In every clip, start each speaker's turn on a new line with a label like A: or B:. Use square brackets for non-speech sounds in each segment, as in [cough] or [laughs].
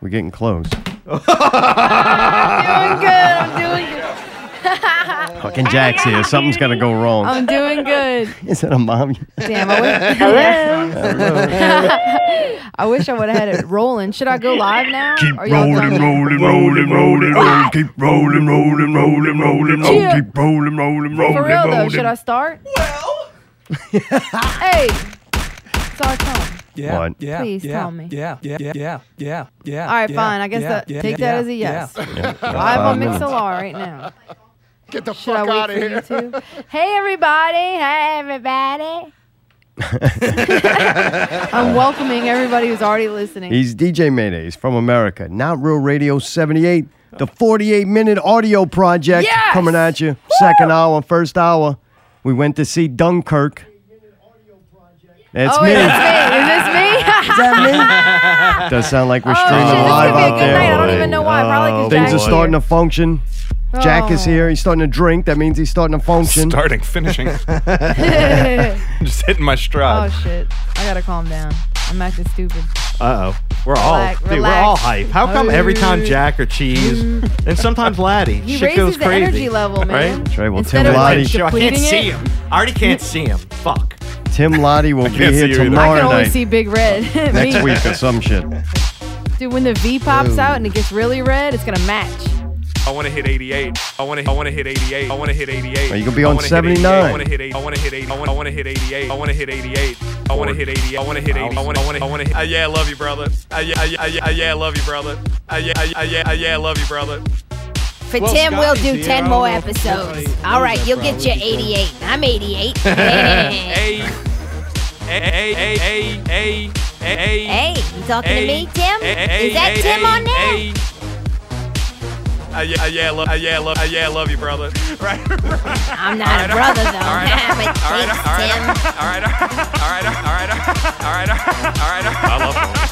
A: We're getting close.
B: I'm good. I'm doing good.
A: Fucking Jack's here. Something's gonna go [laughs] wrong.
B: I'm doing good.
A: Is it a mom?
B: Damn, I wish, I wish I would have had [laughs] it rolling. Should I go live now? Keep
C: rolling, rolling, rolling, rolling. Keep rolling, rolling, rolling, rolling.
B: Cheer.
C: Oh, keep rolling, rolling, rolling,
B: For real though,
C: rolling.
D: [laughs]
B: should I start? Well. hey, start song.
E: Yeah,
A: What?
E: Yeah,
B: Please
E: yeah,
B: tell me.
E: Yeah, yeah, yeah, yeah, yeah.
B: All right,
E: yeah,
B: fine. I guess
E: yeah,
B: that,
E: yeah,
B: take
E: yeah,
B: that as a yes.
E: yeah.
B: [laughs] Live on
A: Five
B: Mixlr right now.
C: Get the
B: Should
C: fuck
B: I
C: out of
B: wait
C: here.
B: for you
C: [laughs]
B: two? Hey everybody! Hey everybody! I'm welcoming everybody who's already listening. [laughs]
A: He's DJ Maydays from America. Not Real Radio 78, the 48 minute audio project
B: Yes!
A: coming at you. Second hour, first hour. We went to see Dunkirk. That's
B: oh,
A: me.
B: wait, it's me. Is this me? [laughs]
A: Is that me? Does sound like we're
B: Oh,
A: streaming
B: shit, this
A: live
B: could be a
A: out
B: good
A: there.
B: night. I don't even know why. Probably 'cause
A: Things
B: Jack's
A: are starting
B: here.
A: to function. Jack is
B: Oh.
A: here. He's starting to drink. That means he's starting to function.
B: [laughs]
C: Starting,
A: [laughs]
C: finishing. Just hitting my
B: oh
C: stride.
B: shit! I gotta calm down. I'm acting stupid.
F: Uh oh. We're all
B: Relax,
F: dude, we're all
B: relax. Mm.
F: hype. How come every time Jack or Cheese and sometimes Laddie
B: He
F: shit
B: raises
F: goes
B: the
F: crazy?
B: energy level, man.
F: Right?
A: Right, well,
B: Instead
A: Tim
B: of
A: Lottie-
B: like,
F: Shit, I can't
B: depleting
F: see
B: it,
F: him. I already can't see him. Fuck.
A: Tim Lottie will be
C: can't
A: here
C: see you either.
B: I
A: tomorrow
B: can only
A: night.
B: see big red. [laughs]
C: [laughs]
A: Next
B: Me.
A: week or some shit.
B: Dude, when the V pops out and it gets really red, it's gonna match.
C: I want to hit 88. I want to. I want to hit 88. I want to hit 88.
A: Are you gonna be on
C: I wanna hit 88.
A: 79?
C: I want to hit 88. I want to hit 88. I want to hit 88. I want to hit 88. I want to hit 88. I want to hit 88. I want to. I want to. I want to. Uh, yeah, I love you, brother. Uh, yeah, uh, yeah, uh, yeah, uh, yeah, I love you, brother. Uh, yeah, uh, yeah, uh, yeah, uh, yeah, I love you,
B: [laughs]
C: brother.
G: For
E: Well,
G: Tim, we'll
E: Scotty's
G: do
E: here.
G: 10
E: I
G: more
E: don't know if
G: episodes.
E: Scotty
G: All
E: knows
G: right,
E: that
G: you'll get
E: probably
G: your
E: because-
G: 88. I'm 88. hey,
C: Hey, hey, hey, hey, hey, hey, hey.
G: you talking to me, Tim?
C: Hey,
G: Is that
C: hey,
G: Tim
C: hey,
G: on there?
C: hey. [laughs] Uh, yeah, uh, yeah, I love, uh, yeah, I love, uh, yeah, I love you, brother. Right, right.
G: I'm not a brother, though. [laughs] but thanks,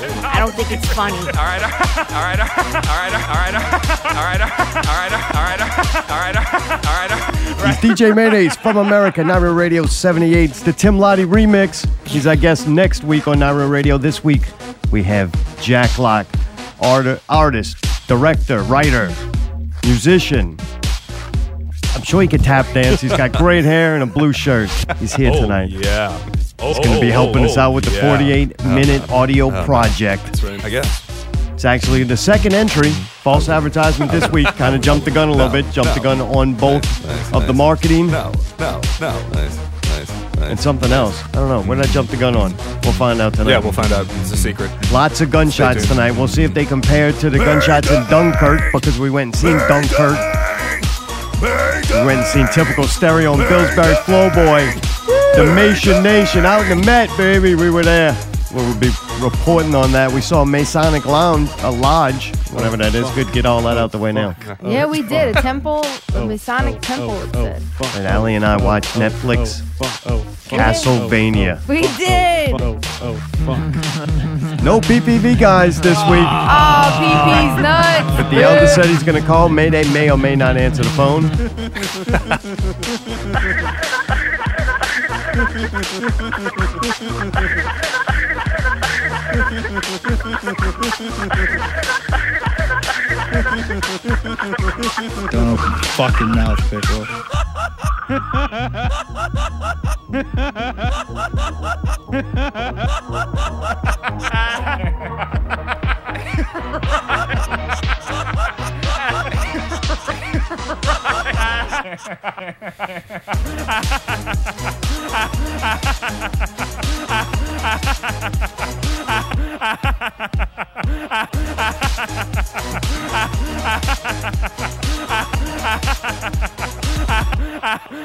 G: Tim. I don't think it's funny.
A: He's DJ Maydays from America, Not Real Radio 78. It's the Tim Lottie remix. He's our guest next week on Not Real Radio. This week, we have Jack Lock, art- artist, director, writer, musician. I'm sure he can tap dance. He's got great hair and a blue shirt. He's here tonight.
C: Yeah. Oh, Uh,
A: He's going to be helping us out with the
H: Oh.
A: 48 minute audio project.
C: I guess.
A: It's actually the second entry. False advertisement this week. Kind of jumped the gun a little bit. Jumped the gun on both of the marketing.
C: No, no, no. Nice, nice,
A: Uh, and
C: nice.
A: something else. I don't know. What did I jump the gun on? We'll find out tonight.
C: Yeah, we'll find out. It's a secret.
A: Lots of gunshots
C: Stay tuned.
A: tonight. We'll see if they compare to the gunshots in Dunkirk because we went and seen Dunkirk. We went and seen typical stereo and Pillsbury Flowboy. The Mason Nation out in the Met, baby. We were there. We'll be reporting on that. We saw Masonic Lounge, a lodge, whatever that is. Good, get all that out the way now.
H: Oh.
B: yeah, we did a temple, a Masonic temple. it said.
A: And Allie and I watched Netflix Castlevania.
B: we did. Oh,
A: [laughs] No PPV guys this week.
B: PP's nuts.
A: But the elder said he's going to call. Mayday may or may not answer the phone.
I: Don't open your fucking mouth, pickle.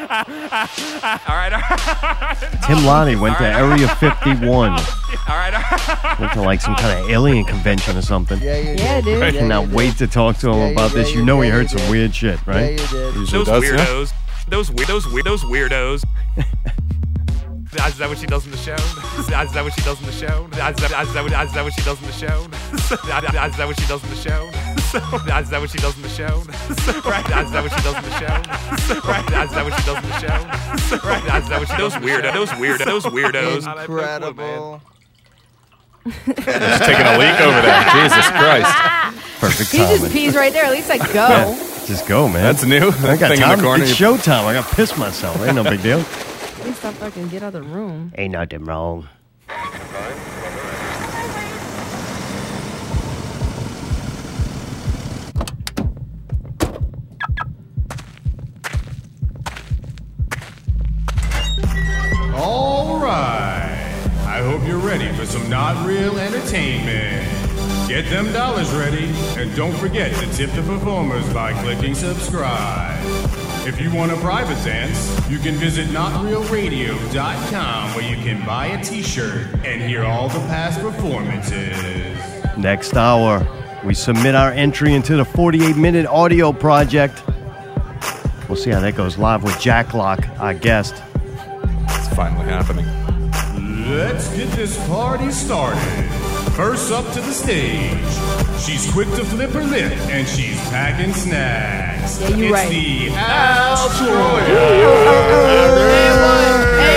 C: All right, all
A: Tim Lonnie went to Area 51.
C: right.
A: Went to like some kind of alien convention or something.
H: Yeah, you
B: Yeah,
H: did.
B: dude.
H: Yeah, you
A: Cannot
H: did.
A: wait to talk to him
H: Yeah, you-
A: about
H: yeah,
A: this.
H: you-
A: You know he
H: yeah, you
A: heard some
H: did.
A: weird shit,
H: Yeah,
A: right?
H: you did.
C: Those weirdos. Those weird. Those weird. Those
H: [laughs]
C: weirdos. Is that what she does in the show? Is that what she does in the show? Is that, is that, what, is that what she does in the show? Is that what she does in the show? Is that what she does in the show? Right? Is that what she does in the show? Right? Is that what she does in the [laughs]
H: [laughs]
C: show? Right? Is that what she Those weirdos. Those weirdos. Those weirdos.
H: Incredible. Oh. Just taking a leak over
B: [laughs]
H: there. Jesus Christ.
A: Perfect
B: He
A: timing.
B: just pees right there. At least I go.
A: Just go, man.
H: That's new.
A: I got
H: Thing
A: time.
H: in the corner.
A: It's showtime. I got pissed myself. Ain't no big deal.
B: At least I fucking get out of the room.
A: [laughs] Ain't nothing wrong.
J: All right. I hope you're ready for some not real entertainment. Get them dollars ready, and don't forget to tip the performers by clicking subscribe. If you want a private dance, you can visit notrealradio.com where you can buy a t-shirt and hear all the past performances.
A: Next hour, we submit our entry into the 48 minute audio project. We'll see how that goes live with Jack Lock, our guest.
H: It's finally happening.
J: Let's get this party started. First up to the stage. She's quick to flip her lip and she's packing snacks.
B: Yeah, you
J: it's
B: right.
J: the Al Troyer.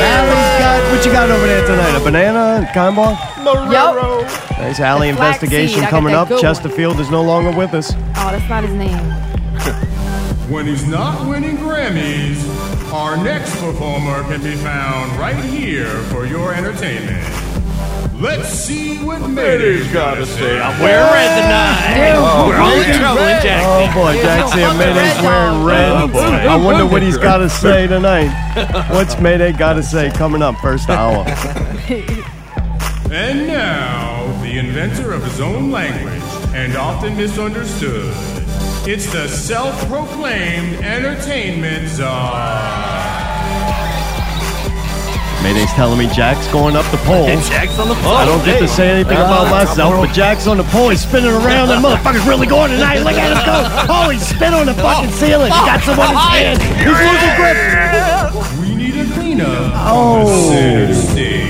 A: Allie's got what you got over there tonight? A banana, a con ball?
B: Yo.
A: Nice Allie
B: The flaxseed, I
A: investigation
B: got
A: coming
B: that
A: up.
B: good one.
A: Chesterfield is no longer with us.
B: Oh, that's not his name.
J: When he's not winning Grammys, our next performer can be found right here for your entertainment. Let's see what Mater's got to say.
F: We're red tonight.
H: Oh,
D: Oh,
F: We're all in trouble in Jack.
A: Oh boy, Jack's here. Mayday's
B: red
A: wearing
B: dog.
A: red.
H: Oh,
A: I wonder what he's got
H: [laughs]
A: to say tonight. What's Mayday got to say coming up first
H: [laughs]
A: hour?
J: And now, the inventor of his own language and often misunderstood, it's the self proclaimed entertainment czar.
A: Mayday's telling me Jack's going up the
H: [laughs]
A: pole.
F: Jack's on the phone.
A: I don't get to say anything about myself, but Jack's on the pole. He's spinning around. That motherfucker's really going tonight. Look at him go. Oh, he's spin on the fucking ceiling. He got some on his hand. He's losing grip.
J: We need a cleanup.
A: Oh.
J: On the center stage.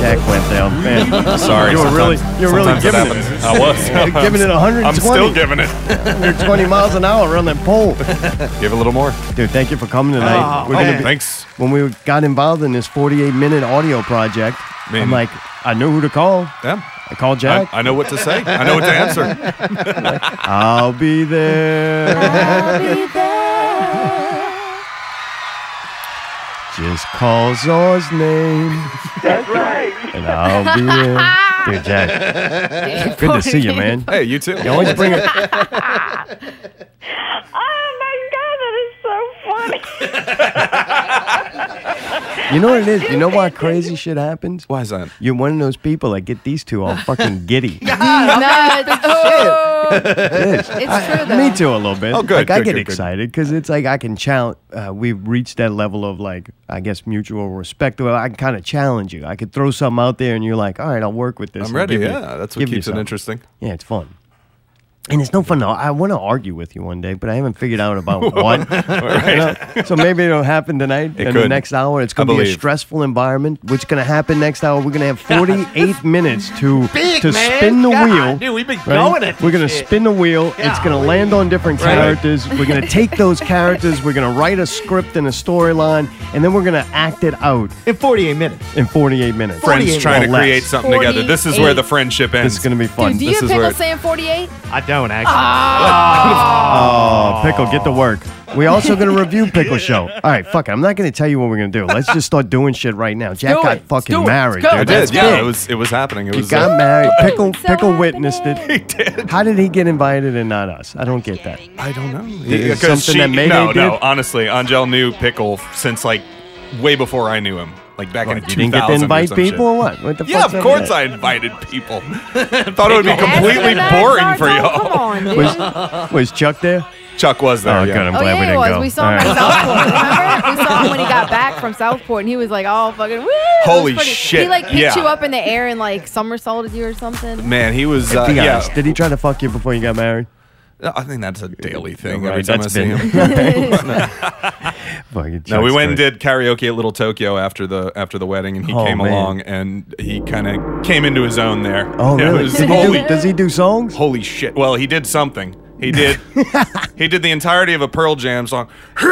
A: Jack went down, man.
H: [laughs] Sorry.
A: You were really, you were really
H: sometimes it
A: giving it,
H: happens. I was.
A: [laughs] You're giving it
H: [laughs] I'm still
A: 120, [laughs]
H: giving it.
A: 120 miles an hour around that pole.
H: [laughs] Give a little more. Oh,
A: Dude, thank you for coming tonight. We're gonna be-
H: Thanks.
A: when we got involved in this 48 minute audio project,
H: Man.
A: I'm like, I knew who to call.
H: Yeah.
A: I called
H: I,
A: Jack.
H: I know what to say. I know what
A: [laughs]
H: to answer.
A: I, will be there.
B: I'll be there.
A: Just call Zor's name. That's right. And I'll be there. Dude, Jack, good to see you, man.
H: Hey, you too.
A: You always bring it.
D: Oh my god, that is so funny.
A: You know what it is? You know why crazy shit happens?
H: Why is that?
A: You're one of those people that get these two all
B: [laughs]
A: fucking giddy. [laughs]
B: Nuts. [laughs] Oh.
A: It
B: It's
A: is.
B: true though.
A: Me too, a little bit.
H: Oh, good,
A: Like I
H: good,
A: get
H: good, good.
A: excited because it's like I can challenge. Uh, we've reached that level of like I guess mutual respect. Where I can kind of challenge you. I could throw something out there, and you're like, "All right, I'll work with this."
H: I'm
A: and
H: ready.
A: give you-
H: Yeah, that's what
A: give you
H: keeps it
A: something."
H: interesting.
A: Yeah, it's fun. And it's no fun. Though. I want to argue with you one day, but I haven't figured out
H: [laughs]
A: about what. [laughs] you know? So maybe it'll happen tonight
H: It
A: and the
H: could.
A: next hour. It's
H: I
A: going to be a
H: believe.
A: stressful environment. What's going to happen next hour? We're going to have
H: [laughs]
A: 48 minutes to to spin the wheel.
F: Dude, we've been
A: Right?
F: going at
A: We're gonna spin the wheel. It's gonna land on different characters. We're
H: [laughs]
A: gonna take those characters. We're gonna write a script and a storyline, and then we're gonna act it out
F: in 48 minutes.
A: in 48 minutes.
H: Friends trying to
A: Or less.
H: create something together. This is where the friendship
A: This is
H: ends.
A: gonna be fun.
B: Dude, do you
H: This is where
B: pickle
H: it-
B: Sam 48?
F: I don't actually.
A: oh, pickle, get to work. We're also gonna review Pickle Show. All right, fuck it. I'm not gonna tell you what we're gonna do. Let's just start doing shit right now. Jack
B: do it.
A: got
B: Let's
A: fucking
B: do it.
A: married.
B: Let's go.
H: I
A: dude.
H: did.
A: That's
H: Yeah,
A: big.
H: it was. It was happening. It
A: He
H: was. uh,
A: got married. Pickle,
B: so
A: pickle
B: happening.
A: witnessed it.
H: he did.
A: How did he get invited and not us? I don't get that.
H: I don't know.
A: Is it
H: Because
A: something
H: she,
A: that Mayday
H: no, no.
A: did?
H: Honestly, Angel knew Pickle since like way before I knew him. Like back in
A: You
H: 2000.
A: didn't get to
H: or some
A: invite
H: shit.
A: people or what? What the
H: Yeah,
A: fuck's
H: of
A: up with
H: course
A: that?
H: I invited
A: [laughs]
H: people. Thought it would be
B: Ask
H: completely
B: him that,
H: boring for
B: Zartan. Come
H: y'all.
B: on, dude.
A: Was, was Chuck there?
H: Chuck was there.
A: Oh,
H: yeah.
A: good. I'm
B: Oh
A: glad
B: yeah,
A: we
B: he
A: didn't
B: was.
A: go.
B: We saw him
A: All
B: at Southport.
H: [laughs]
B: Remember? we saw him when he got back from Southport, and he was like, "Oh fucking woo!" It was
H: Holy
B: pretty- He
H: shit,
B: like picked
H: yeah.
B: you up in the air and like somersaulted you or something.
H: Man, he was. Uh,
A: Be
H: yeah,
A: honest. Did he try to fuck you before you got married?
H: I think that's a daily thing.
A: Right,
H: every time I
A: that's
H: see
A: been-
H: him.
A: [laughs]
H: [laughs]
A: Fucking
H: No, we
A: Chuck's
H: went
A: great.
H: and did karaoke at Little Tokyo after the after the wedding, and he
A: Oh,
H: came
A: man.
H: along and he kind of came into his own there.
A: Oh,
H: Yeah, it
A: really?
H: was
A: Did he
H: holy,
A: do, does he do songs?
H: holy shit! Well, he did
A: [laughs]
H: something. He did. he did the entirety of a Pearl Jam song. Hey,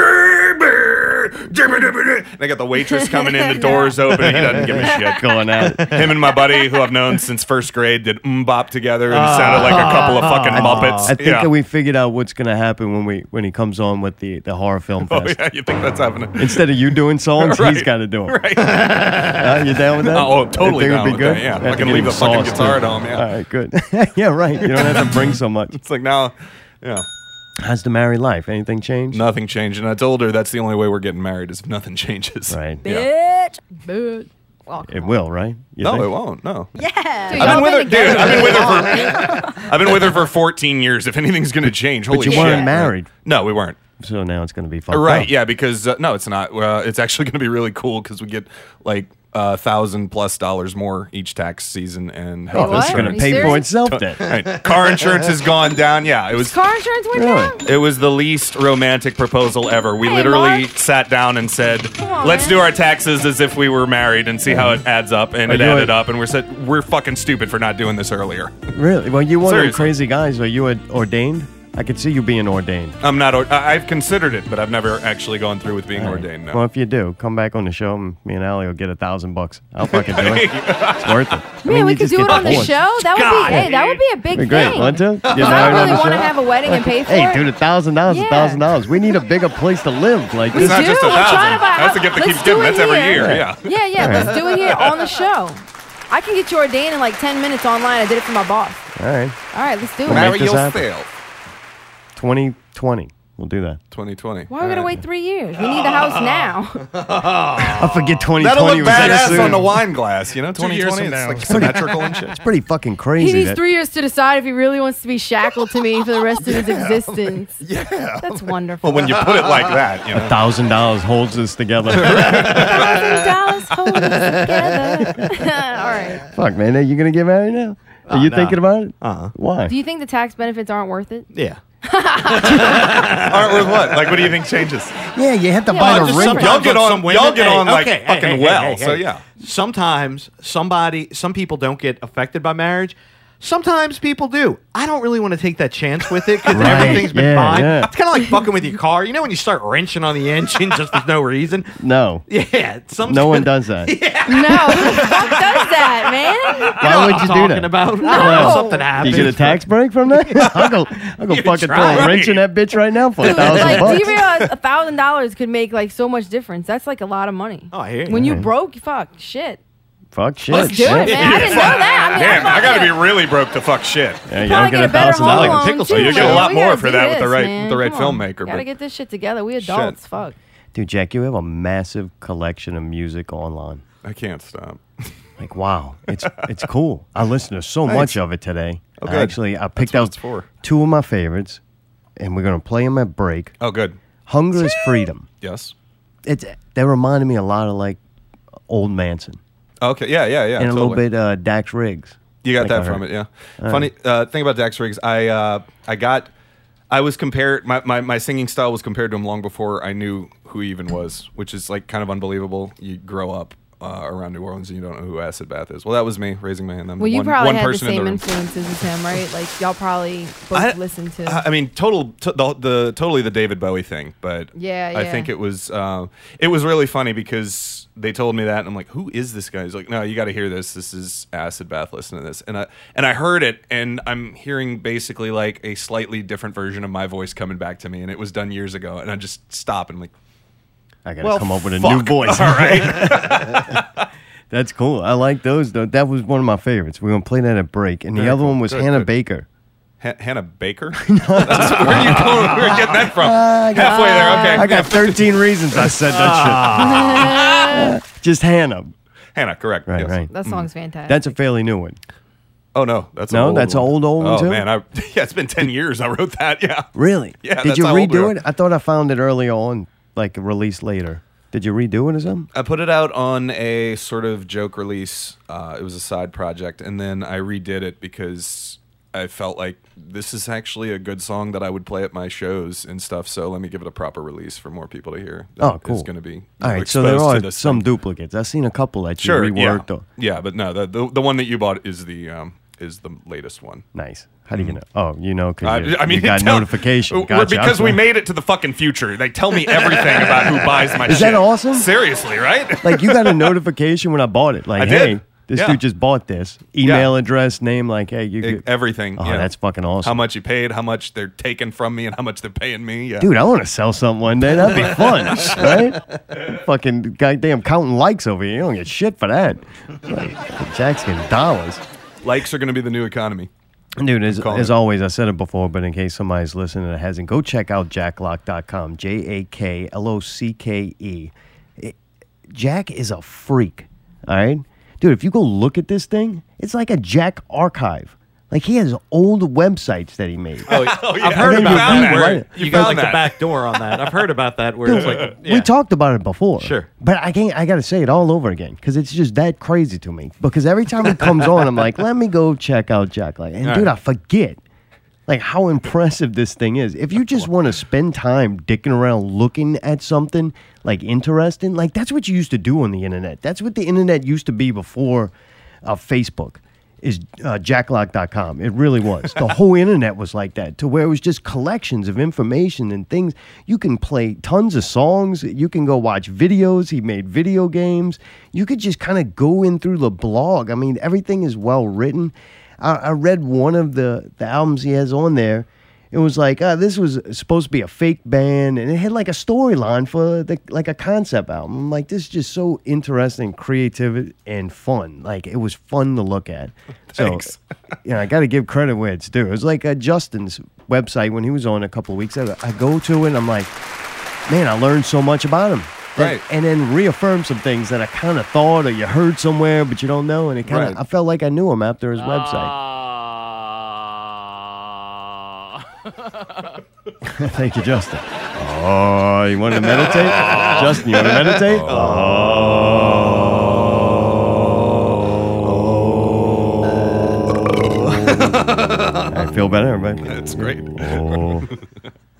H: man, and I got the waitress coming
A: [laughs]
H: in, the doors open, and he doesn't give a shit.
A: Going out.
H: Him and my buddy, who I've known since first grade, did bop together and it sounded like a couple of fucking Muppets.
A: Ah. I think
H: yeah.
A: that we figured out what's gonna happen when we when he comes on with the the horror film
H: [laughs] Oh
A: fest.
H: yeah, [laughs] you think that's happening?
A: Instead of you doing songs, he's
H: Right.
A: got to do them.
H: Right.
A: [laughs] Uh, you down with that?
H: Oh, oh, totally
A: That thing would
H: down
A: be
H: with
A: good.
H: that, yeah.
A: Have to
H: I can
A: get
H: leave
A: him
H: the fucking
A: sauced,
H: guitar
A: too.
H: at home, yeah.
A: All right, good. [laughs] yeah, right. You don't have to bring so much.
H: [laughs] It's like now, yeah,
A: How's the married life? Anything changed?
H: nothing changed, and I told her that's the only way we're getting married is if nothing [laughs] changes.
A: Right.
H: Yeah.
B: Bitch. Bitch. Oh,
A: It will, right? You
H: No,
A: think?
H: it won't. No.
B: yeah.
H: I've
B: y'all
H: been with her,
B: together
H: dude. I've been
B: really
H: with her for
B: long.
H: I've been with her for 14 years. If anything's gonna change, holy
A: But you
H: shit.
A: weren't married,
H: No, we weren't.
A: so now it's going to be fun.
H: Right? Yeah, because uh, no, it's not. Uh, it's actually going to be really cool because we get like a thousand plus dollars more each tax season, and health
A: Oh, this is
B: What?
A: going
B: Are
A: to
B: you
A: pay for
B: serious?
A: itself then.
H: [laughs] Right. Car insurance has gone down. Yeah, it was.
B: Car insurance went
A: Really? [laughs]
B: down.
H: It was the least romantic proposal ever. We
B: Hey,
H: literally
B: Mark.
H: sat down and said,
B: on,
H: "Let's
B: man.
H: do our taxes as if we were married and see how it adds up." And
A: Are
H: it
A: you
H: added
A: a-
H: up, and we said, "We're fucking stupid for not doing this earlier."
A: Really? Well, you one of them
H: Seriously.
A: crazy guys. Are you a- ordained? I could see you being ordained.
H: I'm not. or- I- I've considered it, but I've never actually gone through with being ordained. No.
A: Well, if you do, come back on the show, and me and Allie will get a thousand bucks. I'll fucking do it. It's worth
B: [laughs]
A: it. I
B: Man,
A: mean,
B: we
A: you
B: could
A: just
B: do
A: get
B: it on the
A: divorced.
B: show. That would
H: God.
B: be hey, that would be a big
A: Be
B: thing.
A: great, wouldn't you? Get
B: I
A: married on
B: really
A: the
B: want to
A: show?
B: have a wedding and pay for
A: Hey,
B: it.
A: dude, a thousand dollars, a
B: Yeah.
A: thousand dollars.
B: [laughs]
A: We need a bigger place to live. Like
B: We
A: this.
H: not
B: do.
H: just a
B: I'm trying
H: thousand.
B: to buy a
H: That's the
B: house.
H: gift that
B: Let's
H: keeps giving.
B: do it
H: That's every
B: here.
H: year. Yeah.
B: Yeah, yeah, let's do it here on the show. I can get you ordained in like 10 minutes online. I did it for my boss.
A: All right,
B: All right, let's do it.
A: Marry
H: Marry
A: this happen.
H: yourself.
A: 2020. We'll do that.
H: 2020.
B: Why are we going to wait three years? We need the house
F: Ah.
B: now.
A: I forget 2020
H: That'll look
A: was that
H: badass
A: soon.
H: on the wine glass, you know.
I: Two years
H: 2020,
I: from
H: it's
I: now.
H: like symmetrical and shit.
A: It's pretty fucking
B: He
A: [laughs] crazy.
B: needs
A: that-
B: three years to decide if he really wants to be shackled to me for the rest of
F: [laughs]
B: his existence. Yeah. That's wonderful.
H: Well, when you put it like that, you know.
A: Thousand dollars holds us
H: [laughs]
A: together.
B: Thousand dollars hold us together. All right.
A: Fuck, man, are you gonna get married now? Are
H: Uh,
A: you thinking about it?
H: Uh-uh.
A: Uh-huh. Why?
B: Do you think the tax benefits aren't worth it?
F: Yeah.
H: Aren't worth what? Like, what do you think changes?
A: yeah, you have to
B: Yeah,
A: buy
B: well,
A: the
B: just
A: ring.
B: sometimes
H: Y'all get on-
F: some women-
H: y'all get on, like, fucking well,
F: hey,
H: so
F: hey.
H: yeah.
F: Sometimes somebody, some people don't get affected by marriage. Sometimes people do. I don't really want to take that chance with it
A: [laughs]
F: because
A: Right,
F: everything's been
A: yeah,
F: fine.
A: yeah.
F: It's kind of like fucking with your car. You know when you start wrenching on the engine just for no reason.
A: No,
F: Yeah, some
A: no one does that.
B: No. Who the fuck does that,
A: [laughs]
B: man?
A: Why would you do
F: talking
A: that?
F: about. I don't know,
B: No.
F: something
A: you
F: happens.
A: get a tax break from that? [laughs] I'll go, I'll go fucking throw
F: try.
A: a wrench in that bitch right now for a
B: Dude,
A: thousand
B: like, do you
A: bucks.
B: realize a thousand dollars could make like so much difference? That's like a lot of money.
F: Oh, I hear you.
B: When you broke, fuck, shit.
A: Fuck shit.
B: Let's do it, man. I didn't know that. I mean,
H: Damn, I gotta be
B: fucking-
H: really broke to fuck shit.
A: Yeah,
B: Probably
A: you
B: get,
A: don't get a
B: a better
A: thousand
B: home
A: dollars.
F: like a
B: loan
F: tickle
B: too.
F: sale. You
H: get a
B: Like,
H: lot
B: we
H: more
B: gotta
H: for
B: do
H: that with
B: this,
H: the right-
B: man.
H: with the right
B: Come on.
H: filmmaker,
B: Gotta
H: but-
B: get this shit together. We adults, fuck.
A: Dude, Jack, you have a massive collection of music online.
H: I can't stop. [laughs]
A: Like, wow, it's it's cool. I listened to so much of it today.
H: Oh,
A: I
H: good.
A: actually, I picked
H: what
A: out
H: it's for.
A: two of my favorites, and we're gonna play them at break.
H: Oh, good.
A: Hunger is freedom.
H: Yes.
A: It's that reminded me a lot of like old Manson
H: Okay. Yeah. Yeah. Yeah.
A: and
H: totally.
A: a little bit uh, Dax Riggs.
H: You got
A: Like I
H: that from
A: heard.
H: it, yeah. Funny uh, thing about Dax Riggs, I uh, I got, I was compared. My, my my singing style was compared to him long before I knew who he even was, which is like kind of unbelievable. You grow up uh, around New Orleans and you don't know who Acid Bath is. Well, that was me raising my hand. I'm
B: Well, you
H: one,
B: probably
H: one
B: had the
H: person
B: same
H: in the room.
B: influences as him, right? Like y'all probably both
H: I-
B: listened to.
H: I I mean, total to, the, the totally the David Bowie thing, but
B: Yeah,
H: I
B: yeah.
H: think it was uh, it was really funny because they told me that, and I'm like, who is this guy? He's like, no, you got to hear this. This is Acid Bath. Listen to this, and I and I heard it, and I'm hearing basically like a slightly different version of my voice coming back to me, and it was done years ago, and I just stop and I'm like,
A: I gotta
H: Well,
A: come up with a
H: fuck.
A: new voice. All right. [laughs] That's cool. I like those though. That was one of my favorites. We're gonna play that at break. And the
H: Very
A: other
H: cool.
A: one was
H: Good,
A: Hannah
H: good.
A: Baker.
H: "Han- Hannah
A: [laughs]
H: Baker. That's, where are you going? Where are you getting that from? [laughs] Halfway there. Okay,
A: I got
H: [laughs]
A: 13 reasons I said that shit. Just Hannah.
H: Hannah. Correct.
A: Right,
H: yes.
A: right. Hmm.
B: that song's fantastic.
A: That's a fairly new one.
H: Oh no, that's
A: No,
H: an old
A: that's an
H: one.
A: old, old
H: one
A: one, too?
H: Oh man, I, [laughs] yeah, it's been ten years. I wrote that. Yeah,
A: Really?
H: Yeah,
A: Did
H: that's
A: you
H: how old we
A: redo
H: are.
A: it? I thought I found it early on, like released later. Did you redo it or something?
H: I put it out on a sort of joke release. Uh, it was a side project, and then I redid it because I felt like this is actually a good song that I would play at my shows and stuff. So let me give it a proper release for more people to hear. That
A: Oh, cool.
H: It's going to be you
A: All
H: know,
A: right, so there
H: exposed to
A: are
H: this
A: some
H: thing.
A: duplicates. I've seen a couple that you
H: sure, yeah,
A: reworked. Oh, or-
H: yeah, but no, the, the the one that you bought is the um, is the latest one.
A: Nice. How do you know? Oh, you know,
H: Hmm. I,
A: because you,
H: Uh, I mean,
A: you got
H: [laughs] tell-
A: notification.
H: we're-
A: Gotcha.
H: because we
A: Okay.
H: made it to the fucking future. They tell me everything about who buys my.
A: Is
H: shit.
A: that awesome?
H: Seriously, right?
A: [laughs] like
H: [laughs]
A: you got a notification when I bought it. Like,
H: I
A: hey,
H: did.
A: this
H: Yeah.
A: dude just bought this.
H: Yeah.
A: Email address, name, like, hey, you
H: E-
A: could,
H: everything.
A: Oh,
H: yeah.
A: that's fucking awesome.
H: How much you paid, how much they're taking from me, and how much they're paying me. Yeah.
A: Dude, I want to sell something one day. That'd
H: [laughs]
A: be fun, right? Fucking goddamn counting likes over here. You don't get shit for that. Like, Jack's getting dollars.
H: likes are going to be the new economy.
A: Dude, as,
H: calling
A: as
H: it.
A: always, I said it before, but in case somebody's listening that hasn't, go check out jacklock.com. J A K L O C K E. It- Jack is a freak, all right? Dude, if you go look at this thing, it's like a Jack archive. Like he has old websites that he made.
F: Oh,
A: [laughs]
F: I've heard
A: And then
F: about
A: Oh, you
F: that.
A: rewrite it.
F: You, got like the back door on that. I've heard about that where it's like
A: [laughs] We talked about it before.
F: Sure.
A: But I can't I gotta say it all over again because it's just that crazy to me. Because every time it comes on, I'm like, let me go check out Jack Light. And
F: All
A: dude,
F: right.
A: I forget like how impressive this thing is. If you just want to spend time dicking around looking at something like interesting, like that's what you used to do on the internet. That's what the internet used to be before uh, Facebook is uh, jacklock.com. It really was. The whole internet was like that to where it was just collections of information and things. You can play tons of songs. You can go watch videos. He made video games. You could just kind of go in through the blog. I mean, everything is well written. I, I read one of the, the albums he has on there. It was like, uh, this was supposed to be a fake band, and it had like a storyline for the, like a concept album. I'm like, this is just so interesting, creative, and fun. Like, it was fun to look
H: [laughs]
A: at. [laughs]
H: Thanks.
A: So, you know, I got to give credit where it's due. It was like uh, Justin's website when he was on a couple of weeks ago. I go to it, and I'm like, man, I learned so much about him. That-
H: Right.
A: And then reaffirm some things that I kind of thought or you heard somewhere, but you don't know. And it kind of,
H: Right.
A: I felt like I knew him after his website. [laughs] Thank you, Justin. Oh, you want to meditate? Justin, you want to meditate? Oh. [laughs] I feel better, everybody.
H: That's great.
A: Oh. All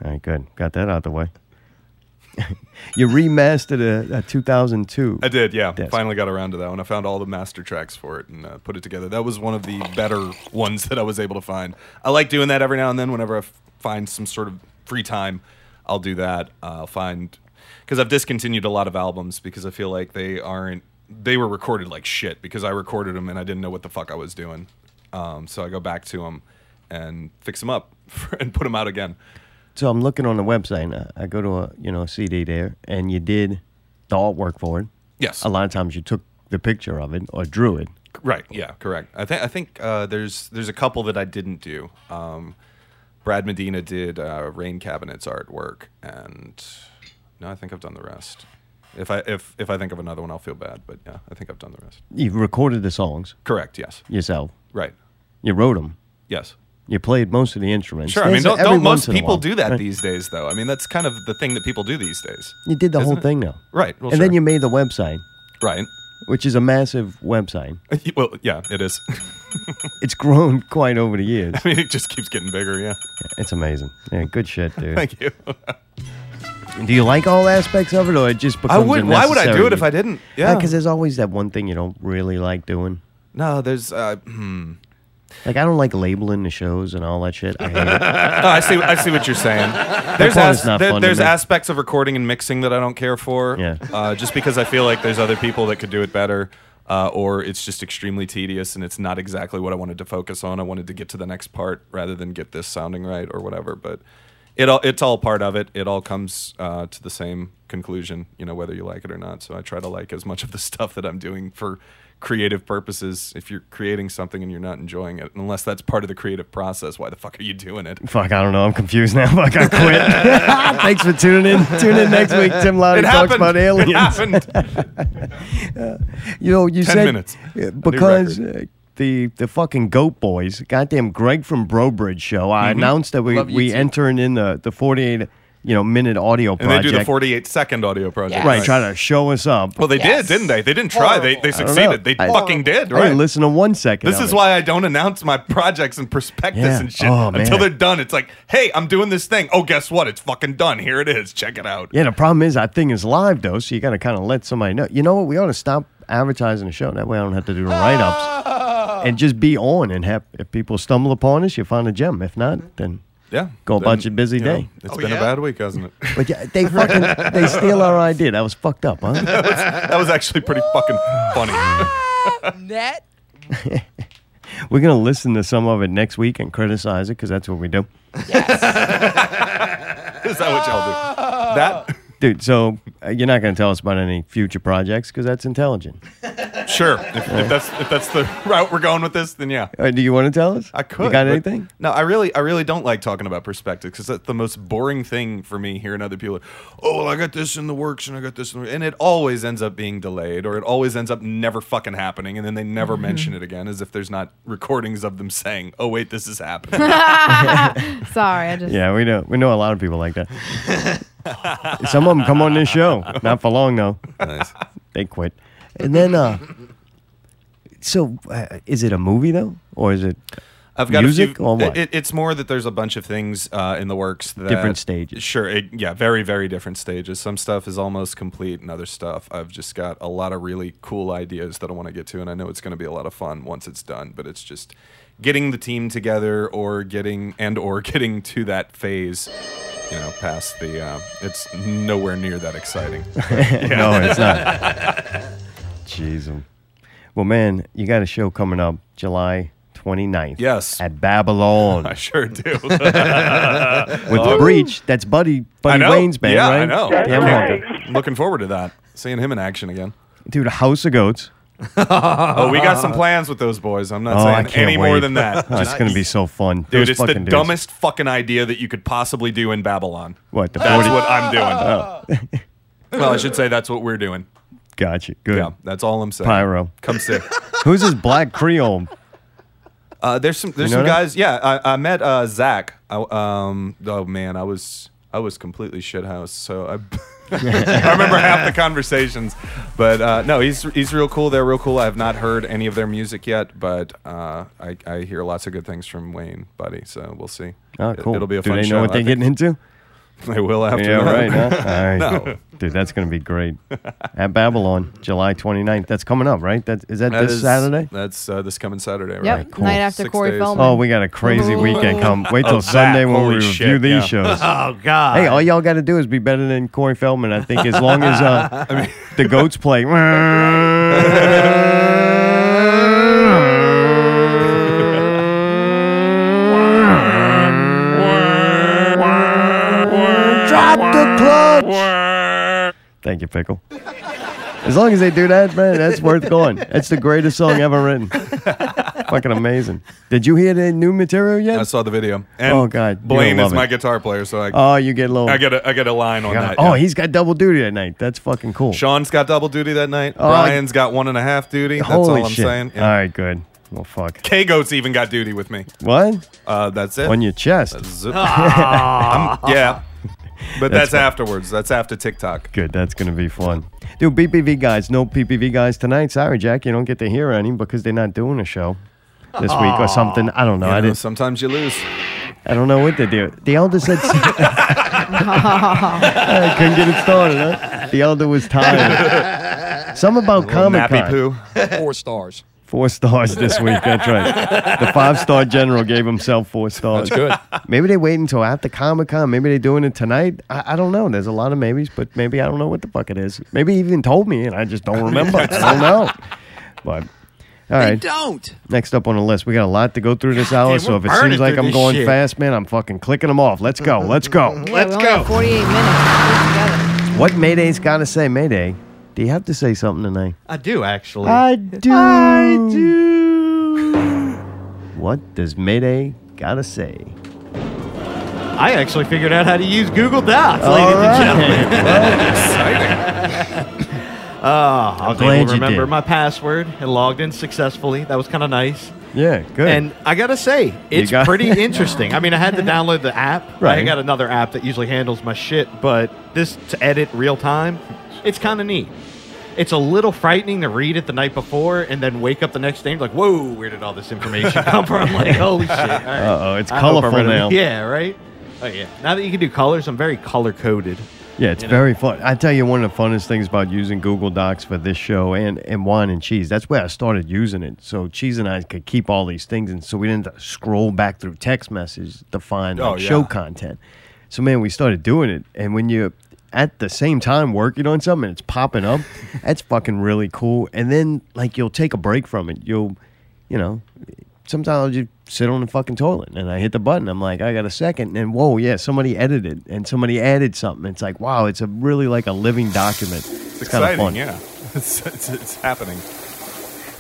A: right, good. Got that out the way. [laughs] you remastered a, a 2002.
H: I did, yeah.
A: Disc.
H: Finally got around to that one. I found all the master tracks for it and uh, put it together. That was one of the better ones that I was able to find. I like doing that every now and then. Whenever I f- find some sort of free time, I'll do that. I'll find because I've discontinued a lot of albums because I feel like they aren't. They were recorded like shit because I recorded them and I didn't know what the fuck I was doing. Um, so I go back to them and fix them up [laughs] and put them out again.
A: So I'm looking on the website. And I, I go to a you know a CD there, and you did the artwork for it.
H: Yes.
A: A lot of times you took the picture of it or drew it.
H: Right. Yeah. Correct. I think I think uh, there's there's a couple that I didn't do. Um, Brad Medina did uh, Rain Cabinets artwork, and no, I think I've done the rest. If I if if I think of another one, I'll feel bad. But yeah, I think I've done the rest.
A: You recorded the songs
H: Correct. Yes.
A: yourself.
H: Right.
A: You wrote them.
H: Yes.
A: You played most of the instruments.
H: Sure. I mean,
A: There's
H: don't,
A: every
H: don't
A: once
H: most
A: in a
H: people
A: while,
H: do that
A: right?
H: these days, though. I mean, that's kind of the thing that people do these days.
A: You did the whole
H: isn't it?
A: thing though.
H: Right. Well,
A: and then
H: sure.
A: you made the website,
H: Right.
A: which is a massive
H: [laughs]
A: website.
H: Well, yeah, it is. [laughs]
A: It's grown quite over the years.
H: I mean, it just keeps getting bigger. Yeah.
A: It's amazing. Yeah, good shit, dude.
H: [laughs] Thank you.
A: Do you like all aspects of it, or it just becomes?
H: I would.
A: a
H: Why would I do
A: necessary
H: it if I
A: evil?
H: didn't?
A: Yeah,
H: Yeah.
A: because there's always that one thing you don't really like doing.
H: no, there's. Uh, [laughs] hmm.
A: Like I don't like labeling the shows and all that shit. I hate it.
H: Oh, [laughs] I see. I see what you're saying. There's
A: part is
H: as-
A: not
H: there-
A: fun to
H: there's
A: me.
H: aspects of recording and mixing that I don't care for.
A: Yeah.
H: Uh, just because I feel like there's other people that could do it better, uh, or it's just extremely tedious and it's not exactly what I wanted to focus on. I wanted to get to the next part rather than get this sounding right or whatever. But it all it's all part of it. It all comes uh, to the same conclusion, you know, whether you like it or not. So I try to like as much of the [laughs] stuff that I'm doing for creative purposes if you're creating something and you're not enjoying it unless that's part of the creative process why the fuck are you doing it
A: Fuck, I don't know. I'm confused now. [laughs] Fuck, I
H: [laughs]
A: quit. Thanks for tuning in. Tune in next week. Tim Lowry
H: it
A: talks
H: happened.
A: about
H: It
A: aliens.
H: happened.
A: [laughs] You know, you
H: 10
A: said
H: minutes.
A: uh, because uh, the the fucking Goat Boys, goddamn Greg from Brobridge show, I
H: Mm-hmm.
A: announced that we
K: Love you
A: we
K: too.
A: entering in the the 48 you know minute audio
H: and
A: project.
H: they do the 48 second audio project.
K: Yes.
A: right, try to show us up.
H: Well, they
K: Yes.
H: did, didn't they? They didn't try. They,
A: I
H: they
A: don't know.
H: succeeded. They
A: I-
H: fucking did,
A: I
H: right?
A: didn't listen to one second.
H: This
A: of
H: is
A: it.
H: why I don't announce my projects and prospectus
A: Yeah.
H: and shit
A: Oh,
H: until
A: man.
H: they're done. It's like, hey, I'm doing this thing. Oh, guess what? It's fucking done. Here it is. Check it out.
A: Yeah, the problem is that thing is live though, so you got to kind of let somebody know. You know what? We ought to stop advertising the show. That way, I don't have to do write ups.
H: Ah.
A: and just be on and have if people stumble upon us, you find a gem. If not, then
H: Yeah.
A: go about
H: Then,
A: your busy
H: you know,
A: day.
K: Oh,
H: It's been a bad week, hasn't it?
A: [laughs] But yeah, they fucking
H: [laughs]
A: they steal our idea. That was fucked up, huh? [laughs]
H: that, was, that was actually pretty fucking funny. [laughs]
K: Net.
A: We're gonna listen to some of it next week and criticize it because that's what we do,
H: Is that what y'all do? That
A: dude. So uh, you're not gonna tell us about any future projects because that's intelligent.
H: sure. If, if that's if that's the route we're going with this, then yeah.
A: Uh, do you want to tell us?
H: I could.
A: You got
H: but-
A: anything?
H: No, I really, I really don't like talking about perspective because that's the most boring thing for me. Hearing other people, oh well, I got this in the works and I got this, in the works," and it always ends up being delayed or it always ends up never fucking happening, and then they never
A: Mm-hmm.
H: mention it again, as if there's not recordings of them saying, oh wait, this is happening.
B: Sorry, I just. [laughs]
A: Yeah, we know. We know a lot of people like that.
H: [laughs]
A: Some of them come on this show. Not for long though. They quit. And then, uh, so uh, is it a movie though, or is it
H: I've got
A: music
H: a few,
A: or what?
H: It, it's more that there's a bunch of things uh, in the works. That,
A: Different stages.
H: Sure. It, yeah, very, very different stages. Some stuff is almost complete, and other stuff I've just got a lot of really cool ideas that I want to get to, and I know it's going to be a lot of fun once it's done. But it's just getting the team together, or getting and or [laughs] getting to that phase. You know, past the. Uh, it's nowhere near that exciting.
A: [laughs] no, it's not. Jeez. um, Well, man, you got a show coming up July 29th.
H: Yes.
A: At Babylon.
H: [laughs] I [laughs] sure
A: [laughs]
H: do. With
A: With the breach, that's Buddy
H: Oh. I
A: Buddy
H: know.
A: Wayne's band,
H: yeah,
A: right?
H: I know.
A: Damn right.
H: I'm looking forward to that. Seeing him in action again. [laughs]
A: Dude, House of Goats.
H: oh,
A: [laughs]
H: we got some plans with those boys. I'm not
A: Oh, I
H: saying
A: can't
H: any
A: wait.
H: more than that.
A: Oh, [laughs] it's
H: Just-
A: gonna be so fun,
H: dude,
A: Those
H: it's the
A: fucking dudes.
H: dumbest fucking idea that you could possibly do in Babylon.
A: What, the Oh.
H: that's
A: 40
H: what I'm doing. [laughs] well, I should say that's what we're doing.
A: Gotcha. Good.
H: Yeah, that's all I'm saying.
A: Pyro.
H: Come see.
A: [laughs] Who's this black Creole?
H: Uh, there's some there's
A: You know
H: some
A: that?
H: guys. Yeah, I, I met uh, Zach. I, um, oh man, I was I was completely shithouse. So I, [laughs] I remember half the conversations. But uh, no, he's he's real cool. They're real cool. I have not heard any of their music yet, but uh, I, I hear lots of good things from Wayne, buddy. So we'll see.
A: Oh,
H: It-
A: cool.
H: it'll be a
A: Do
H: fun
A: they know
H: show.
A: what
H: I
A: they're
H: think
A: getting into?
H: [laughs] They will after.
A: Yeah, right.
H: that. [laughs]
A: huh? All right.
H: no.
A: Dude, that's going to be
H: [laughs]
A: great. At Babylon, July 29th. That's coming up, right? That is that,
H: That
A: this
H: is-
A: Saturday?
H: That's uh, this coming Saturday, right?
B: Yep. Night after
H: Six
B: Corey
H: days.
B: Feldman.
A: Oh, we got a crazy weekend come. Wait till
H: Of that,
A: Sunday when we
H: holy
A: review
H: shit,
A: these
H: yeah. [laughs]
A: shows.
F: Oh God.
A: Hey, all y'all got to do is be better than Corey Feldman. I think as long as
H: [laughs]
A: uh, [laughs] the goats play, [laughs] drop the clutch. Thank you, pickle. As long as they do that, man, that's worth going. That's the greatest song ever
H: [laughs]
A: written. Fucking amazing. Did you hear the new material yet?
H: I saw the video. And
A: Oh, God, you're
H: Blaine
A: gonna
H: is
A: love
H: my
A: it.
H: guitar player, so I,
A: Oh, you get a little.
H: I get a I get a line on that.
A: oh,
H: yeah.
A: he's got double duty at night. That's fucking cool.
H: Sean's got double duty that night.
A: Oh,
H: Brian's got one and a half duty. That's all
A: Holy
H: I'm
A: shit.
H: saying.
A: All
H: Yeah.
A: right, good. Well, fuck.
H: K Goat's even got duty with me.
A: What?
H: Uh, that's it.
A: On your chest.
H: That's
A: [laughs]
H: it.
B: Ah.
H: [laughs] I'm- yeah. But that's, afterwards. That's after TikTok.
A: Good. That's going to be fun. Dude, BPV guys, no PPV guys tonight. Sorry, Jack. You don't get to hear any because they're not doing a show this week or something. I don't know. I
H: You know,
A: didn't.
H: sometimes you lose.
A: I don't know what to do. The elder said. I [laughs] couldn't get it started, huh? The elder was tired.
H: [laughs]
A: Some about Comic
H: Nappy
A: Con.
H: poo.
F: [laughs]
K: Four stars.
A: Four stars this week. That's right. The five star general gave himself four stars.
K: That's good.
A: Maybe they wait until after Comic Con. Maybe they're doing it tonight. I, I don't know. There's a lot of maybes, but maybe I don't know what the fuck it is. Maybe he even told me and I just don't remember. I don't know. But all
K: They
A: right.
K: don't.
A: Next up on the list, we got a lot to go through this hour.
F: damn,
A: so
F: we're
A: if it
F: burning
A: seems like
F: through
A: I'm
F: this
A: going
F: shit.
A: fast, man, I'm fucking clicking them off. Let's go. Let's
F: [laughs]
A: go.
B: Yeah,
F: Let's
B: we only have
F: go.
B: 48 minutes. Get together.
A: What Mayday's got to say, Mayday? Do you have to say something tonight?
F: I do actually.
A: I do. I do. What does Mayday gotta say?
F: I actually figured out how to use Google Docs, ladies
A: All
F: and
A: right.
F: gentlemen. [laughs] Oh, I was
A: glad
F: able to
A: you
F: remember
A: did.
F: my password and logged in successfully. That was kind of nice.
A: Yeah, good.
F: And [laughs] I gotta say, it's
A: got- [laughs]
F: pretty interesting. I mean, I had to download the app. I
A: Right.
F: got another app that usually handles my shit, but this to edit real time, it's kind of neat. It's a little frightening to read it the night before and then wake up the next day and be like, whoa, where did all this information come from? Like, holy shit.
A: [laughs] Uh-oh, it's
F: I hope I'm
A: colorful
F: ready-
A: now.
F: Yeah, right? Oh, yeah. Now that you can do colors, I'm very color coded.
A: Yeah, it's
F: You know?
A: very fun. I tell you, one of the funnest things about using Google Docs for this show and, and wine and cheese, that's where I started using it. So Cheese and I could keep all these things, and so we didn't have to scroll back through text message to find like,
L: Oh, yeah.
A: show content. So man, we started doing it, and when you at the same time working on something and it's popping up, that's fucking really cool. And then like you'll take a break from it. You'll, you know, sometimes I'll just sit on the fucking toilet and I hit the button. I'm like, I got a second. And whoa, yeah, somebody edited and somebody added something. It's like, wow, it's a really like a living document. It's,
H: It's
A: kind of
H: exciting,
A: fun.
H: yeah. [laughs] It's, it's, it's happening.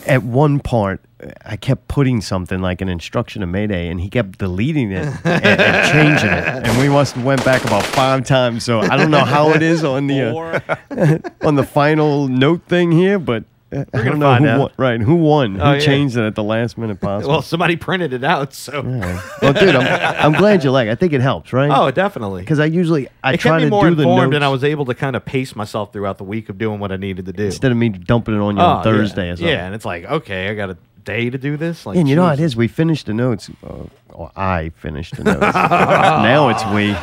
A: At one part, I kept putting something like an instruction to Mayday and he kept deleting it and, and changing it. And we must have went back about five times. So I don't know how it is on the uh, [laughs] on the final note thing here, but uh, I
F: We're
A: don't
F: gonna
A: know
F: find
A: who
F: out.
A: won. Right, who won?
F: Oh,
A: who
F: yeah.
A: changed it at the last minute possible?
F: [laughs] Well, somebody printed it out, so.
A: [laughs] well, dude,
F: [laughs]
A: I'm, I'm glad you like. it. I think it helps, right?
F: Oh, definitely.
A: Because I usually I
F: it
A: try
F: kept me
A: to
F: more
A: do the
F: informed,
A: notes
F: and I was able to kind of pace myself throughout the week of doing what I needed to do.
A: instead of me dumping it on you
F: Oh,
A: on Thursday
F: yeah.
A: or something.
F: Yeah, and it's like, okay, I got a day to do this. Like,
A: Yeah, and you know how it
F: jeez.
A: is. We finished the notes. Uh, or I finished
F: [laughs]
A: the notes. now it's we.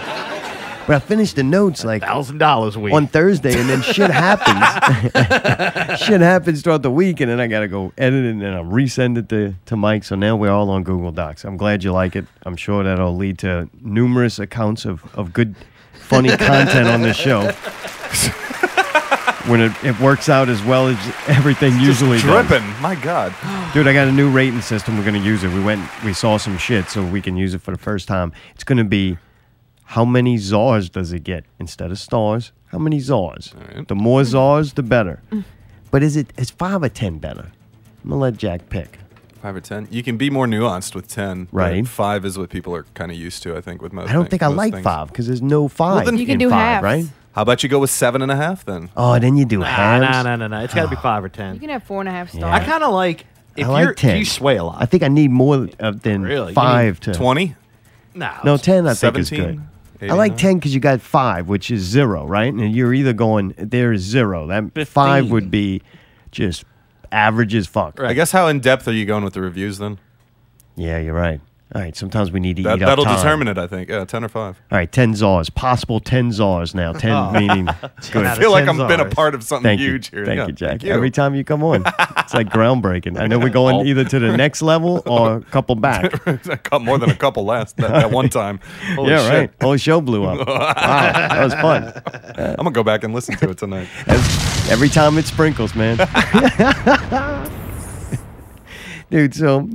A: But I finished the notes like
F: thousand dollars week
A: on Thursday,
H: [laughs]
A: and then shit happens. [laughs] shit happens throughout the week, and then I gotta go edit it, and then I resend it to to Mike. So now we're all on Google Docs. I'm glad you like it. I'm sure that'll lead to numerous accounts of of good, funny content on this show. [laughs] When it, it works out as well as everything usually does.
H: Dripping. My God.
A: Dude, I got a new rating system. We're gonna use it. We went, we saw some shit, so we can use it for the first time. It's gonna be how many czars does it get instead of stars? How many czars? The more czars, the better.
B: Mm.
A: But is it is five or ten better? I'm gonna let Jack pick.
H: Five or ten. You can be more nuanced with ten. but
A: Right.
H: Five is what people are kind of used to, I think, with most.
A: I don't
H: thi-
A: think I
H: most
A: like
H: things.
A: five because there's no five.
H: then-
B: You can
A: in
B: do halves.
A: five, right?
H: How about you go with seven and a half then?
A: Oh, then you do halves.
F: Nah, nah, nah, nah. It's got
A: [sighs]
F: to be five or
B: You
F: ten.
B: can have four and a half stars.
F: I kind of like. If
A: I like
F: you're,
A: ten.
F: You sway a lot.
A: I think I need more uh, than
F: Really? You
A: five
F: need
A: to
F: 20? No.
A: No, ten I think is
H: 17,
A: good. I like
H: 89.
A: ten because you got five, which is zero, right? And you're either going there is zero. That five would be just average as fuck.
H: I guess how in depth are you going with the reviews then?
A: Yeah, you're right. All right, sometimes we need to
H: That,
A: eat up
H: that'll
A: time.
H: determine it, I think. Yeah, ten or five.
A: All right, ten czars, possible ten czars now. Ten
H: [laughs] Oh.
A: meaning [laughs] good.
H: I feel like I've been a part of something
A: Thank you.
H: huge here.
A: Thank
H: Yeah,
A: you, Jack.
H: thank you.
A: Every time you come on, it's like groundbreaking. I know we're going either to the next level or a couple back.
H: a couple, more than a couple last that, that
A: [laughs]
H: one time. [laughs] Holy
A: yeah,
H: shit.
A: right. Whole show blew
H: [laughs]
A: up. wow, that was fun.
H: I'm gonna go back and listen to
A: [laughs]
H: it tonight.
A: Ev- Every time it sprinkles, man. [laughs] Dude, so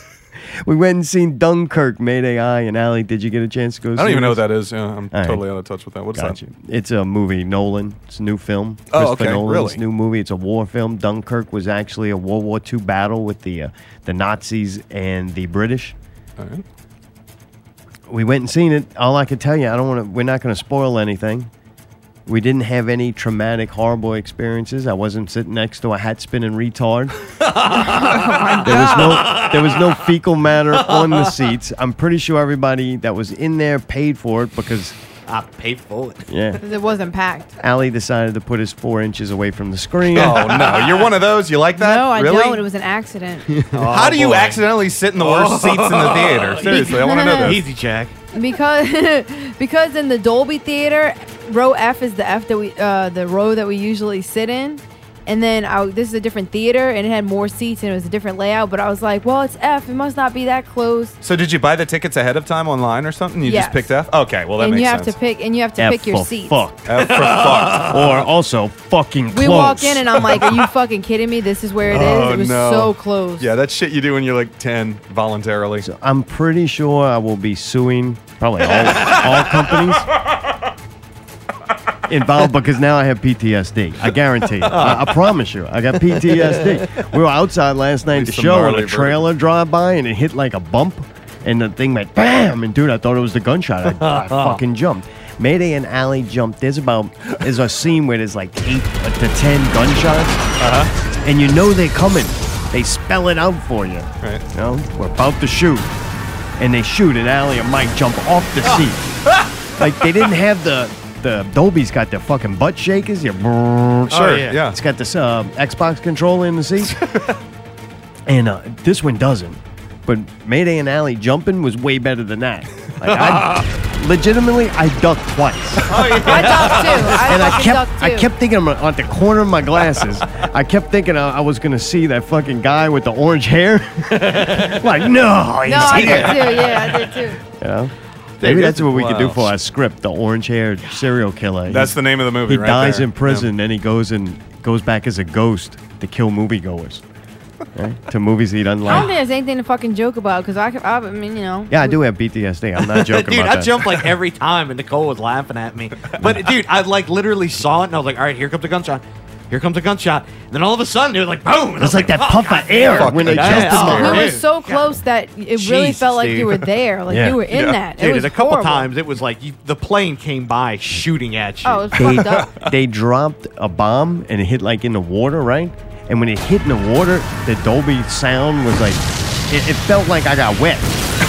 A: [laughs] we went and seen Dunkirk, Mayday Eye, and Alley. Did you get a chance to go?
H: I don't
A: see
H: even know
A: this?
H: what that is. Yeah, I'm
A: All right.
H: totally out of touch with that. What's
A: Gotcha. It's a movie, Nolan. It's a new film.
H: Oh,
A: Christopher
H: okay,
A: Nolan's
H: really?
A: new movie. It's a war film. Dunkirk was actually a World War II battle with the uh, the Nazis and the British.
H: that? All right.
A: We went and seen it. All I can tell you, I don't want to. We're not going to spoil anything. We didn't have any traumatic, horrible experiences. I wasn't sitting next to a hat spinning
H: [laughs]
A: retard. there was no there was no fecal matter on the seats. I'm pretty sure everybody that was in there paid for it because
F: I paid for it.
A: yeah.
B: 'Cause it wasn't packed.
A: Allie decided to put us four inches away from the screen.
H: Oh no, you're one of those. You like that?
B: No, Oh, I
H: really?
B: don't. It was an accident.
H: [laughs]
A: Oh,
H: How do you accidentally sit in the worst
F: Oh.
H: seats in the
F: [laughs]
H: theater? Seriously, I want to
B: No, no,
H: know
B: no.
H: this.
F: Easy, Jack.
B: because [laughs] because in the Dolby Theater, row F is the F that we uh, the row that we usually sit in, and then I, this is a different theater and it had more seats and it was a different layout. But I was like, well, it's F. It must not be that close.
H: So, did you buy the tickets ahead of time online or something? You
B: Yes.
H: just picked F. Okay, well that
B: and
H: makes
B: you have
H: sense.
B: to pick and you have to
H: F
B: pick your
H: for
B: seats.
H: F for fucked.
A: [laughs] or also fucking
B: We walk in and I'm like,
A: [laughs]
B: are you fucking kidding me? This is where it is. it was so close.
H: Yeah, that shit you do when you're like ten voluntarily.
A: I'm pretty sure I will be suing probably all, all companies
H: [laughs]
A: involved because now I have PTSD. I guarantee. I, I promise you, I got PTSD. We were outside last night at the
L: Lisa
A: show and
L: Marley
A: a trailer drive by and it hit like a bump and the thing went bam and dude, I thought it was the gunshot. I, [laughs] I fucking jumped. Mayday and Alley jumped. There's about there's a scene where there's like eight to ten gunshots, uh-huh. and you know they're coming. They spell it out for you. Right. You know, we're about to shoot, and they shoot, and Alley and Mike jump off the [laughs] seat. like they didn't have the the Dolby's got the fucking butt shakers. You sure,
H: Sure, yeah. yeah.
A: Oh, It's got this uh, Xbox controller in
B: [laughs]
A: the seat, and uh, this one doesn't. But Mayday and Alley jumping was way better than that. Like I,
B: [laughs]
A: legitimately, I ducked twice.
B: I ducked too. I
A: and I
B: fucking
A: kept,
B: ducked
A: I
B: too.
A: kept thinking I'm on the corner of my glasses. I kept thinking I, I was gonna see that fucking guy with the orange hair. [laughs] like, no, he's
B: no, I
A: here.
B: did too. Yeah, I did too.
A: You know?
F: They
A: Maybe
F: did
A: that's what we could do
F: wow.
A: for our script, the orange-haired serial killer.
H: That's the name of the movie
A: He
H: right
A: dies
H: there.
A: in prison, and he goes and goes back as a ghost to kill moviegoers, right? to movies he doesn't
B: I don't
A: like.
B: think there's anything to fucking joke about because I, could- I, I mean, you know.
A: Yeah, I do have PTSD. I'm
F: [laughs]
A: not joking
F: dude,
A: about
F: I
A: that.
F: jumped like every time, and Nicole was laughing at
A: [laughs]
F: me. But dude, I like literally saw it, and I was like, "All right, here comes the gunshot. Here comes the gunshot." And then all of a sudden, it was like, "Boom!" And I was
A: It's like that puff of air when they [laughs]
F: yeah,
A: jumped
F: yeah.
A: him.
F: Oh,
B: We were
F: dude.
B: so close that it really
F: Jesus,
B: felt like
F: dude.
B: you were there, like
F: Yeah.
B: you were in
F: Yeah.
B: that.
F: Dude,
B: it was
F: a couple
B: horrible.
F: times it was like you, the plane came by shooting at you.
B: Oh, it was
A: they,
B: fucked up.
A: [laughs] they dropped a bomb and it hit like in the water, right? And when it hit in the water, the Dolby sound was like, it, it felt like I got wet. [laughs]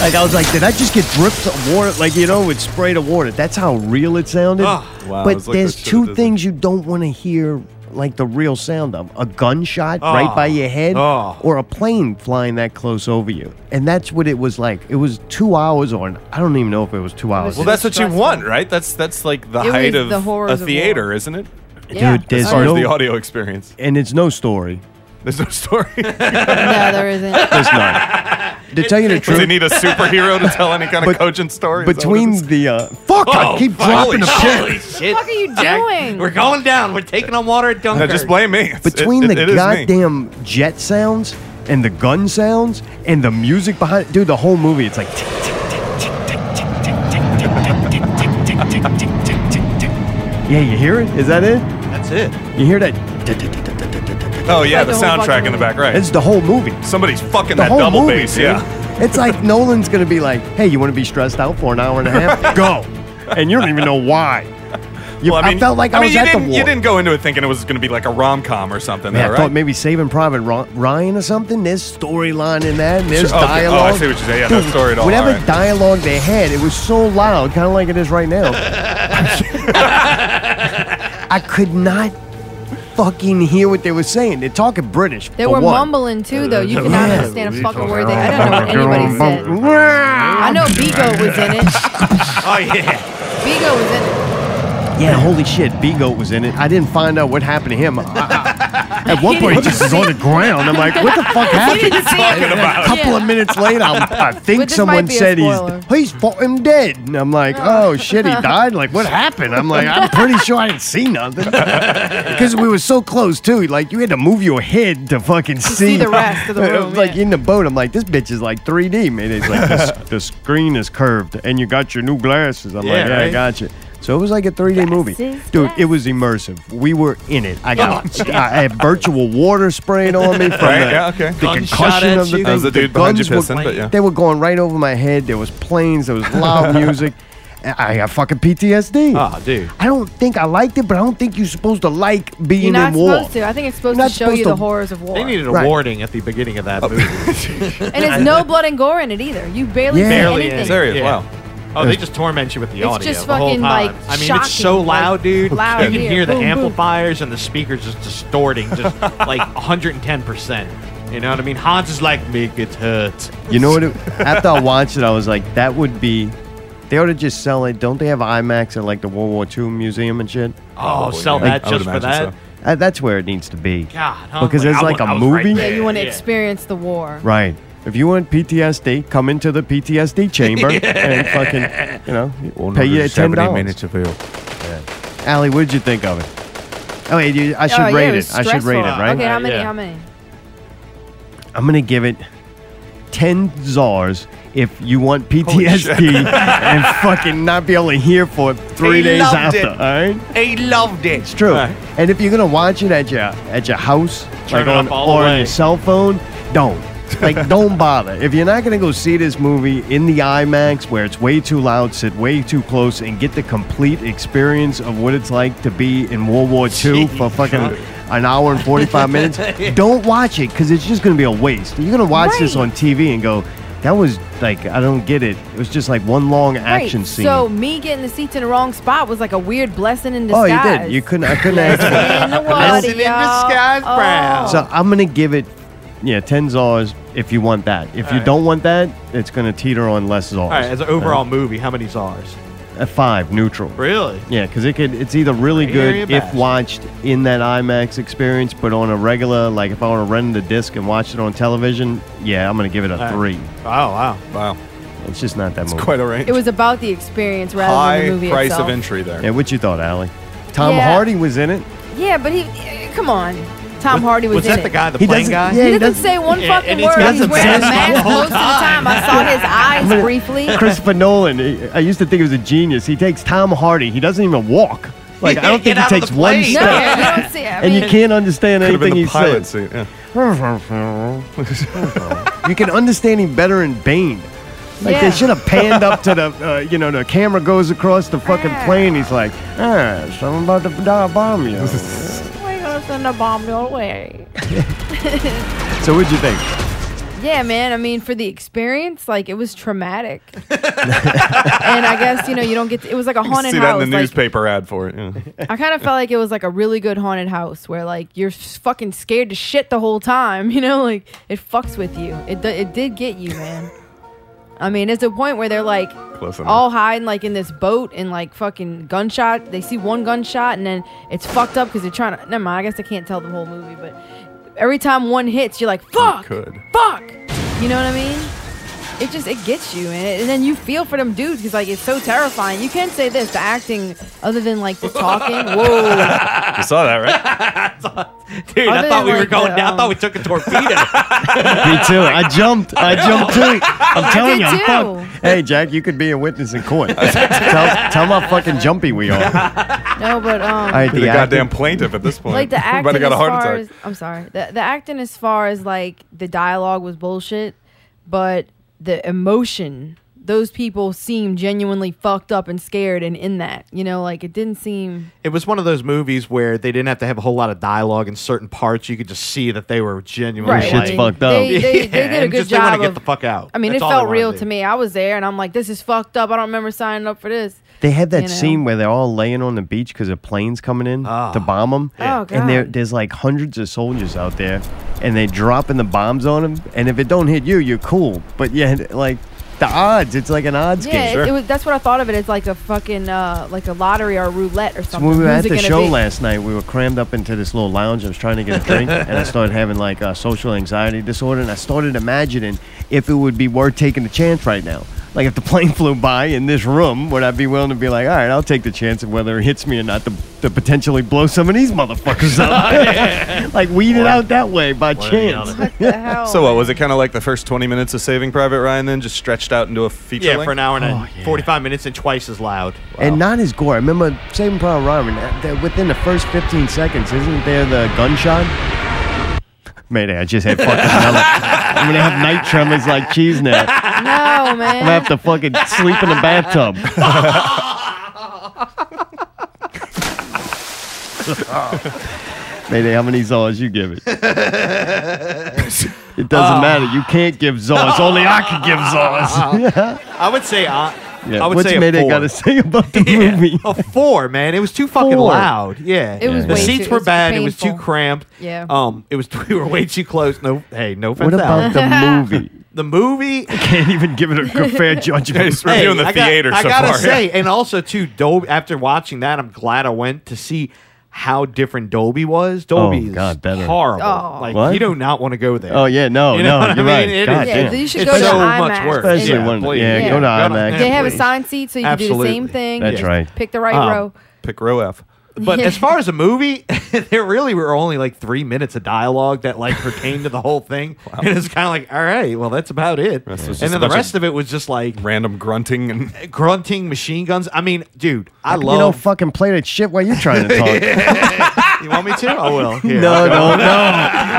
A: like I was like, did I just get dripped of water? Like you know, with spray of water. That's how real it sounded.
H: Ah. Wow,
A: but
H: it's like
A: there's
H: that shit
A: two
H: that-
A: things you don't want to hear. Like the real sound of a gunshot right
F: Ah.
A: by your head,
F: Ah.
A: or a plane flying that close over you, and that's what it was like. It was two hours on. I don't even know if it was two hours.
H: [laughs] Well, that's what you want, right? That's that's like the
B: It was
H: height of
B: the horrors
H: a
B: of war.
H: theater, isn't it?
B: Yeah.
A: Dude, there's
H: As far
A: no,
H: as the audio experience,
A: and it's no story.
H: there's no story.
B: [laughs]
H: [laughs]
B: No, there isn't.
A: It's not. to tell you the
H: Does
A: truth,
H: it need a superhero to tell any kind of
A: But-
H: cogent story? Is that what it
A: between
H: is?
A: the uh, fuck, I
F: Oh,
A: keep
F: fuck.
A: dropping the
F: holy
A: shit.
F: shit.
B: What the fuck are you
F: Jack,
B: doing?
F: We're going down. We're taking on water at
H: no,
F: Dunkirk.
H: just blame me. It's-
A: Between
H: it-
A: the
H: it- it is me.
A: goddamn jet sounds and the gun sounds and the music behind it, dude, the whole movie, it's like. tick, tick, tick, tick, tick, tick, tick, tick, tick, tick, tick, tick, tick, tick, tick, tick. Yeah, you hear it? Is that it?
F: That's it.
A: You hear that? tick, tick, tick, tick, tick, tick, tick.
H: Oh yeah,
B: Like
H: the
B: the whole
H: soundtrack
B: fucking
H: in the back, right?
A: It's the whole movie.
H: Somebody's fucking
A: the
H: that
A: whole
H: double
A: movie,
H: bass.
A: dude.
H: Yeah.
A: It's
H: [laughs]
A: like Nolan's gonna be like, "Hey, you want to be stressed out for an hour and a
H: [laughs]
A: half? Go," and you don't even know why. You,
H: Well,
A: I, felt like I,
H: mean,
A: was
H: you
A: at the
H: didn't,
A: war.
H: You didn't go into it thinking it was going to be like a rom com or something,
A: Man, I
H: though, right?
A: thought maybe Saving Private Ro- Ryan or something. There's storyline in that, and there's
H: Sure. Oh, okay. Oh, I
A: dialogue.
H: see what you're saying. Yeah, no
A: Dude,
H: story at all.
A: Whatever
H: All right.
A: dialogue they had, it was so loud, kind of like it is right
H: [laughs]
A: now. I could not fucking hear what they were saying. They're talking British.
B: They
A: for
B: were
A: one.
B: mumbling too, though.
F: [laughs]
B: You could not
A: Yeah.
B: understand a fucking word. They, I don't know
A: [laughs]
B: what anybody said. I know Bigo was in it.
F: Oh
H: [laughs]
F: yeah.
B: Bigo was in it.
A: Yeah, holy shit, B Goat was in it. I didn't find out what happened to him. I- [laughs] I- at one point, he just is on the ground. I'm like, [laughs] what the fuck happened?
B: didn't see it.
A: And [laughs]
B: about?
A: A couple
B: Yeah.
A: of minutes later, I'm, I
B: But
A: think
B: this
A: someone
B: might be a
A: said he's
B: spoiler.
A: he's fucking dead, and I'm like, oh shit, [laughs] he died. Like, what happened? I'm like, I'm pretty sure I didn't see nothing [laughs] because we were so close too. Like, you had to move your head to fucking
B: see the rest
A: [laughs]
B: of the
A: It was
B: room,
A: Like
B: yeah.
A: in the boat, I'm like, this bitch is like 3D, man. It's like
H: [laughs]
A: the, the screen is curved, and you got your new glasses. I'm
F: Yeah,
A: like, yeah, I
F: right?
A: got you. So it was like a 3D movie,
B: Glasses, Oh,
A: dude. It was immersive. We were in it. I got, I had virtual water sprayed on me from
H: Right,
A: the,
H: yeah, okay.
A: the
F: Gun shot
A: concussion
F: at
A: of the
F: you.
A: thing.
F: That
H: was the dude behind you
A: guns were-
H: pissing, but yeah.
A: They were going right over my head. There was planes. There was
H: [laughs]
A: loud music. And I got fucking PTSD.
F: Ah, dude.
A: I don't think I liked it, but I don't think you're supposed to like being
B: You're not
A: in war.
B: supposed to. I think it's supposed
A: You're
B: to
A: not
B: show you
A: supposed
B: the
A: to-
B: horrors of war.
F: They needed a
A: Right.
F: warning at the beginning of
H: Oh.
F: that
H: [laughs]
F: movie.
B: and there's no blood and gore in it either. You barely
A: Yeah.
B: see
A: Barely
B: anything.
H: There he is.
F: Yeah.
H: Wow.
F: Oh, they just torment you with the
B: It's
F: audio
B: just
F: the whole
B: fucking,
F: time.
B: like,
F: I mean, it's
B: shocking,
F: so
B: like,
F: loud, dude.
B: loud
F: you can
B: here.
F: hear the
B: Boom, boom.
F: amplifiers and the speakers just distorting, just like 110 percent. You know what I mean? Hans is like, make it hurt.
A: You know what? It, after I watched it, I was like, that would be. They ought to just sell it. Don't they have IMAX at like the World War II museum and shit?
F: Oh,
H: Probably,
F: sell
H: yeah.
F: that
H: I would
F: just for
H: imagine
F: that.
A: Uh, that's where it needs to be.
F: God, huh?
A: Because
F: Like,
A: it's
F: I
A: like
F: wa-
A: a
F: I was right
A: movie?
F: there.
B: Yeah, you want to
F: Yeah.
B: experience the war.
A: Right. If you want PTSD, come into the PTSD
F: [laughs]
A: chamber and fucking, you know, pay you ten dollars.
H: of you.
A: Allie, what did you think of it? Oh, wait, you, I should
B: Oh, yeah,
A: rate
B: was
A: it. I should rate
B: stressful.
A: it, right?
B: Okay, how many?
F: Uh, Yeah.
B: How many?
A: I'm gonna give it ten czars if you want PTSD [laughs] and fucking not be able to hear for three
F: He
A: days
F: loved
A: after.
F: it.
A: All right.
F: He loved it.
A: It's true.
F: Right.
A: And if you're gonna watch it at your at your house,
F: Turn
A: like
F: it
A: on
F: up all the
A: or on
F: way.
A: your cell phone,
F: [laughs]
A: don't. Like don't bother. If you're not gonna go see this movie in the IMAX where it's way too loud, sit way too close, and get the complete experience of what it's like to be in World War II for fucking an hour and
F: [laughs]
A: 45 minutes, don't watch it because it's just gonna be a waste. You're gonna watch this
B: Right.
A: on TV and go. That was like I don't get it. It was just like one long action
B: Right,
A: scene.
B: So me getting the seats in the wrong spot was like a weird blessing in
A: oh,
B: disguise.
A: you did. You couldn't. I couldn't ask.
B: [laughs] In the water,
A: Blessing
F: in disguise,
B: y'all. oh,
F: Brown.
A: So I'm gonna give it, yeah, ten czars. if you want that. If
F: All
A: you
F: right.
A: don't want that, it's going to teeter on less czars.
F: [laughs] All right, as an overall movie, how many czars?
A: A five, neutral.
F: Really?
A: Yeah, because it could. It's either really
F: I hear
A: good
F: you,
A: if
F: Bash.
A: watched in that IMAX experience, but on a regular, like if I were to rent the disc and watch it on television, yeah, I'm gonna give it a
F: All right.
A: three.
F: Oh wow,
H: wow.
A: It's just not that movie.
H: quite all right.
B: It was about the experience rather than the movie itself.
H: entry there.
A: Yeah, what you thought, Allie? Tom
B: Yeah.
A: Hardy was in it.
B: Yeah, but he, eh, come on. Tom Hardy was,
A: was
B: in
A: that
B: it.
A: the guy, the He plane doesn't- guy? yeah,
B: he
A: he
B: doesn't
A: doesn't-
B: say one
A: Yeah,
B: fucking
A: and he's
B: word.
A: got
B: He's
A: some
B: wearing a
A: sense the
B: mask
A: whole
B: most of the time. I
A: [laughs]
B: saw his eyes briefly. [laughs]
A: Christopher Nolan. he- I used to think he was a genius. He takes Tom Hardy. He doesn't even walk.
B: [laughs]
A: Like I don't think
F: Get
A: he
F: out of
A: takes
F: the
A: one
F: plane.
A: step,
F: No, you don't
B: see- I
A: and you
B: mean-
A: can't understand
H: Could've been
A: anything
H: the
A: he
H: pilot
A: says.
H: seat,
A: [laughs]
H: yeah.
A: you can understand him better in Bane. Like
B: Yeah.
A: they should have panned up to the,
B: [laughs]
A: uh, you know, the camera goes across the fucking plane. He's like, ah, so I'm about to die, bomb
B: [laughs]
A: you. so
B: We're gonna send a bomb your
H: [laughs]
B: way.
A: what'd you think?
B: Yeah, man. I mean, for the experience, like it was
H: [laughs]
B: traumatic. and I guess you know you don't get. To, it was like a
H: You can
B: haunted
H: see that
B: house.
H: in the
B: like,
H: newspaper ad for it. yeah.
B: I kind of felt like it was like a really good haunted house where like you're s- fucking scared to shit the whole time. [laughs] You know, like it fucks with you. It do- it did get you, man. I mean, it's a point where they're like
H: Close enough.
B: all hiding like in this boat and like fucking gunshot. They see one gunshot and then it's fucked up because they're trying to. Never mind. I guess I can't tell the whole movie, but every time one hits, you're like fuck,
H: could.
B: fuck. You know what I mean? It just it gets you, and, it, and then you feel for them dudes because like it's so terrifying. You can't say this. The acting, other than like the
H: [laughs]
B: talking, whoa.
H: You saw that,
F: [laughs]
H: right?
F: Dude,
B: Other
F: I
B: than,
F: thought we were
B: like,
F: going
B: the,
F: down. I
B: um,
F: thought we took a
B: [laughs]
F: torpedo.
A: Me too. I jumped. I jumped too. I'm telling you,
B: did
A: I'm
B: too.
A: fucked. Hey, Jack, you could be a witness in [laughs] court. tell, tell my fucking jumpy we are.
B: No, but um,
A: I hate
H: Be the
A: the
H: goddamn
A: acting.
H: plaintiff at this point.
B: like the
H: [laughs] Everybody
B: acting
H: got a
B: as
H: heart
B: far
H: attack.
B: as I'm sorry, the the acting as far as like the dialogue was bullshit, but the emotion, those people seemed genuinely fucked up and scared and in that, you know, like it didn't seem.
F: it was one of those movies where they didn't have to have a whole lot of dialogue in certain parts. You could just see that they were genuinely
B: Right.
F: like,
A: Shit's fucked up.
B: They, they, they did a
F: and
B: good
F: just they
B: job
F: wanna get
B: of-
F: the fuck out.
B: I mean,
F: That's
B: it
F: all they
B: felt [laughs]
F: wanna
B: real
F: do.
B: to me. I was there, and I'm like, this is fucked up. I don't remember signing up for this.
A: They had that
B: You know?
A: scene where they're all laying on the beach because a plane's coming in
F: Ah.
A: to bomb them.
B: Yeah. Oh,
A: And there,
B: God.
A: there's like hundreds of soldiers out there and they're dropping the bombs on them. And if it don't hit you, you're cool. But yeah, like the odds, it's like an odds
B: Yeah,
A: game.
B: it, it was, that's what I thought of it. It's like a fucking uh, like a lottery or roulette or
A: So
B: something.
A: when we were
B: Who's
A: at
B: it
A: the
B: gonna
A: show
B: be?
A: last night, we were crammed up into this little lounge. I was trying to get a drink, and I started having like uh, social anxiety disorder, and I started imagining if it would be worth taking the chance right now. Like if the plane [laughs] flew by in this room, would I be willing to be like, all right, I'll take the chance of whether it hits me or not to, to potentially blow some of these motherfuckers up? [laughs] like weed it out that way by
F: One
A: [laughs]
F: or the
A: chance.
F: other.
B: The hell?
H: So what was it? Kind of like the first twenty minutes of Saving Private Ryan, then just stretched out into a feature.
F: Yeah,
H: length?
F: for an hour and a-
A: Oh, yeah.
F: 45 minutes and twice as loud.
A: And not as gore. I remember Saving Private Ryan. that- that Within the first 15 seconds, isn't there the gunshot? Mayday, I just had fucking. tremors. I'm gonna have night tremors like cheese now. I'm
B: No, man.
A: gonna
L: [laughs]
A: have to fucking sleep in the bathtub. [laughs] Mayday, how many czars you give it? It doesn't
F: Oh.
A: matter. You can't give czars.
F: [laughs]
A: Only I can give czars.
F: I would say uh,
A: yeah.
F: I would
A: What's
F: say a
A: Mayday
F: four.
A: got to say about the
F: [laughs] Yeah,
A: movie?
F: a four, man. It was too fucking
A: Four.
F: loud. Yeah,
B: It was
F: the
B: way
F: seats
B: too-
F: were
B: it was
F: bad. It was too
B: painful.
F: cramped.
B: Yeah.
F: um, it was [laughs] we were way too close. No, hey, no offense.
A: What about
F: Alan.
A: the movie?
F: [laughs] the movie?
A: Can't even give it a good
F: [laughs]
A: fair judgment.
H: It's reviewing the
F: I got-
H: theater
F: I
H: so
F: gotta
H: far.
F: say, and also too, Dolby. After watching that, I'm glad I went to see how different Dolby was. Dolby is
A: Oh, God, better.
F: horrible.
B: Oh.
F: Like
A: What?
F: you do not want to go there.
A: Oh yeah, no,
F: You know
A: no,
F: what I
A: [laughs] you're
F: mean?
A: right.
F: It
A: God
F: is-
B: Yeah,
A: damn.
B: they should
F: It's
B: go
F: so
B: to
F: much
B: IMAX.
F: worse.
A: Especially
F: Yeah,
A: when,
F: please.
A: yeah,
B: Yeah.
A: go to
F: Yeah.
A: IMAX.
B: They have
A: please.
B: assigned seats so you
F: Absolutely.
B: can do the same thing.
A: That's
B: Just
A: right.
B: Pick the right
F: Um,
B: row.
H: Pick row F.
F: But as far as a movie, [laughs] there really were only like three minutes of dialogue that like pertained to the whole
H: [laughs]
F: thing, and it's kind of like, all right, well, that's about it. And
H: Rest was
F: then
H: just a
F: the
H: bunch
F: rest
H: of-
F: of it was just like
H: Random grunting and
F: [laughs] grunting machine guns. I mean, dude, I
A: You don't
H: [laughs]
F: love.
A: fucking play that shit while you're trying
F: [laughs]
A: to talk.
F: You, want me to? I
A: [laughs]
F: will. Oh, Here,
A: No,
F: [laughs]
A: no, no,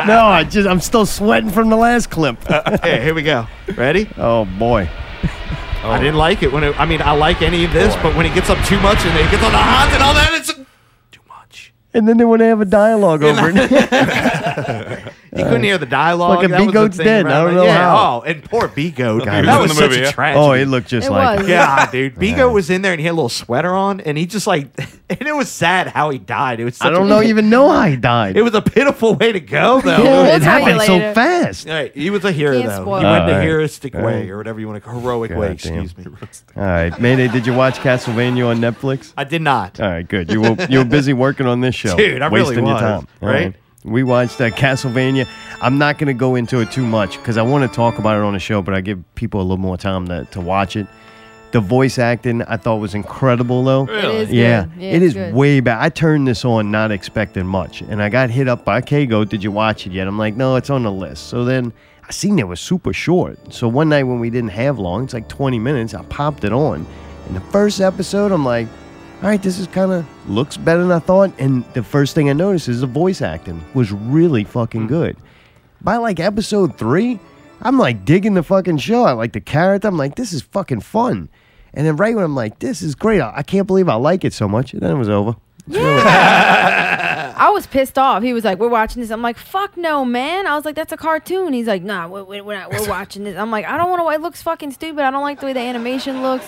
A: no. I just, I'm still sweating from the last clip.
F: Here, here we go. Ready?
A: oh boy.
F: I didn't like it when it. I mean, I like any of this, but when it gets up too much and it gets on the hot and all that, it's too much. [laughs]
A: [laughs] And then they want to have a dialogue over it.
F: He couldn't hear the dialogue.
A: Fucking
F: That was the
A: B-Goat's
F: thing
A: dead.
F: around
A: I don't
F: it.
A: know
F: yeah.
A: how.
F: Oh, and poor B-Goat.
A: He was
F: that
A: in
F: was
A: the
F: such
A: movie,
F: a
A: yeah.
F: tragedy.
A: Oh, it looked just It like was. him. [laughs]
F: Yeah, dude. B-Goat was in there and he had a little sweater on, and he just like, [laughs] and it was sad how he died. It was. Such
A: I don't
F: a- [laughs]
A: know even know how he died.
F: It was a pitiful way to go, though.
A: Yeah, We'll [laughs] it tell you happened so later. fast.
F: Yeah, he was a hero,
A: Can't
F: though.
A: spoil
F: He
A: it.
F: went the
A: Alright.
F: heuristic way,
A: Alright.
F: or whatever you want to call heroic
A: God
F: way.
A: damn.
F: Excuse me.
A: [laughs] All right, Mayday, did you watch Castlevania on Netflix?
F: I did not.
A: All right, good. You were you were busy working on this show,
F: Dude, I really
A: wasting your
F: was,
A: time. All
F: right?
A: We watched uh, Castlevania. I'm not going to go into it too much because I want to talk about it on the show, but I give people a little more time to, to watch it. The voice acting I thought was incredible, though.
L: Really? is
A: yeah,
L: good. Yeah,
A: it
L: it's
A: is
L: good.
A: way back. I turned this on not expecting much, and I got hit up by Kago. Did you watch it yet? I'm like, no, it's on the list. So then I seen it was super short. So one night when we didn't have long, it's like 20 minutes. I popped it on, and the first episode, I'm like, all right, this is kind of looks better than I thought. And the first thing I noticed is the voice acting was really fucking good. By like episode three, I'm like digging the fucking show. I like the character. I'm like, this is fucking fun. And then right when I'm like, this is great. I, I can't believe I like it so much. And then it was over.
F: uh,
B: I was pissed off. He was like, "We're watching this." I'm like, "Fuck no, man!" I was like, "That's a cartoon." He's like, "Nah, we're, we're, we're not. We're watching this." I'm like, "I don't want to. It looks fucking stupid. I don't like the way the animation looks.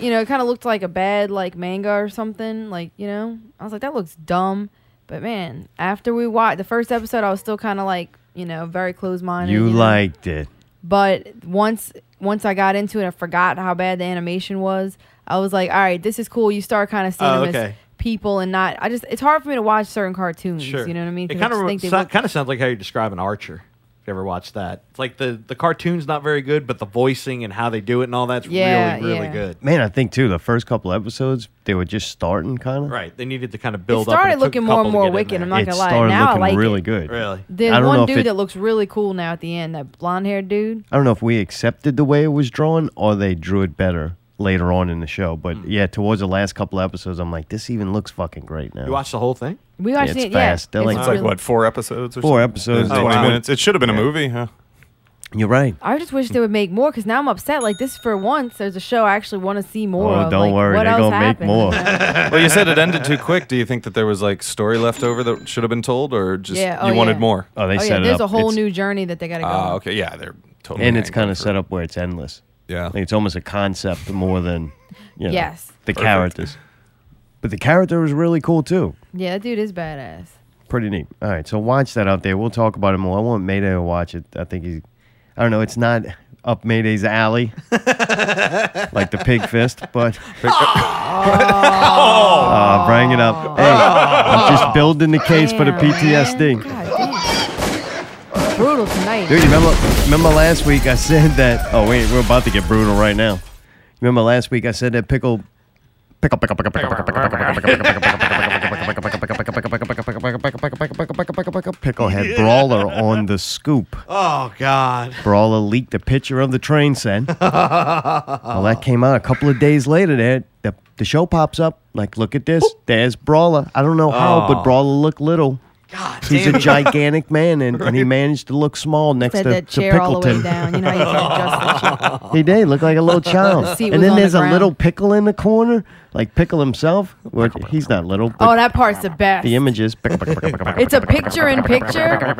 B: You know, it kind of looked like a bad like manga or something. Like, you know, I was like, that looks dumb." But man, after we watched the first episode, I was still kind of like, you know, very closed minded.
A: you liked it.
B: But once once I got into it, I forgot how bad the animation was. I was like, all right, this is cool. You start kind of seeing
F: Oh,
B: them as
F: okay.
B: people and not. I just it's hard for me to watch certain cartoons.
F: Sure.
B: You know what I mean?
F: It
B: 'Cause
F: kind
B: I just
F: of
B: think they
F: so,
B: look-
F: kind of sounds like how you describe an Archer. If you ever watched that, it's like the the cartoon's not very good, but the voicing and how they do it and all that's
B: Yeah,
F: really really
B: yeah.
F: good.
A: Man, I think too, the first couple episodes, they were just starting kind of.
F: Right. They needed to kind of
B: it
F: build up.
B: started
F: and it took a
B: looking more
F: couple
B: and
F: to
B: more
F: get in
B: wicked.
F: there.
B: I'm not
A: It
B: gonna lie.
A: started
B: Now I
A: looking
B: like
A: really
B: it.
A: good.
F: Really?
A: I
B: There's
A: don't know
B: one
A: if
B: dude
A: it-
B: that looks really cool now at the end. That blonde haired dude.
A: I don't know if we accepted the way it was drawn or they drew it better later on in the show. But
F: Hmm.
A: yeah, towards the last couple episodes, I'm like, this even looks fucking great now.
F: You watched the whole thing?
B: We watched
A: it's
B: it.
A: fast.
B: Yeah,
A: They're like-
H: It's
A: It's
H: like
A: really-
H: what four episodes? or
A: Four
H: something?
A: episodes.
H: It's
A: Oh,
H: Twenty
A: wow.
H: minutes. It should have been
A: Yeah.
H: a movie, huh?
A: You're right.
B: I just wish they would make more because now I'm upset. Like this for once, there's a show I actually want to see more
H: Oh,
B: of.
H: don't
B: Like,
H: worry,
B: what
H: they're
B: else
H: gonna make
B: happened? [laughs] Oh,
H: more.
B: You know?
H: [laughs] well, you said it ended too quick. Do you think that there was like story left over that should have been told, or just
B: Yeah, oh,
H: you wanted
B: yeah.
H: more? Oh,
B: oh yeah, there's a whole new journey that they got to go.
H: Ah,
A: Uh,
B: on.
H: okay, yeah, they're totally.
A: and it's kind of set up where it's endless.
H: Yeah.
A: Like it's almost a concept more than you know,
B: Yes.
A: the
B: Perfect.
A: characters. But the character was really cool too.
B: Yeah, that dude is badass.
A: Pretty neat. All right, so watch that out there. We'll talk about it more. I want Mayday to watch it. I think he's, I don't know, it's not up Mayday's alley, like the pig fist, but.
D: Oh.
A: Uh, bring it up. Hey, I'm just building the case for the PTSD.
B: Brutal tonight.
A: Dude, you remember, remember last week I said that? Oh wait, we're about to get brutal right now. Remember last week I said that pickle, pickle, pickle, pickle, pickle, pickle, pickle, pickle, pickle, pickle, pickle, pickle, pickle had brawler on the scoop.
F: Oh God.
A: Brawler leaked a picture of the
L: [laughs]
A: train set. Well, that came out a couple of days later. There, the, the show pops up. Like, look at this. There's Brawler. I don't know how,
L: Oh.
A: but Brawler looked little. God, He's
L: damn
A: a
L: it.
A: gigantic man, and, and he managed to look small next
L: Set
A: to,
L: that
A: to
L: chair all the way
A: Pickleton.
L: down. You know how you
D: [laughs]
L: can't
A: just He did look like
L: [laughs]
A: a little
L: The
A: child.
L: seat
A: and
L: was
A: then
L: on the
A: there's a
L: ground.
A: little pickle in the corner, like Pickle himself. Well, he's not little. But
B: Oh, that part's the best.
L: [laughs]
A: the images.
B: It's a picture in picture,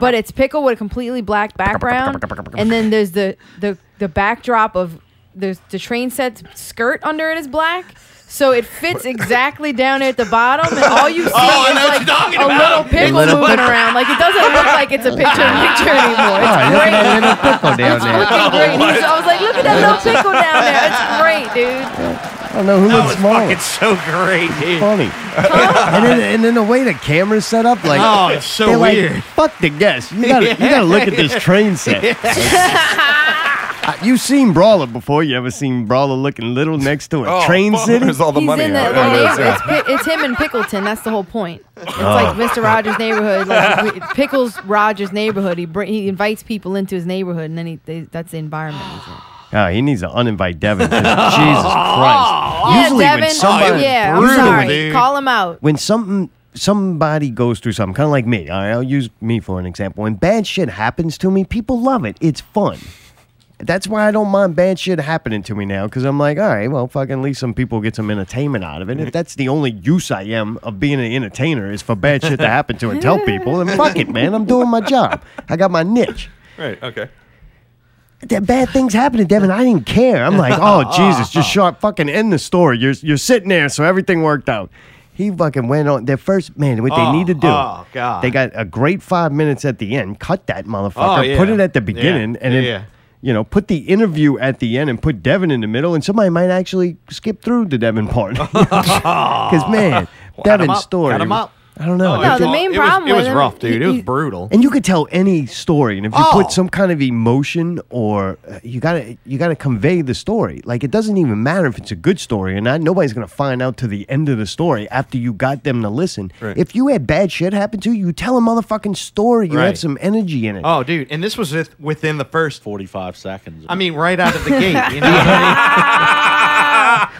B: but it's pickle with a completely black background, and then there's the the the backdrop of there's the train set's skirt under it is black. So it fits exactly down at the bottom, and all you see
L: [laughs] Oh, I know what
B: is
L: you're talking
B: like a
L: about.
B: little pickle
A: Little
B: moving
A: pickle.
B: around. Like it doesn't
L: [laughs]
B: look like it's a picture in picture anymore. It's
A: Ah, look
B: great.
A: at that little pickle down
D: Oh,
L: Oh
A: there.
B: Great. He was- I was like, look at that little pickle down there. It's great, dude.
A: I don't know who looks smaller.
F: It's so great, dude.
A: funny. and, then, and then the way the camera's set up, like,
F: Oh, it's so
A: they're like,
F: weird.
A: Fuck the guests. You gotta, you gotta look at this train
D: [laughs]
A: set. Uh, You've seen Brawler before. You ever seen Brawler looking little next to a
H: Oh,
A: train
H: fuck,
A: city?
H: there's all the
B: He's
H: money
B: in the,
H: out
B: the
H: there.
B: neighbor-
H: Yeah.
B: it's, pi- it's him and Pickleton. That's the whole point. It's
A: Oh.
B: like Mr.
H: [laughs]
B: Rogers' neighborhood. Like we- Pickles Rogers' neighborhood. He bring, he invites people into his neighborhood, and then he they, that's the environment. he's in.
A: Oh, he needs to uninvite Devin. 'cause
F: [laughs]
A: Jesus Christ. [gasps]
B: Oh,
A: Usually
B: yeah,
A: when
B: Devin.
A: somebody
B: yeah, I'm
A: brutal,
B: sorry.
A: dude.
B: Call him out.
A: when something somebody goes through something, kind of like me. All right, I'll use me for an example. When bad shit happens to me, people love it. It's fun. That's why I don't mind bad shit happening to me now because I'm like, all right, well, fucking at least some people get some entertainment out of it. If that's the only use I am of being an entertainer is for bad shit to happen to and tell people, then fuck it, man. I'm doing my job. I got my niche.
H: Right. Okay.
A: That bad things happened to Devin. I didn't care. I'm like, oh Jesus,
F: [laughs]
A: just short fucking end the story. You're you're sitting there, so everything worked out. He fucking went on their first man. What
F: Oh,
A: they need to do?
F: oh, God.
A: They got a great five minutes at the end. Cut that motherfucker.
F: Oh, yeah.
A: Put it at the
F: Yeah.
A: beginning, and
F: Yeah,
A: then
F: yeah.
A: you know, put the interview at the end and put Devin in the middle, and somebody might actually skip through the Devin
F: [laughs]
A: part. [laughs] Because man,
F: Well, got 'em
A: Devin's
F: up,
A: story.
F: got 'em
A: was-
F: up.
A: I don't know.
F: Oh,
A: It
F: it's
A: did-
F: all- it Was, it was rough, dude. It was brutal.
A: and you could tell any story, and if you
F: Oh.
A: put some kind of emotion or uh, you gotta you gotta convey the story. Like it doesn't even matter if it's a good story or not. Nobody's gonna find out to the end of the story after you got them to listen. If you had bad shit happen to you, you tell a motherfucking story. You
F: Right.
A: have some energy in it.
F: Oh, dude. And this was with- within the first 45 seconds. I mean, right out of the gate. [laughs] You know?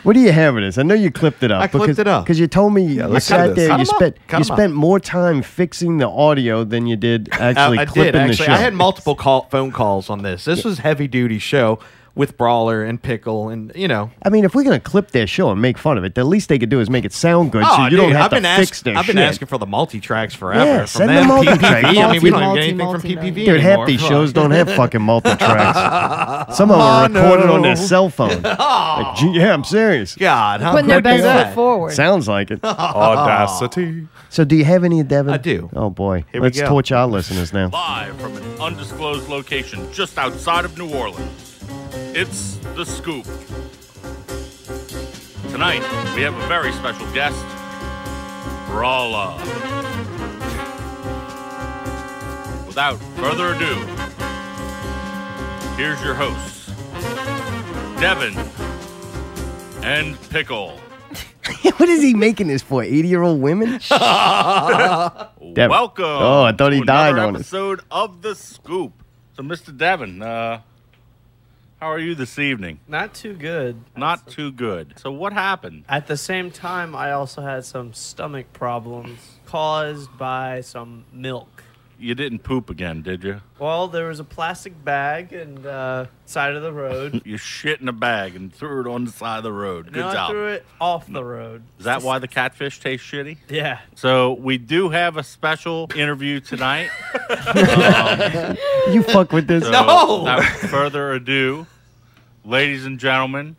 A: What do you have with this? I know you clipped it up.
F: I clipped
A: because,
F: it up.
A: because you told me you
F: let's do
A: sat
F: this.
A: there.
F: Cut
A: You
F: 'em up.
A: spent you
F: Cut 'em up.
A: spent more time fixing the audio than you did actually
F: I, I
A: clipping
F: did, actually.
A: the show.
F: I had multiple call, phone calls on this. This was heavy duty show with Brawler and Pickle and, you know.
A: I mean, if we're gonna clip their show and make fun of it, the least they could do is make it sound good, so
F: Oh,
A: you
F: dude,
A: don't have to
F: I've been
A: fix
F: ask-
A: their
F: I've been
A: shit.
F: asking for the multi tracks forever.
A: Yeah,
F: from
A: send
F: them,
A: the multi-track.
F: PPV. [laughs] I mean, we don't
A: Multi-
F: get anything from PPV
A: Dude, half these shows don't
F: [laughs]
A: have fucking
B: [laughs]
A: multi tracks. Some of
B: Oh,
A: them are recorded on their
F: Mono.
A: cell
F: [laughs]
A: phone. Like, gee, yeah, I'm serious.
F: Oh. God,
B: how Putting their could they best do foot that? forward.
A: Sounds like it.
H: Audacity.
A: So, do you have any, Devin? I
F: do.
A: Oh boy,
F: Here we
A: let's
F: go.
A: torch our listeners
F: [laughs]
A: now. [laughs]
M: Live from an undisclosed location just outside of New Orleans. It's The Scoop. Tonight, we have a very special guest, Brawla. Without further ado, here's your hosts, Devin and Pickle.
A: what is he making this for? 80 year old
F: [laughs]
A: women?
M: [laughs]
A: Devin.
M: Welcome.
A: Oh, I thought he
M: to another
A: died on us.
M: episode of the Scoop. So, Mr. Devin, uh, how are you this evening?
N: Not too good.
M: Not too good. So, what happened?
N: [laughs] At the same time, I also had some stomach problems caused by some milk.
M: You didn't poop again, did you?
N: Well, there was a plastic bag and uh, side of the road.
M: You shit in a bag and threw it on the side of the road. Good
N: no, I
M: job.
N: threw it
D: [laughs]
N: off the road.
M: Is that why the catfish tastes shitty?
N: Yeah.
M: So, we do have a special interview tonight.
A: you fuck with this.
M: So, Without further ado, ladies and gentlemen,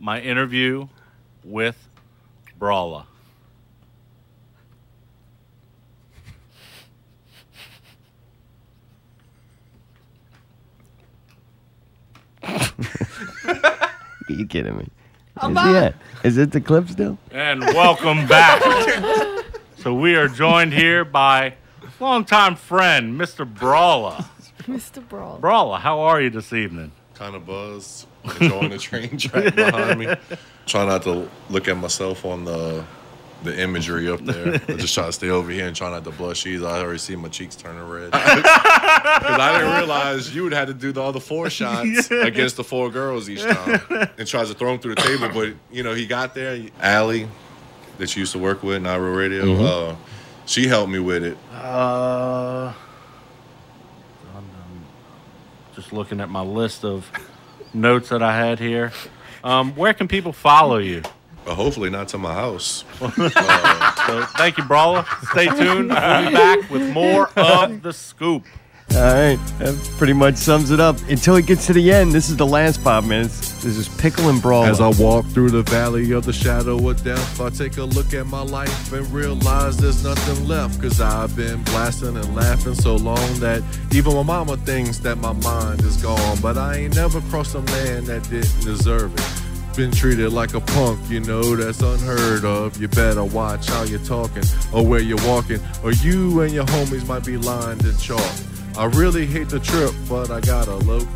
M: my interview with Brawla.
A: Are you kidding me?
M: I'm
A: is,
M: back.
A: yeah. is it the clip still?
M: And welcome back. [laughs] so we are joined here by longtime friend, Mr. Brawla.
B: Mr. Brawl.
M: Brawla, how are you this evening?
O: Kind of buzzed, enjoying the train track behind me. Try not to look at myself on the the imagery up [laughs] there. I just try to stay over here and try not to blush either. I already see my cheeks turning [laughs] red. Because I didn't realize you would have to do the other four [laughs]
H: [laughs]
O: shots against the four girls each [laughs] time. And tries to throw them through the table, but you know, he got there. Allie, that you used to work with in Ira Radio,
P: Mhm.
O: uh, she helped me with it.
M: Uh, just looking at my list of notes that I had here. Um, where can people follow [laughs] you?
O: But hopefully not to my house.
M: Uh, so thank you, Brawla. Stay tuned. We'll be back with more of the scoop.
A: All right, that pretty much sums it up. Until it gets to the end, this is the last five minutes. This is Pickle and Brawl.
P: As I
O: walk
P: Through the valley of the shadow of death, I take a look at my life and realize there's nothing left. Cause I've been blasting and laughing so long that even my mama thinks that my mind is gone. But I ain't never crossed a man that didn't deserve it. Been treated like a punk, you know, that's unheard of. You better watch how you're talking or where you're walking, or you and your homies might be lined in chalk. I really hate the trip, but I gotta look.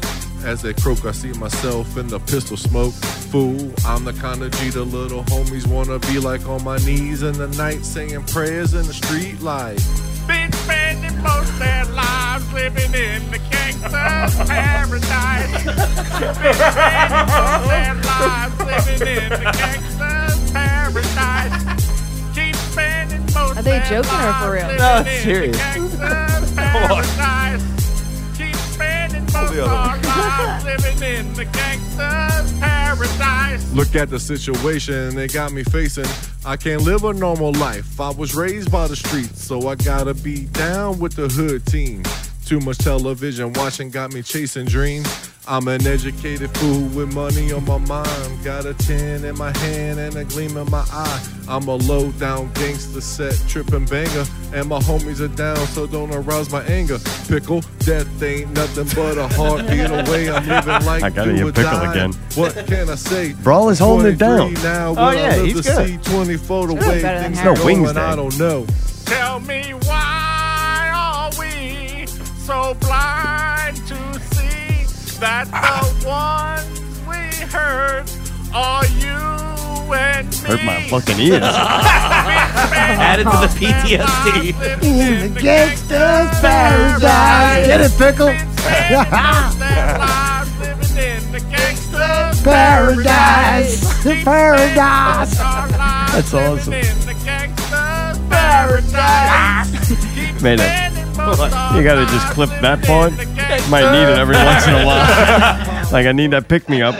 P: As they croak, I see myself in the pistol smoke. Fool, I'm the kind of G the little homies wanna be like on my knees in the night, saying prayers in the street light.
D: Been spending most of their lives living in the gangster's paradise. Been spending most of their lives living in the gangster's paradise. Keep spending most
B: Are they
D: their
B: joking or for
D: lives
B: real?
D: living in the gangster's paradise. Keep spending most
H: the other one?
D: I'm living in the gangster's paradise.
P: Look at the situation they got me facing. I can't live a normal life. I was raised by the streets, so I gotta be down with the hood team. Too much television watching got me chasing dreams. I'm an educated fool with money on my mind. Got a tin in my hand and a gleam in my eye. I'm a low down gangster set tripping banger. And my homies are down, so don't arouse my anger. Pickle, death ain't nothing but a heartbeat away. I'm living like
A: [laughs] I gotta
P: do
A: hear
P: or
A: pickle
P: die.
A: again.
P: What can I say?
A: Brawl is holding it down.
P: 23 Now,
A: Oh,
P: will I
A: yeah,
P: live
A: he's
P: to
A: good.
P: See 24 the
D: It's
P: way
D: better than
P: things
A: Harry.
P: are
A: No, Wings
P: going, I
A: Day.
P: don't know.
D: Tell me why are we so blind to see that the ones we hurt are you and me?
A: Hurt my fucking ears. Added to the PTSD.
D: In
A: the gangster's paradise. Get it, pickle?
F: [laughs]
D: in the gangster's
A: paradise. Paradise. That's awesome. Man, I- you gotta just clip that part. Might need it every once in a while. [laughs] like I need that pick me up.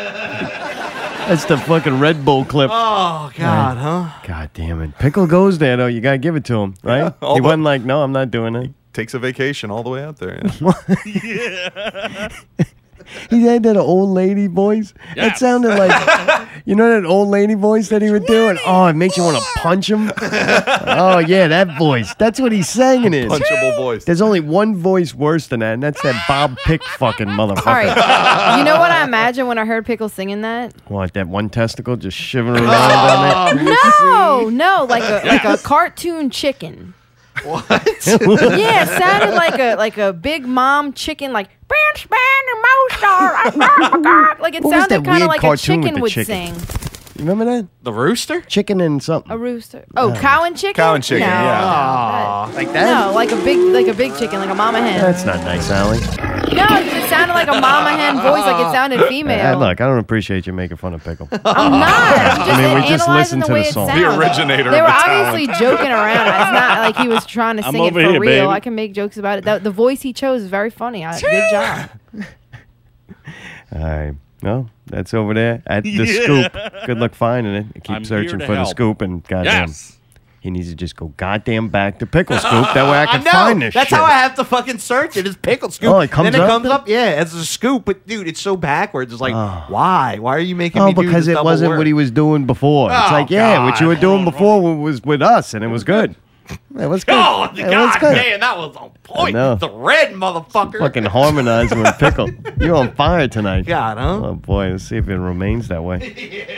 A: That's the fucking Red Bull clip.
F: Oh, God, huh?
A: God damn it. Pickle goes there though. You gotta give it to him,
F: [laughs]
A: right?
H: all
F: Oh.
A: he
H: the-
A: wasn't like, no, I'm not doing it.
H: Takes a vacation all the way out there.
A: He had that old lady voice. That sounded
B: [laughs]
A: like, you know, that old lady voice that he would do, and oh, it makes you want to
B: [laughs]
A: punch him. oh yeah, that voice. That's what he sang in it.
H: Punchable voice.
A: There's only one voice worse than that, and that's that Bob Pick fucking motherfucker.
B: All right. you know what
A: [laughs]
B: I imagine when I heard Pickle singing that?
A: What? That one testicle just shivering around down
B: [laughs]
A: there.
B: No, no, like a like a cartoon chicken. What? yeah, it sounded like a like a big mom chicken, like "Been spending most of my time." like it
A: What was
B: sounded
A: that
B: kind of
A: weird
B: like a
A: cartoon with
B: chicken
A: the
B: would
A: chicken?
B: sing.
A: You [laughs] remember that?
F: The rooster?
A: Chicken and something.
B: A rooster. Oh,
A: No.
B: cow and chicken.
A: Cow and chicken,
B: No,
A: yeah.
B: no,
A: Aw,
B: that-
A: like that?
B: No, like a big like a big chicken, like a mama hen.
A: That's not nice, Allie.
B: No, 'cause it sounded like a mama
A: [laughs]
B: hen voice, like it sounded
A: Uh,
B: female.
A: look, I don't appreciate you making fun of Pickle.
B: I'm not. I'm just
A: I mean, we just
B: analyzing
A: listened
B: the
A: to
B: way
A: the
B: it
A: song.
B: sounds. The
H: originator
B: They were obviously joking around. It's not like he was trying to
A: [laughs] I'm
B: sing it
A: over
B: for
A: here,
B: real.
A: baby.
B: I can make jokes about it. The, the voice he chose is very funny. I, good job.
A: All right. Well, that's over there at the
B: Yeah.
A: scoop. Good luck finding it. Keep
B: I'm here
A: searching for
B: to
A: the
B: help.
A: scoop and goddamn. He needs to just go goddamn back to pickle scoop. That
F: [laughs]
A: way I can
F: know.
A: find this
F: That's
A: shit.
F: how I have to fucking search it. It's pickle scoop.
A: Oh, it comes
F: then it
A: up?
F: comes up. Yeah, as a scoop. But dude, it's so backwards. It's like, why? Why are you making
A: Oh,
F: me do
A: because it
F: this double
A: wasn't
F: work?
A: what he was doing before. it's
F: Oh,
A: like, yeah, what you
F: God.
A: were doing before wa- was with us, and it was good.
B: [laughs]
A: It was good.
F: Oh,
A: It was
F: God
A: good.
F: damn, that was on point.
A: know.
F: The red motherfucker.
A: Fucking harmonizing with pickle. You're on fire tonight.
F: God, huh?
A: Oh boy, let's see if it remains that way.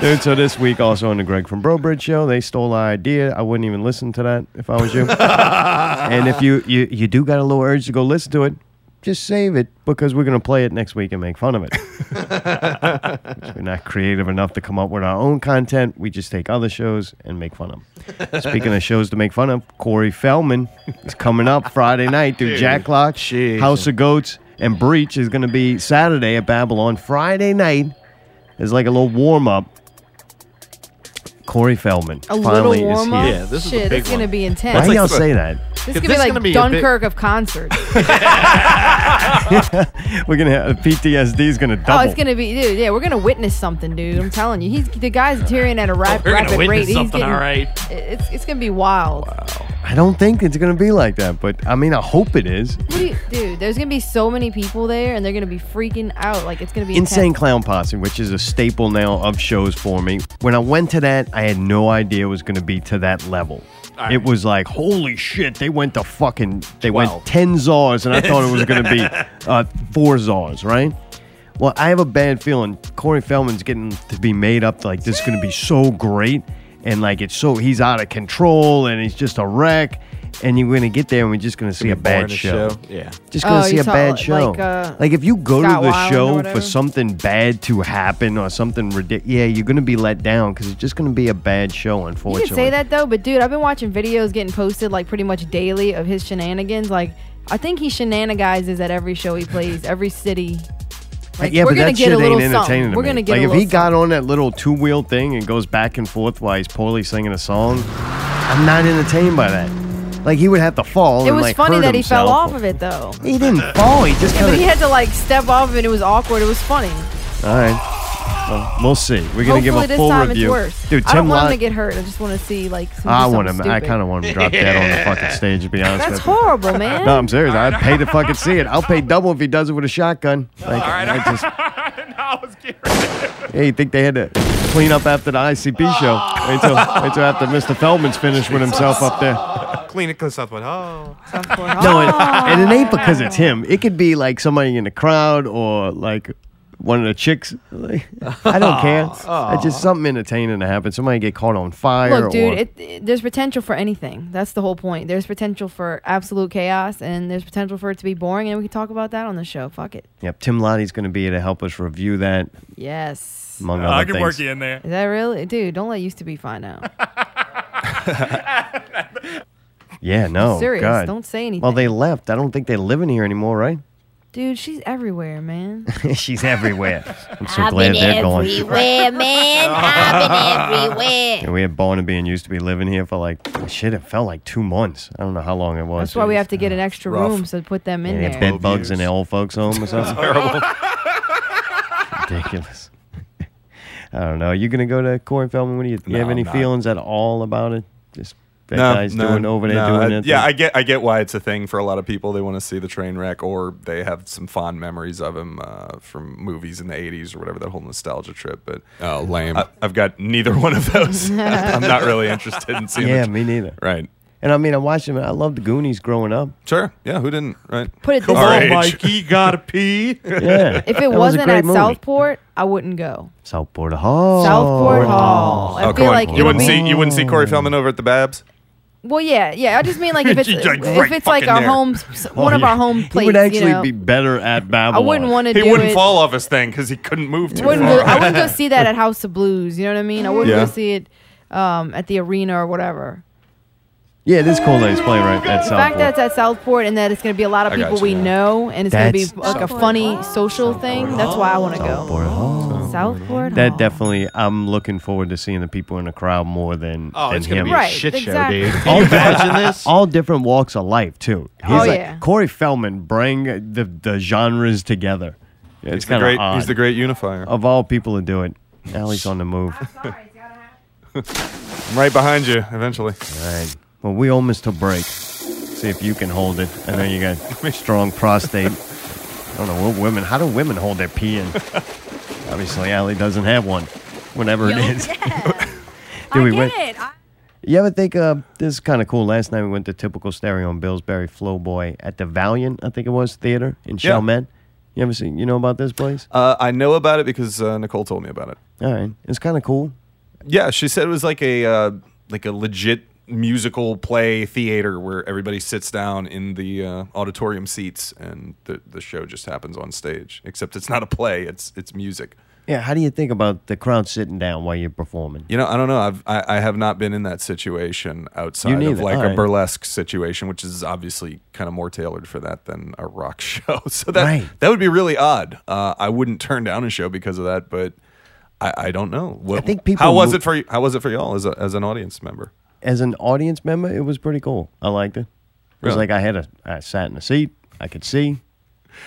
A: Dude, so this week also on the Greg from Brobridge show, they stole our idea. I wouldn't even listen to that if I was you. and if you, you you do got a little urge to go listen to it, just save it because we're gonna play it next week and make fun of it. We're not creative enough to come up with our own content. We just take other shows and make fun of them. Speaking of shows to make fun of, Corey Feldman is coming up Friday night through
F: Dude.
A: Jack Lock, House of Goats, and Breach is going to be Saturday at Babylon. Friday night is like a little warm up. Corey Feldman
B: A little
A: finally is
B: warm up.
A: here.
B: Shit, it's gonna be intense.
A: Why y'all say that?
B: This could be like Dunkirk of
A: [laughs]
B: concerts.
A: We're gonna have PTSD is gonna double.
B: Oh, it's gonna be, dude. Yeah, we're gonna witness something, dude. I'm telling you, he's the guy's deteriorating at a rap,
A: we're gonna
B: rapid
A: witness
B: rate. he's
A: something,
B: getting,
A: all right.
B: It's it's gonna be wild.
A: I don't think it's gonna be like that, but I mean, I hope it is.
B: What do you, dude? There's gonna be so many people there, and they're gonna be freaking out. Like it's gonna be
A: Insane
B: intense.
A: Clown Posse, which is a staple now of shows for me. When I went to that, I had no idea it was going to be to that level.
F: All
A: It was like, holy shit, they went to fucking, they
F: Twelve.
A: went 10 czars, and I thought it was going to
F: [laughs]
A: be uh, four czars, right? Well, I have a bad feeling. Corey Feldman's getting to be made up like this is going to be so great, and like it's so, he's out of control, and he's just a wreck. And you're going to get there, and we're just going to see a bad show.
F: Yeah.
A: Just gonna
B: Oh,
A: see
B: you
A: a
B: saw,
A: bad
B: like,
A: show. Like,
B: uh,
A: if you go
B: Scott
A: to the
B: Weiland or
A: show for
B: whatever?
A: something bad to happen or something ridiculous, yeah, you're gonna be let down because it's just gonna be a bad show,
B: You
A: unfortunately.
B: can say that though, but dude, I've been watching videos getting posted like pretty much daily of his shenanigans. Like I think he shenanigans at every show he plays, every city. Like,
A: Uh, yeah,
B: we're
A: but
B: gonna
A: that
B: get
A: shit
B: a little
A: ain't entertaining
B: something.
A: to
B: We're
A: me.
B: gonna get
A: like
B: a
A: if
B: little
A: he got on that little two wheel thing and goes back and forth while he's poorly singing a song, I'm not entertained by that. Like he would have to fall.
B: it
A: and,
B: was
A: like,
B: funny
A: hurt
B: that he fell
A: himself.
B: off of it though.
A: He didn't fall. He just
B: Yeah,
A: kind
B: but
A: of.
B: he had to like step off of it. It was awkward. It was funny.
A: All right. Well, we'll see. We're gonna give
B: Hopefully
A: a
B: this
A: full
B: time
A: review.
B: it's worse.
A: Dude, Tim
B: I don't want
A: Lot-
B: him to get hurt. I just want to see like. Some,
A: I
B: do
A: want him.
B: something
A: I
B: stupid.
A: kind of want him to drop dead on the fucking stage. To be honest
B: That's
A: with you.
B: horrible, man.
A: [laughs] No, I'm serious. I'd pay to fucking see it. I'll pay double if he does it with a shotgun. Like, I just, yeah, you think they had to clean up after the ICP show? Wait till, wait till after Mr. Feldman's finished with himself up there.
C: Clean it, clean Southwood. Oh.
A: No, and, and it ain't because it's him. It could be like somebody in the crowd or like one of the chicks. Like, I don't care.
B: Aw.
A: It's just something entertaining to happen. Somebody get caught on fire.
B: Look, dude,
A: or,
B: it, it- there's potential for anything. That's the whole point. There's potential for absolute chaos, and there's potential for it to be boring, and we can talk about that on the show. Fuck it.
A: Yep, Tim Lottie's going to be here to help us review that,
B: Yes.
A: among
B: Uh,
A: other
B: I can
A: things.
B: work
C: you in there.
B: Is that really, dude? Don't let used to be find out.
A: Yeah, no.
B: serious.
A: God.
B: Don't say
A: Well,
B: anything.
A: they left. I don't think they live in here anymore, right? [laughs]
B: dude, she's everywhere, man.
A: She's everywhere. I'm so
B: I've
A: glad
B: been
A: they're gone.
B: everywhere, man.
G: I've been everywhere.
A: And we had Barnaby and used to be living here for like shit. It felt like two months. I don't know how long it was.
B: That's why we have to get an extra
A: rough.
B: room so put them in
A: Yeah,
B: there.
A: bed bugs in the old folks'
H: [laughs]
A: home or something. Ridiculous. [laughs] I don't know. Are you gonna go to Corey Feldman? What do you, you
H: No,
A: have any
H: I'm not.
A: feelings at all about it? Just [laughs] that
H: No,
A: guy's
H: no,
A: doing over there
H: no,
A: doing
H: I,
A: that.
H: Yeah,
A: thing?
H: I get I get why it's a thing for a lot of people. They want to see the train wreck, or they have some fond memories of him uh, from movies in the '80s or whatever. That whole nostalgia trip. But oh, lame. I, I've got neither [laughs] one of
B: [laughs]
H: those. I'm not really interested in seeing. the
A: Yeah,
H: tr-
A: me neither.
H: Right.
A: And I mean, I watched him. I loved the Goonies growing up.
H: Sure. Yeah. Who didn't? Right.
B: Put it this
H: Our
B: way.
H: age. [laughs]
F: Mikey gotta pee.
A: Yeah.
B: If
A: That
B: it
A: was a
B: wasn't
A: great
B: at
A: movie.
B: Southport, I wouldn't go.
A: Southport Hall.
B: Southport Hall. I
H: Oh,
B: feel
H: come on.
B: like it
H: you wouldn't
B: would be-
H: see you wouldn't see Corey Feldman over at the Babs. [laughs]
B: Well, yeah, yeah. I just mean like if it's
H: She's like,
B: if
H: right
B: it's like
H: fucking
B: our
H: there.
B: home, s- one of our home plates.
A: Oh, He would actually
B: you know?
A: be better at Babylon.
B: wouldn't wanna
H: He
B: do
H: wouldn't
B: it.
H: fall off his thing because he couldn't move too
B: wouldn't
H: far.
B: go, I wouldn't
A: [laughs]
B: go see that at House of Blues. You know what I mean? I wouldn't
A: Yeah.
B: go see it um, at the arena or whatever.
A: Yeah, this cool that he's playing right at
B: The fact
A: Southport.
B: that it's at Southport and that it's going to be a lot of
A: I got
B: people
A: you,
B: we
A: yeah.
B: know and it's going to be
A: That's-
B: like a funny social thing. That's why I want to go.
A: Southport Hall.
B: Southport.
A: That definitely, I'm looking forward to seeing the people in the crowd more than
F: Oh,
A: than
F: it's gonna
A: him.
F: be a Right, shit show, exactly. dude. Can
A: All
F: you
A: different-
F: imagine
A: [laughs]
F: this?
A: All different walks of life too.
F: Oh,
A: like-
F: yeah.
A: Corey Feldman bring the the genres together. Yeah,
H: He's
A: it's
H: the
A: kind
H: great-
A: of
H: he's the great unifier
A: of all people to do it. Now he's on the move.
B: [laughs]
H: I'm right behind you eventually.
A: All right. Well, we almost to break. See if you can hold it. I know you got strong prostate. I don't know what women. How do women hold their pee in? Obviously, Allie doesn't have one. Whatever it is. Dude, we went- [laughs]
H: Oh,
A: You ever think uh, this is kind of cool? Last night we went to typical stereo in Billsbury Flowboy at the Valiant, I think it was theater in
H: Yeah.
A: Chalmette. You ever seen? You know about this place?
H: Uh, I know about it because uh, Nicole told me about it.
A: All right, it's kind of cool.
H: Yeah, she said it was like a uh, like a legit musical play theater where everybody sits down in the uh, auditorium seats and the the show just happens on stage. Except it's not a play; it's it's music.
A: Yeah, how do you think about the crowd sitting down while you're performing?
H: You know, I don't know. I've I, I have not been in that situation outside of
A: neither.
H: like
A: All
H: a
A: right.
H: burlesque situation, which is obviously kind of more tailored for that than a rock [laughs] show. So that
A: Right.
H: that would be really odd. Uh, I wouldn't turn down a show because of that, but I, I don't know. What,
A: think people
H: how was
A: mo-
H: it for you? How was it for y'all as a, as an audience member?
A: As an audience member, it was pretty cool. I liked it. It was
H: Really?
A: like I had a I sat in a seat. I could see.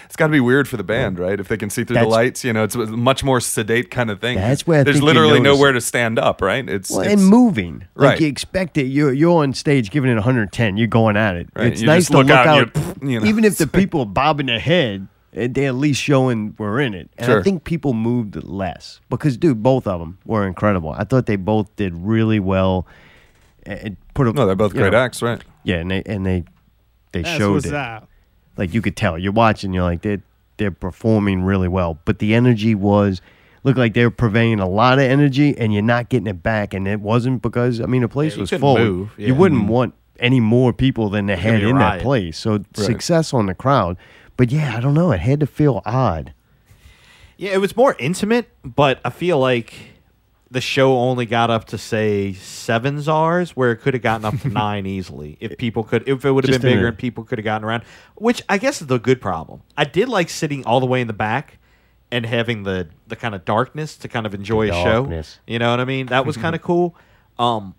H: It's got to be weird for the band, right? If they can see through the
A: That's-
H: lights, you know, it's a much more sedate kind of thing.
A: That's where I
H: there's
A: think you
H: literally
A: notice-
H: nowhere to stand up, right? It's,
A: Well,
H: it's
A: and moving. Like
H: Right.
A: you expect it. You're you're on stage giving it 110. You're going at it.
H: Right,
A: It's
H: you
A: nice
H: just
A: to
H: look
A: look
H: out
A: out.
H: and [laughs] you- you know.
A: Even if the people are bobbing their head, eh, they at least showing we're in it. And I
H: Sure.
A: think people moved less because, dude, both of them were incredible. I thought they both did really well. And put a,
H: no, they're both
A: you
H: great
A: know,
H: acts, right?
A: Yeah, and they and they they
H: That's
A: showed
H: what's
A: it.
H: up.
A: Like you could tell, you're watching. You're like they're they're performing really well, but the energy was looked like they were purveying a lot of energy, and you're not getting it back. And it wasn't because I mean the place
F: you
A: was
F: couldn't
A: full.
F: move, yeah.
A: You wouldn't
F: Mhm.
H: Mm-hmm.
A: want any more people than they
F: It's gonna
A: had
F: be a
A: in that
F: riot.
A: place. So success on the crowd, but yeah, I don't know. It had to feel odd.
F: Yeah, it was more intimate, but I feel like the show only got up to say seven czars, where it could have
A: [laughs]
F: gotten up to nine easily if people could, if it would have
A: Just
F: been
A: in
F: bigger
A: a-
F: and people could have gotten around. Which I guess is the good problem. I did like sitting all the way in the back and having the the kind of darkness to kind of enjoy a
A: Darkness. [laughs]
F: show. You know what I mean? That was kind of cool. Um,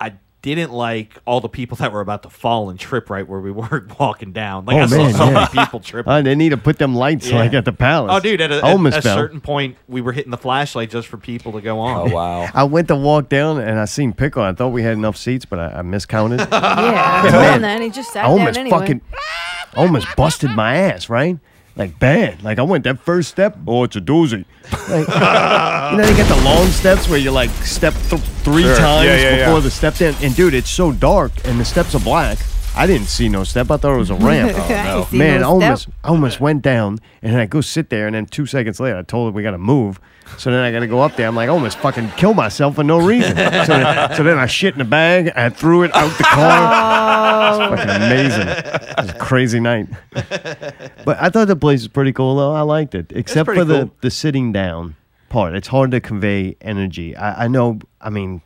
F: I didn't like all the people that were about to fall and trip right where we were [laughs] walking down. Like
A: oh
F: I saw
A: man,
F: so
A: yeah.
F: many people tripping.
A: Uh, they need to put them [laughs] lights
F: Yeah.
A: like at the palace.
F: Oh, dude! At a,
A: I
F: at
A: almost
F: a
A: fell.
F: certain point, we were hitting the flashlight just for people to go
H: Oh,
F: on.
A: I went to walk down and I seen Pickle. I thought we had enough seats, but I, I miscounted.
B: [laughs]
A: [laughs]
B: Yeah,
A: And
B: I [laughs]
A: man,
B: found that and he just
A: I
B: sat
A: almost
B: down anyway.
A: fucking, I almost busted my ass, right? Like bad. Like I went that first step. Oh, it's a doozy.
F: [laughs]
A: Like, you know, they get the long steps where you like step th- three
F: Sure.
A: times
F: Yeah, yeah,
A: before
F: yeah.
A: the step down. And dude, it's so dark and the steps are black. I didn't see no step. I thought it was a ramp.
F: [laughs] I didn't Oh, no. see
A: Man,
F: no
A: I almost,
F: step.
A: I almost went down and then I go sit there and then two seconds later I told her we got to move. So then I got to go up there. I'm like, I almost fucking kill myself for no
F: [laughs]
A: reason. so, then, so then I shit in a bag. I threw it out the
F: [laughs]
A: car.
B: Oh.
A: It's fucking amazing. It was a crazy night. But I thought the place was pretty cool though. I liked it, except
F: pretty
A: for the
F: cool.
A: the sitting down part. It's hard to convey energy. I, I know. I mean,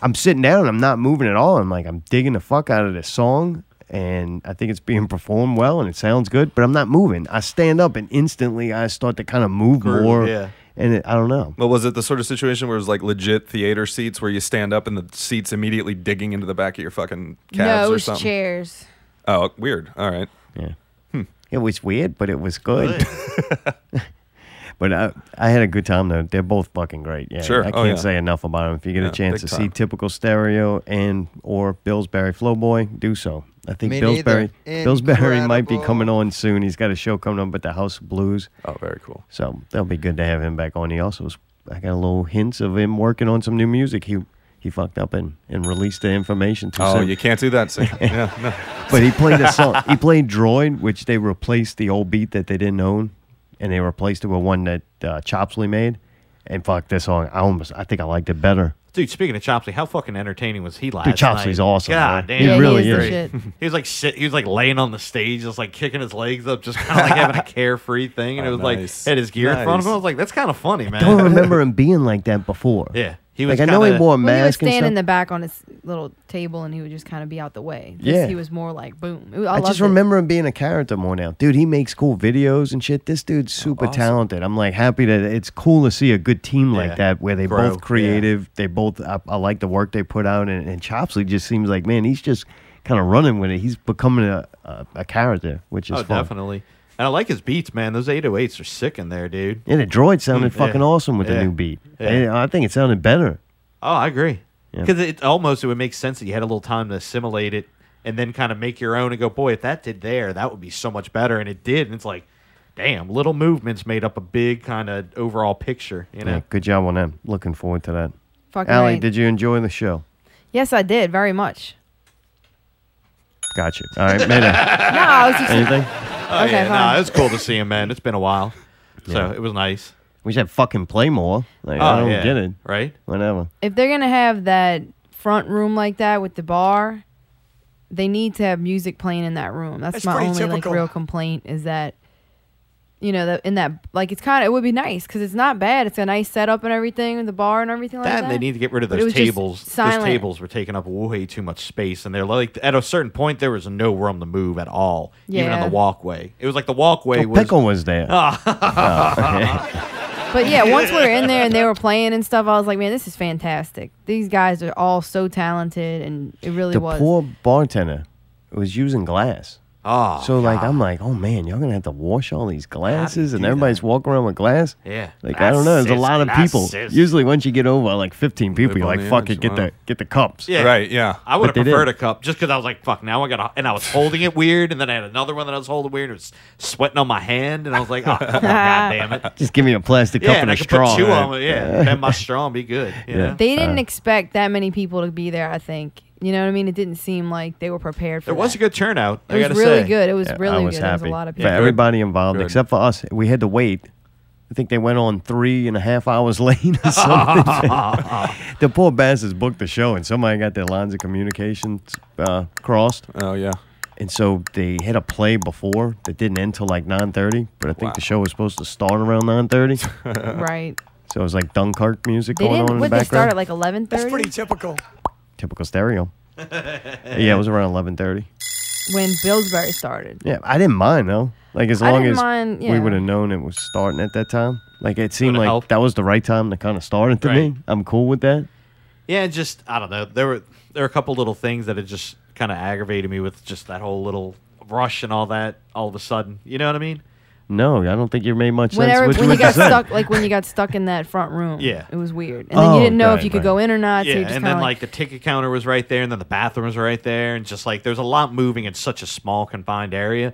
A: I'm sitting down. I'm not moving at all. I'm like I'm digging the fuck out of this song, and I think it's being performed well and it sounds good. But I'm not moving. I stand up and instantly I start to kind of move
H: Groove,
A: more.
H: yeah.
A: And it, I don't know.
H: But was it the sort of situation where it was like legit theater seats where you stand up and the seats immediately digging into the back of your fucking calves
B: no, it
H: or
B: was
H: something?
B: chairs.
H: Oh, weird. All right.
A: Yeah. It was weird, but it was good. [laughs] but I, I had a good time though. They're both fucking great. Yeah,
H: Sure.
A: I can't
H: Oh, yeah.
A: say enough about them. If you get
H: Yeah,
A: a chance
H: big
A: to see
H: time.
A: Typical Stereo and or Billsbury Flowboy, do so. I think
Q: Me
A: Billsbury
Q: neither.
A: Billsbury might be
Q: Incredible.
A: coming on soon. He's got a show coming up at the House of Blues.
H: Oh, very cool.
A: So that'll be good to have him back on. He also was, I got a little hints of him working on some new music. He he fucked up and, and released the information too
H: Oh,
A: soon
H: you can't do
A: [laughs]
H: that. So, yeah, no.
A: but he played a song. He played Droid, which they replaced the old beat that they didn't own, and they replaced it with one that uh, Chopsley made. And fuck this song. I almost, I think I liked it better.
F: [laughs] Dude, speaking of Chopsley, how fucking entertaining was he last
A: Dude, Chopsley's
F: night?
A: awesome,
F: God
A: man.
F: damn,
A: He really Yeah, he is is. the
F: [laughs] he was like sit, he was like laying on the stage, just like kicking his legs up, just kind of
A: [laughs]
F: like having a carefree thing, and it
H: Oh,
F: was
H: nice.
F: like had his gear in front of him.
H: Nice.
F: I was like, that's kind of funny,
A: I
F: man.
A: don't
F: [laughs]
A: remember him being like that before.
F: Yeah,
A: he was like I know he
F: kinda-
A: wore
B: Well,
A: a
B: he was
A: mask
B: standing in
A: and stuff.
B: the back on his little table, and he would just kind of be out the way. This,
A: Yeah.
B: he was more like boom. Ooh, I,
A: I,
B: loved
A: just
B: it.
A: remember him being a character more now, dude. He makes cool videos and shit. This dude's super talented. I'm like happy that it's cool to see a good team like
F: Yeah.
A: that where they
F: Grow,
A: both creative. They both I, I like the work they put out, and, and Chopsley just seems like man, he's just kind of running with it. He's becoming a, a, a character, which is
F: oh,
A: fun.
F: definitely. And I like his beats, man. Those 808s are sick in there, dude.
A: Yeah, the droid sounded
F: Mm,
A: fucking
F: yeah.
A: awesome with
F: Yeah.
A: the new beat.
F: Yeah.
A: And I think it sounded better.
F: Oh, I agree.
A: Yeah.
F: Because it almost it would make sense that you had a little time to assimilate it and then kind of make your own and go, boy, if that did there, that would be so much better. And it did. And it's like, damn, little movements made up a big kind of overall picture. You know,
A: Yeah, good job on that. Looking forward to that.
B: Fucking
A: Allie,
B: right.
A: did you enjoy the show?
B: Yes, I did very much.
A: Gotcha. All
B: [laughs]
A: [laughs] right, Mayday.
B: I was just-
A: anything.
F: Oh,
B: Okay,
F: yeah,
B: fine.
F: nah, it's cool to see him, man. It's been
A: [laughs]
F: a while, so it was nice.
A: We should fucking play more. Like, I
F: Oh,
A: don't
F: yeah.
A: get it.
F: Right?
A: Whatever.
B: If they're gonna have that front room like that with the bar, they need to have music playing in that room. That's,
R: That's
B: my
R: pretty
B: only like
R: typical.
B: real complaint is that you know that in that like it's kind of it would be nice because it's not bad. It's a nice setup and everything, and the bar and everything like
F: That
B: that.
F: and they need to get rid of
B: But it
F: those
B: was just
F: tables. Those
B: silent.
F: tables were taking up way too much space, and they're like at a certain point there was no room to move at all, even on
B: Yeah.
F: the walkway. It was like the walkway
A: Oh,
F: was.
A: Pickle was
F: [laughs]
A: there. Oh,
F: Ah.
B: But yeah, once we were in there
F: [laughs]
B: and they were playing and stuff, I was like, man, this is fantastic. These guys are all so talented, and it really
A: the
B: was.
A: poor bartender was using glass.
F: Oh,
A: so like I'm like, oh man, y'all gonna have to wash all these glasses, and everybody's walking around with glass.
F: Yeah.
A: like I don't know, there's a
F: Glasses,
A: lot of people.
F: glasses.
A: Usually, once you get over like 15 people, you're
F: on
A: like,
F: the
A: fuck
F: edge,
A: it, get
F: wow.
A: the get the cups.
F: Yeah. I would have
A: But they didn't.
F: preferred a cup just because I was like, fuck, now I got to. And I was holding it weird. And then I had another one that I was holding weird. And it was sweating on my hand. And I was like, oh,
A: [laughs]
F: come on, God damn it.
A: Just give me a plastic
F: yeah,
A: cup and
F: and
A: a
F: I could
A: straw.
F: put two
A: right?
F: on it. Yeah.
A: [laughs]
F: Bend my straw and be good. You
A: Yeah.
F: know?
B: They didn't expect that many people to be there. I think you know what I mean. It didn't seem like they were prepared for.
F: There was
B: that.
F: a good turnout.
B: It was
F: I gotta
B: really
F: say.
B: good. It was really
A: I was
B: good. There
A: happy.
B: was a lot of
A: For
B: people.
A: everybody involved, except for us. We had to wait. I think they went on three and a half hours [laughs] late or something.
H: [laughs]
A: the poor bastards booked the show, and somebody got their lines of communication uh, crossed.
H: Oh yeah.
A: And so they had a play before that didn't end till like 9:30, but I think the show was supposed to start around
H: [laughs]
A: 9:30.
B: Right.
A: So it was like Dunkirk music
B: They
A: going on
B: didn't.
A: in the
B: What they
A: background.
B: start at like eleven thirty.
R: That's pretty typical.
B: [laughs]
A: Typical stereo. yeah, it was around 11:30.
B: When Billsbury started.
A: Yeah, I didn't mind though. Like as
B: I
A: long
B: didn't
A: as
B: mind, yeah.
A: we would have known it was starting at that time. Like it seemed
F: Would've
A: like
F: helped.
A: that was the right time to kind of start it to me. I'm cool with that.
F: Yeah, just I don't know. There were there were a couple little things that had just kind of aggravated me with just that whole little rush and all that. All of a sudden, you know what I mean?
A: No, I don't think you made much
B: Whenever
A: sense. which
B: when you
A: was
B: got
A: the
B: stuck, like when you got stuck in that front [laughs] room,
F: Yeah.
B: it was weird. And then you
F: Oh,
B: didn't know if
F: right,
B: you could
F: right.
B: go in or not. so
F: yeah,
B: you just
F: and
B: kinda
F: then
B: like,
F: like the ticket counter was right there, and then the bathroom was right there, and just like there's a lot moving in such a small confined area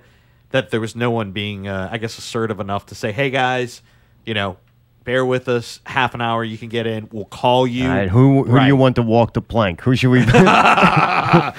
F: that there was no one being, uh, I guess, assertive enough to say, "Hey guys, you know, bear with us. Half an hour, you can get in. We'll call you."
A: All right, who who do you want to walk the plank? Who should we?
F: [laughs]
A: who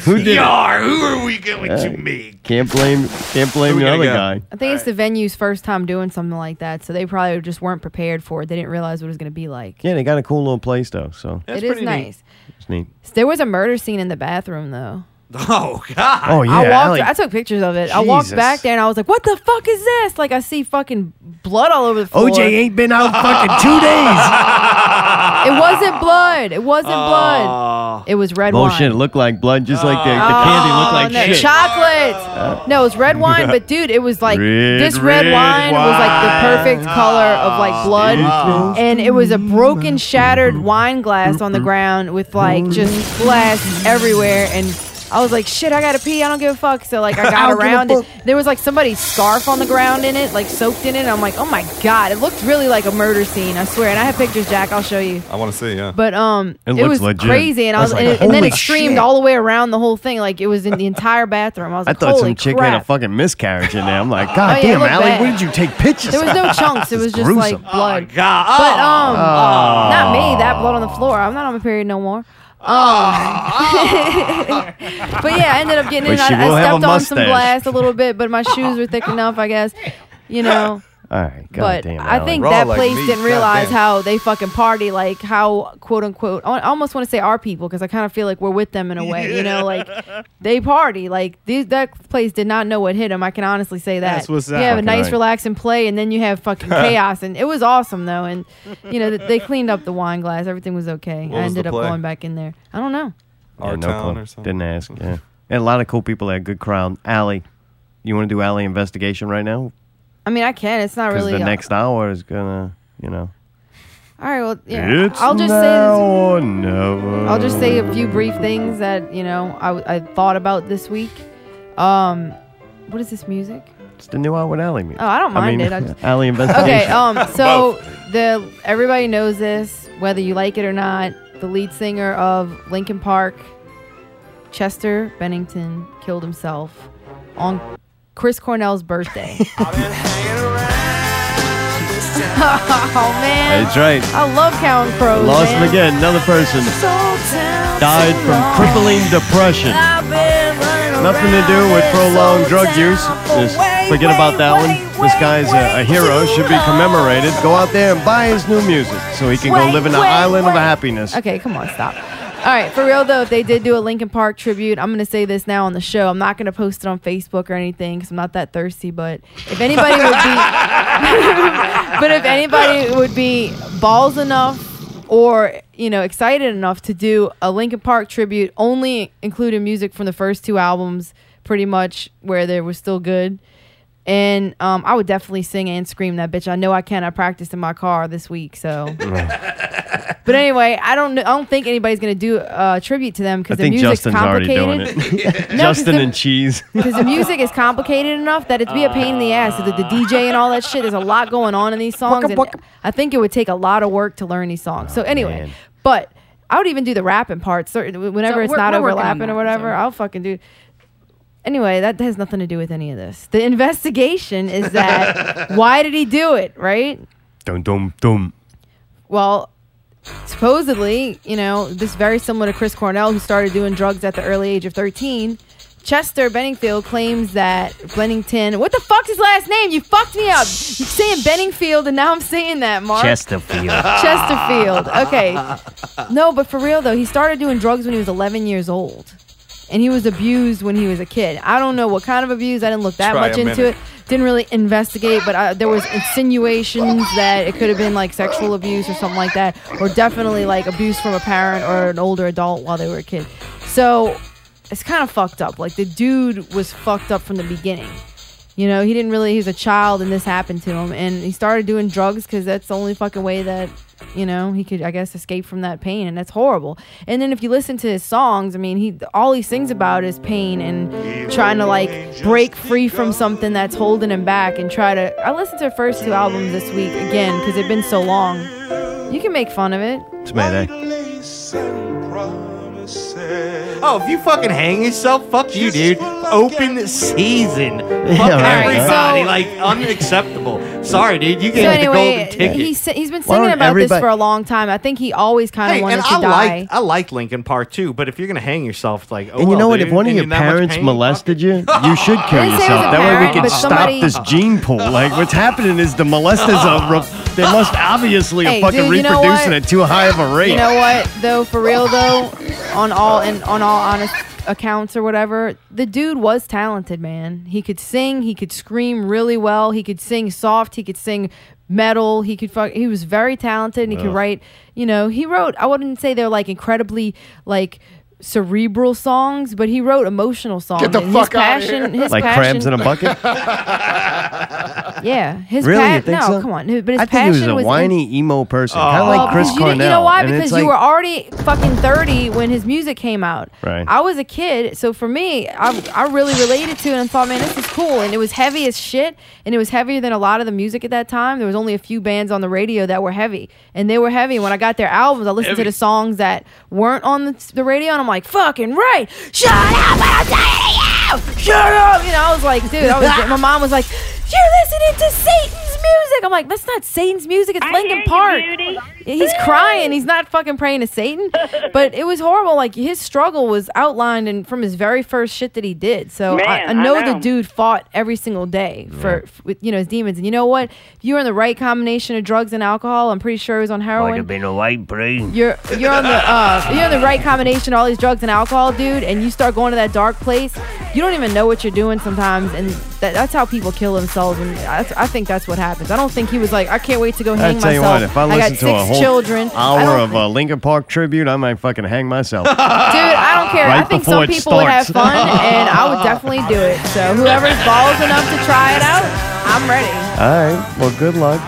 A: did? it?
F: Yar, who are we going
A: Uh,
F: to make?
A: Can't blame can't blame
F: we
A: the
F: gotta
A: other
F: go?
A: guy.
B: I think it's the venue's first time doing something like that, so they probably just weren't prepared for it. They didn't realize what it was going to be like.
A: Yeah, they got a cool little place though, so
B: it is nice.
A: It's neat.
B: There was a murder scene in the bathroom though.
F: [laughs] Oh God!
A: Oh yeah,
B: I walked.
A: like-
B: I took pictures of it. I walked
A: Jesus.
B: back there and I was like, "What the fuck is this?" Like I see fucking blood all over the floor.
A: OJ ain't been out fucking two days.
B: [laughs] It wasn't blood. It wasn't
A: Oh.
B: blood. It was red wine.
A: Bullshit, it looked like blood, just like the, the
F: Oh,
A: candy looked like
B: Oh, no,
A: shit.
B: chocolate.
A: Uh,
B: no, it was
A: [laughs]
B: red wine, but dude, it was like
A: Red,
B: this red,
A: red
B: wine, was like the
A: wine. Oh,
B: perfect color of like blood, and it was a broken, shattered wine glass on the ground with like just glass everywhere, and I was like, shit, I gotta pee, I don't give a fuck. So
D: [laughs]
B: like I
D: I
B: got
D: don't give a
B: around it.
D: fuck.
B: There was like somebody's scarf on the ground in it, like soaked in it. I'm like, oh my god, it looked really like a murder scene, I swear. And I have pictures, Jack, I'll show you.
H: I want to see, yeah.
B: But um,
H: It
B: it,
H: looks
B: was
H: legit.
B: crazy, and I
H: I
B: was,
H: was like,
B: and, and then it
H: "Holy
B: streamed
H: shit."
B: all the way around the whole thing. Like it was in the entire bathroom. I was
A: I
B: like,
A: thought
B: holy
A: some chick
B: crap!
A: had a fucking miscarriage in there. I'm
B: [laughs]
A: like,
B: Oh, yeah,
A: God
B: it
A: damn,
B: looked
A: Allie,
B: bad.
A: where did you take pictures?
B: there was no
A: of?"
B: chunks. It was just
H: Oh,
A: gruesome.
B: like blood.
F: God!
B: But um,
A: Oh.
B: not me. That blood on the floor. I'm not on my period no more. Um, [laughs] but yeah, I ended up getting
A: But
B: it.
A: she
B: I,
A: will
B: I
A: have a
B: stepped on some
A: mustache.
B: glass a little bit,
A: [laughs]
B: but my shoes were thick enough, I guess. You know.
A: All right, God
B: but
A: damn,
B: I
A: Allie.
B: think that place didn't realize how they fucking party, like how quote unquote. I almost want to say our people because I kind of feel like we're with them in a way, you know,
A: [laughs]
B: like they party. Like these, that place did not know what hit them. I can honestly say that.
D: That's what's up.
B: You have a
D: Fucking
B: nice,
D: right.
B: relaxing play, and then you have fucking
A: [laughs]
B: chaos, and it was awesome though. And you know, th- they cleaned up the wine glass. Everything was okay.
A: What
B: I
A: was the
B: ended up
A: play?
B: going back in there. I don't know.
A: Yeah,
H: Our
A: no
H: town
A: clue.
H: or something.
A: Didn't ask. Yeah, and a lot of cool people there. Good crowd. Allie, you want to do Allie investigation right now?
B: I mean, I can. It's not
A: Because
B: really.
A: the
B: uh,
A: next hour is gonna, you know.
B: all right. Well, yeah.
A: It's
B: I'll just
A: now
B: say. This,
A: or never.
B: I'll just say a few brief things that you know I, I thought about this week. Um, what is this music?
A: It's the new hour with Allie music.
B: Oh, I don't mind
A: mean, [laughs]
B: it. I just-
A: Allie investigation.
B: Okay, um, so the everybody knows this, whether you like it or not. The lead singer of Linkin Park, Chester Bennington, killed himself on Chris Cornell's birthday. [laughs] oh man,
A: That's right.
B: I love Counting Crows.
A: Lost
B: man.
A: him again. Another person died from crippling depression. Nothing to do with prolonged drug use. Just forget about that one. This guy's a, a hero, should be commemorated. Go out there and buy his new music so he can go live in an island of happiness.
B: Okay, come on, stop. All right, for real though, if they did do a Linkin Park tribute, I'm gonna say this now on the show. I'm not gonna post it on Facebook or anything because I'm not that thirsty. But if anybody would be, [laughs] but if anybody would be balls enough or you know excited enough to do a Linkin Park tribute, only including music from the first two albums, pretty much where they were still good. And um, I would definitely sing and scream that bitch. I know I can. I practiced in my car this week,
A: Mm.
B: so. But anyway, I don't know. I don't think anybody's gonna do uh, a tribute to them
A: I
B: because the
A: think
B: music's
A: Justin's already
B: complicated.
A: doing [laughs] it.
B: No, 'cause
A: Justin
B: the-
A: and Cheese.
B: Because the music is complicated enough that it'd be a pain in the ass with the DJ and all that shit. There's a lot going on in these songs, and I think it would take a lot of work to learn these songs.
A: Oh,
B: so anyway, but I would even do the rapping parts certain- whenever
G: So
B: it's
G: we're-
B: not
G: we're working on
B: overlapping or
G: that,
B: whatever.
G: so-
B: I'll fucking do. Anyway, that has nothing to do with any of this. The investigation is
A: [laughs]
B: that why did he do it, right?
A: Dum dum dum.
B: Well, supposedly, you know, this is very similar to Chris Cornell, who started doing drugs at the early age of 13. Chester Benningfield claims that Bennington. What the fuck's his last name? You fucked me up. You're saying Benningfield, and now I'm saying that, Mark.
H: [laughs]
B: Chesterfield. Okay. No, but for real though, he started doing drugs when he was 11 years old, and he was abused when he was a kid. I don't know what kind of abuse. I didn't look that
D: Try
B: much
D: a
B: into
D: minute.
B: it. Didn't really investigate, but uh there was insinuations that it could have been like sexual abuse or something like that, or definitely like abuse from a parent or an older adult while they were a kid. So it's kind of fucked up. Like the dude was fucked up from the beginning. You know, he didn't really, he was a child and this happened to him. And he started doing drugs because that's the only fucking way that You know, he could, I guess, escape from that pain, and that's horrible. And then if you listen to his songs, I mean, he all he sings about is pain and trying to like break free from something that's holding him back and try to. I listened to the first two albums this week again because it'd been so long. You can make fun of it.
A: It's eh? Mayday.
F: Oh, if you fucking hang yourself, fuck you, dude.
B: [laughs]
F: Open season. Fuck
A: right.
F: everybody.
A: So-
F: like, unacceptable. Sorry, dude. You gave
B: so
F: me the
B: anyway,
F: golden ticket.
B: he's he's been
F: Why
B: singing
F: don't
B: about this
F: everybody-
B: for a long time. I think he always kind of
F: Hey,
B: wanted
F: and
B: to
F: I
B: die.
F: like I like Lincoln Park too, but if you're gonna hang yourself, it's like oh,
A: and you
F: well,
A: know what?
F: dude,
A: If one of
F: and
A: your
F: you're in that much
A: parents
F: pain,
A: molested you, you
B: [laughs]
A: should kill
F: I didn't say it was
A: yourself.
F: a
A: That way we
F: parent,
A: can
F: but
A: stop
F: somebody-
A: this gene pool. Like, what's happening is the molesters are. re- they must obviously
B: Hey,
A: are fucking
B: dude, you know
A: reproducing
B: what?
A: at too high of a rate.
B: You know what, though, for real though, on all and on all honest accounts or whatever, the dude was talented, man. He could sing, he could scream really well, he could sing soft, he could sing metal, he could fuck, he was very talented, and he could
G: Ugh.
B: write. You know, he wrote. I wouldn't say they're like incredibly like cerebral songs, but he wrote emotional songs.
A: Get the
B: and
A: fuck
B: his
A: outta
B: passion,
A: here.
B: His
A: Like
B: passion,
A: crabs in a bucket?
H: [laughs]
B: yeah, his
A: really?
B: pa-
A: you think
B: no,
A: so?
B: come on, but his
A: I think he was
B: passion
A: a
B: was in-
A: whiny emo person, kind of like
B: Well,
A: Chris
B: Oh, because you,
A: Cornell.
B: didn't- you know why?
A: And
B: Because
A: it's like,
B: you were already fucking 30 when his music came out.
A: Right.
B: I was a kid, so for me, I, I really related to it and thought, man, this is cool. And it was heavy as shit, and it was heavier than a lot of the music at that time. There was only a few bands on the radio that were heavy, and they were heavy. And when I got their albums, I listened
G: Heavy.
B: to the songs that weren't on the, the radio, and I'm like, fucking right, shut up, I'm tired of you, shut up. You know, I was like, dude, I was, my mom was like, you're listening to Satan's music. I'm like, that's not Satan's music. It's Linkin Park. He's crying. He's not fucking praying to Satan. But it was horrible. Like his struggle was outlined and from his very first shit that he did. So I-
G: Man,
B: I, know
G: I know.
B: the dude fought every single day for f- with you know his demons. And you know what? If you're in the right combination of drugs and alcohol, I'm pretty sure he was on heroin.
A: been a white brain.
B: You're you're on the uh, you're on the right combination of all these drugs and alcohol, dude, and you start going to that dark place. You don't even know what you're doing sometimes, and that, that's how people kill themselves. And I, I think that's what happens. I don't think he was like, I can't wait to go
A: I
B: hang
A: tell you
B: myself.
A: what, if I listen
B: got
A: to
B: six
A: a whole
B: children. I
A: hour
B: don't-
A: of a Linkin Park tribute, I might fucking hang myself.
B: [laughs] dude, I don't care.
A: Right
B: I think
A: before
B: some
A: it
B: people would have
A: starts.
B: fun, and I would definitely do it. So whoever's balls enough to try it out, I'm ready.
A: All right. Well, good luck.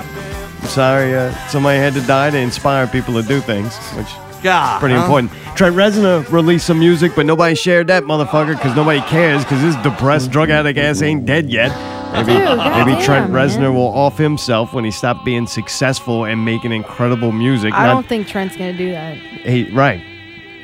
A: I'm sorry uh, somebody had to die to inspire people to do things, which
F: Yeah,
A: is pretty
F: huh?
A: important. Trent Reznor released some music, but nobody shared that motherfucker because nobody cares because this depressed drug addict ass ain't dead yet. Maybe,
F: Dude,
A: maybe
F: goddamn,
A: Trent Reznor will off himself when he stopped being successful and making incredible music.
B: I
A: Not-
B: don't think Trent's gonna do that.
A: he, right.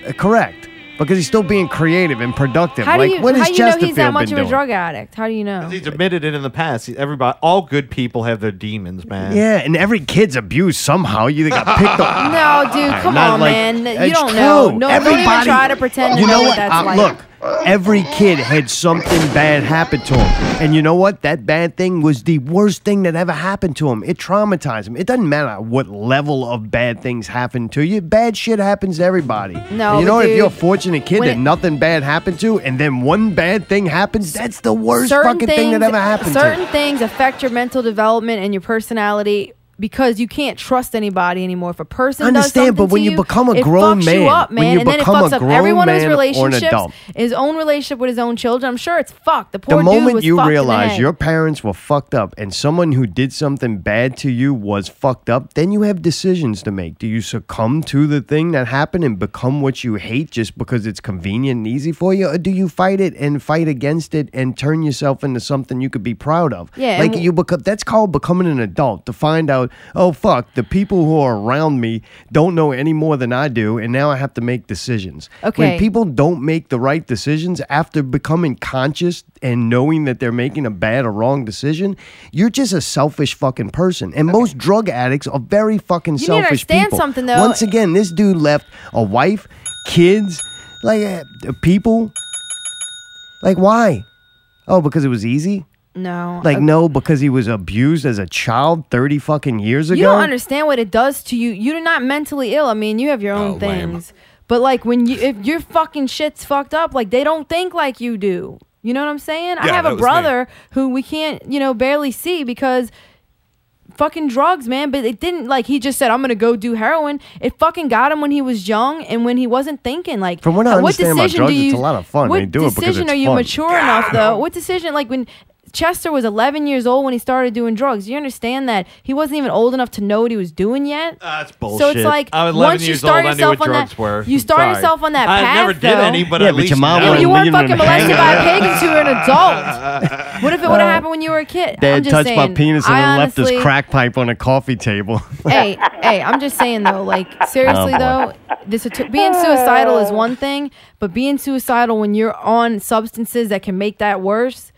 A: Uh, correct. Because he's still being creative and productive.
B: How do
A: like,
B: you
A: what has
B: how do you know
A: Chesterfield
B: he's that much
A: been
B: of a
A: doing?
B: drug addict? How do you know?
F: He's admitted it in the past. He- Everybody, all good people have their demons, man.
A: Yeah, and every kid's abused somehow. You got
F: [laughs]
A: picked up.
B: [laughs] No, dude, come
A: Not
B: on,
A: like-
B: man. You
A: It's
B: don't know.
A: true.
B: No, don't even
A: Everybody-
B: try to pretend to
A: You know
B: what,
A: what?
B: that's
A: Uh,
B: like.
A: Look, every kid had something bad happen to him, and you know what? That bad thing was the worst thing that ever happened to him. It traumatized him. It doesn't matter what level of bad things happen to you. Bad shit happens to everybody.
B: No,
A: And you know
B: but
A: what? If
B: dude,
A: you're a fortunate kid
B: when
A: that
B: it-
A: nothing bad happened to, and then one bad thing happens, that's the worst fucking thing that ever happened. to
B: Certain
A: you.
B: things affect your mental development and your personality because you can't trust anybody anymore. If a person
A: I
B: does something
A: understand, but when
B: to
A: you
B: you
A: become a
B: it
A: grown
B: fucks
A: man,
B: you up,
A: when
B: man,
A: you
B: and then it
A: become a
B: fucks up
A: grown
B: everyone
A: man
B: his
A: or an
B: relationships,
A: adult.
B: his own relationship with his own children. I'm sure it's fucked. The poor
A: the
B: dude
A: moment
B: was
A: you
B: fucked in the
A: realize
B: head.
A: your parents were fucked up and someone who did something bad to you was fucked up, then you have decisions to make. Do you succumb to the thing that happened and become what you hate just because it's convenient and easy for you? Or do you fight it and fight against it and turn yourself into something you could be proud of?
B: Yeah, and
A: Like
B: w-
A: you become that's called becoming an adult to find out, oh fuck, the people who are around me don't know any more than I do, and now I have to make decisions.
B: Okay.
A: When people don't make the right decisions after becoming conscious and knowing that they're making a bad or wrong decision, you're just a selfish fucking person. And most drug addicts are very fucking
B: You need to
A: selfish
B: understand
A: people.
B: something, though.
A: Once again, this dude left a wife, kids, like uh, people. Like why? Oh, because it was easy.
B: no,
A: Like
B: uh,
A: no, because he was abused as a child thirty fucking years ago.
B: You don't understand what it does to you. You're not mentally ill. I mean, you have your
G: Oh,
B: own things. But like when you if your fucking shit's fucked up, like they don't think like you do. You know what I'm saying? I
G: Yeah,
B: have
G: that
B: a
G: was me.
B: brother who we can't, you know, barely see because fucking drugs, man. But it didn't like he just said, I'm gonna go do heroin. It fucking got him when he was young and when he wasn't thinking. Like uh,
A: From what I understand about
B: decision
A: drugs,
B: do you,
A: it's a lot of fun.
B: What
A: They do it because
B: decision
A: it's
B: are you
A: fun.
B: mature enough though? What decision like when Chester was 11 years old when he started doing drugs. You understand that he wasn't even old enough to know what he was doing yet.
F: Ah, That's
B: So it's like once you start yourself on that, you start yourself on that path.
F: I never did
B: though.
F: any, but
A: Yeah,
F: at
A: but
F: least
A: your mom
F: now-
A: wouldn't
B: You weren't
A: You're gonna
B: fucking molested by a
A: hang
B: pig until you were an
A: [laughs]
B: adult. What if it would have happened when you were a kid? I'm
A: Dad
B: just
A: touched
B: saying,
A: my penis and
B: I
A: then left
B: honestly,
A: his crack pipe on a coffee table. [laughs]
B: hey, hey, I'm just saying though, like seriously
A: Oh,
B: though, this being suicidal is one thing, but being suicidal when you're on substances that can make that worse,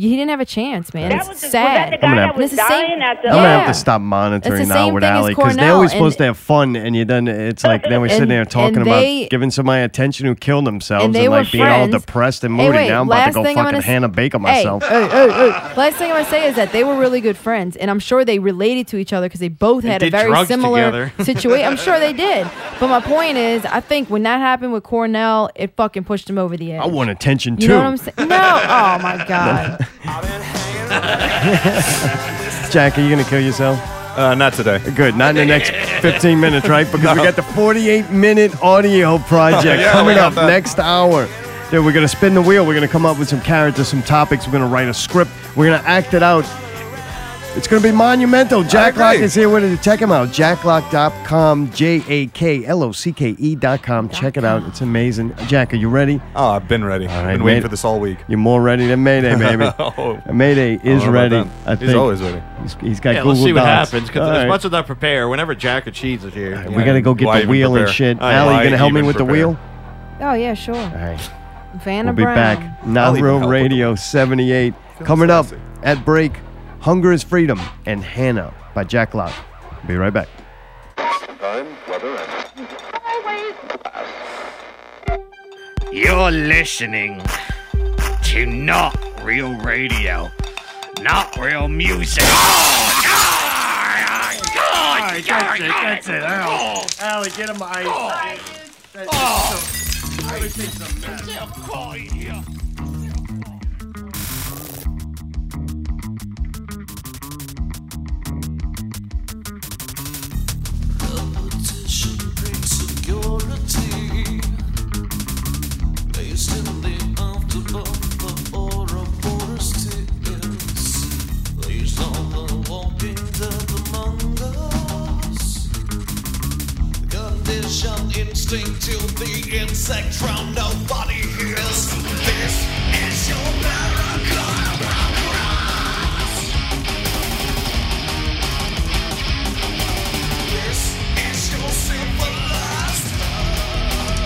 B: you, he didn't have a chance, man.
Q: That
B: it's
Q: was the- was that
B: sad.
Q: the guy I'm gonna have-
B: And it's the same-
Q: dying at the-
A: I'm gonna have
B: Yeah.
A: to stop monitoring
B: It's the
A: now
B: same
A: with
B: thing as
A: Allie because they're always
B: Cornell, and-
A: supposed to have fun, and you then it's like then we're sitting
B: And-
A: there talking
B: and
A: about
B: they-
A: giving somebody attention who killed themselves
B: and
A: and,
B: they were
A: like being all
B: friends.
A: depressed and
B: Hey,
A: moody.
B: wait,
A: now I'm about to
B: last
A: go
B: thing I'm
A: fucking
B: gonna s-
A: Hannah Baker
B: Hey, uh,
A: myself.
B: Hey, hey, hey. Last thing I'm gonna say is that they were really good friends, and I'm sure they related to each other because they both
F: They
B: had a
F: did
B: very
F: drugs
B: similar
F: together. [laughs]
B: situation. I'm sure they did. But my point is, I think when that happened with Cornell, it fucking pushed him over the edge.
A: I want attention
B: You
A: too.
B: know what I'm saying? No. Oh
A: [laughs]
B: my god.
H: [laughs]
A: Jack, are you gonna kill yourself?
H: Uh, not today.
A: Good. Not in the
H: [laughs]
A: next 15 minutes, right? Because we
H: No.
A: got the 48 minute audio project
H: [laughs] Yeah, we
A: coming
H: got
A: up
H: that.
A: next hour. Dude, we're gonna spin the wheel. We're gonna come up with some characters, some topics. We're gonna write a script. We're gonna act it out. It's going to be monumental. Jack Lock is here with it. Check him out. Jacklock.com, J A K L O C K E.com. Check it out. It's amazing. Jack, are you ready?
H: Oh, I've been ready. I've been
A: mate.
H: waiting for this all week.
A: You're more ready than
H: [laughs]
A: Mayday, baby.
H: Oh.
A: Mayday is
H: I don't know about
A: ready.
H: that.
A: I
H: He's
A: think.
H: always ready.
A: He's- he's got
F: yeah,
A: Google
F: let's see what
A: Docs.
F: happens. uh, Because
A: All
F: as
A: right.
F: much as I prepare, whenever Jack or Cheese is here,
A: We got to go get
F: Why
A: the
F: even
A: wheel and
F: prepare?
A: shit.
F: I-
A: Allie,
F: why
A: you going to help me
F: even
A: with the
F: prepare?
A: wheel?
B: Oh yeah, sure.
A: All right.
B: Vanna
A: We'll be
B: Brown.
A: back. Naro Radio 78. Coming up at break, Hunger is Freedom and Hannah by Jack Locke. Be right back.
D: Time, weather, and.
R: You're listening to Not Real Radio, Not Real Music.
D: Alright, that's it, that's it. Allie, Allie, get him ice. That's some- everything's a mess.
S: Competition brings security. Placed in the aftermath of Ouroboros tears. Placed on the walking dead among us. Condition instinct to the insect from nobody hears. This is your miracle. This is your simple last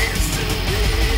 S: This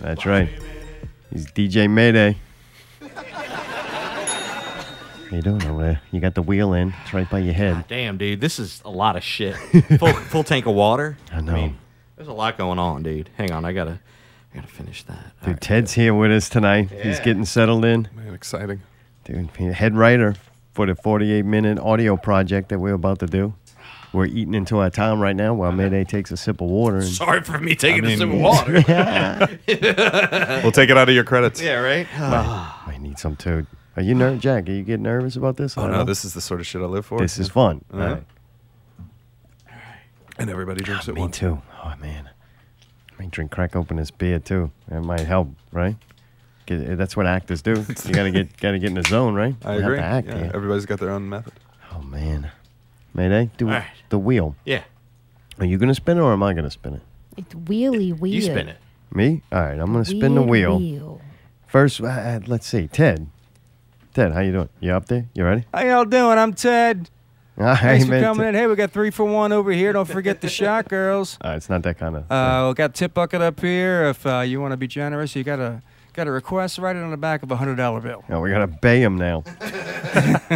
A: That's right. He's DJ
D: [laughs]
A: Mayday. How you doing over there? You got the wheel in. It's right by your head.
F: Damn, dude, this is a lot
A: [laughs]
F: of shit. full, full tank of water. I know. there's a lot going on, dude. Hang on, I gotta, I gotta finish that.
A: Dude, Ted's here with us tonight. He's
F: Yeah.
A: getting settled in.
H: Man, exciting.
A: Dude, he- head writer for the 48 minute audio project that we're about to do. We're eating into our time right now while Mayday takes a sip of water. And
F: Sorry for me taking a
H: I mean-
F: sip of water.
A: [laughs]
F: [laughs]
H: We'll take it out of your credits.
F: Yeah, right.
A: [sighs] I need some too. Are you nervous, Jack? Are you getting nervous about this?
H: Oh, no, this is the sort of shit I live for. Uh-huh.
A: This is fun.
H: All right.
A: All right.
H: And everybody drinks it
A: Me
H: once.
A: too. Oh man, I might drink crack open this beer too. That might help, right? 'Cause That's what actors do. You gotta get gotta get in the zone, right?
H: I
A: You
H: agree.
A: Have to act
H: Yeah,
A: here.
H: everybody's got their own method.
A: Oh man, Mayday, do
H: All right.
A: the wheel.
F: Yeah.
A: Are you gonna spin it or am I gonna spin it?
B: It's really weird.
A: Me? All right, I'm gonna spin the
B: Weird
A: wheel. [laughs]
B: [laughs]
A: First, uh, uh, let's see, Ted. Ted, how you doing? You up there? You ready?
Q: [laughs]
A: [laughs]
Q: How y'all doing? I'm Ted.
A: All right,
Q: Thanks for
A: man,
Q: coming
A: Ted.
Q: in. Hey, we got three for one over here. Don't forget the shot
A: [laughs]
Q: girls.
A: All right, it's not that kind of.
Q: Uh, we got tip bucket up here. If uh, you want to be generous, you got a got a request. Write it on the back of a hundred dollar bill.
A: Oh, we gotta bay him now.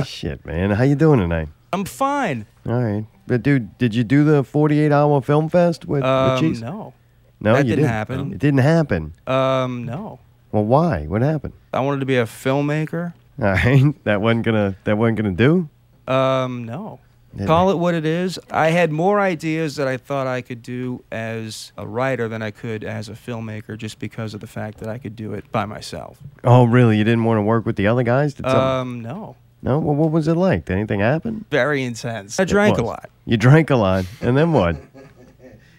A: Shit, man, how you doing tonight?
Q: I'm fine.
A: All right, but dude, did you do the 48 hour film fest with,
Q: Um,
A: with cheese?
Q: no.
A: no,
Q: that
A: you
Q: didn't
A: didn't.
Q: happen.
A: It didn't happen.
Q: Um, no.
A: Well, why? What happened? [laughs]
Q: I wanted to be a filmmaker.
A: All right, that wasn't gonna. That wasn't gonna do.
Q: Um, no.
A: Yeah.
Q: Call it what it is. I had more ideas that I thought I could do as a writer than I could as a filmmaker, just because of the fact that I could do it by myself.
A: Oh, really? You didn't want to work with the other guys? Did something-
Q: Um, no.
A: no. Well, what was it like? Did anything happen?
Q: Very intense. I
A: It
Q: drank a
A: was.
Q: lot.
A: You drank a lot, and then what?
Q: [laughs]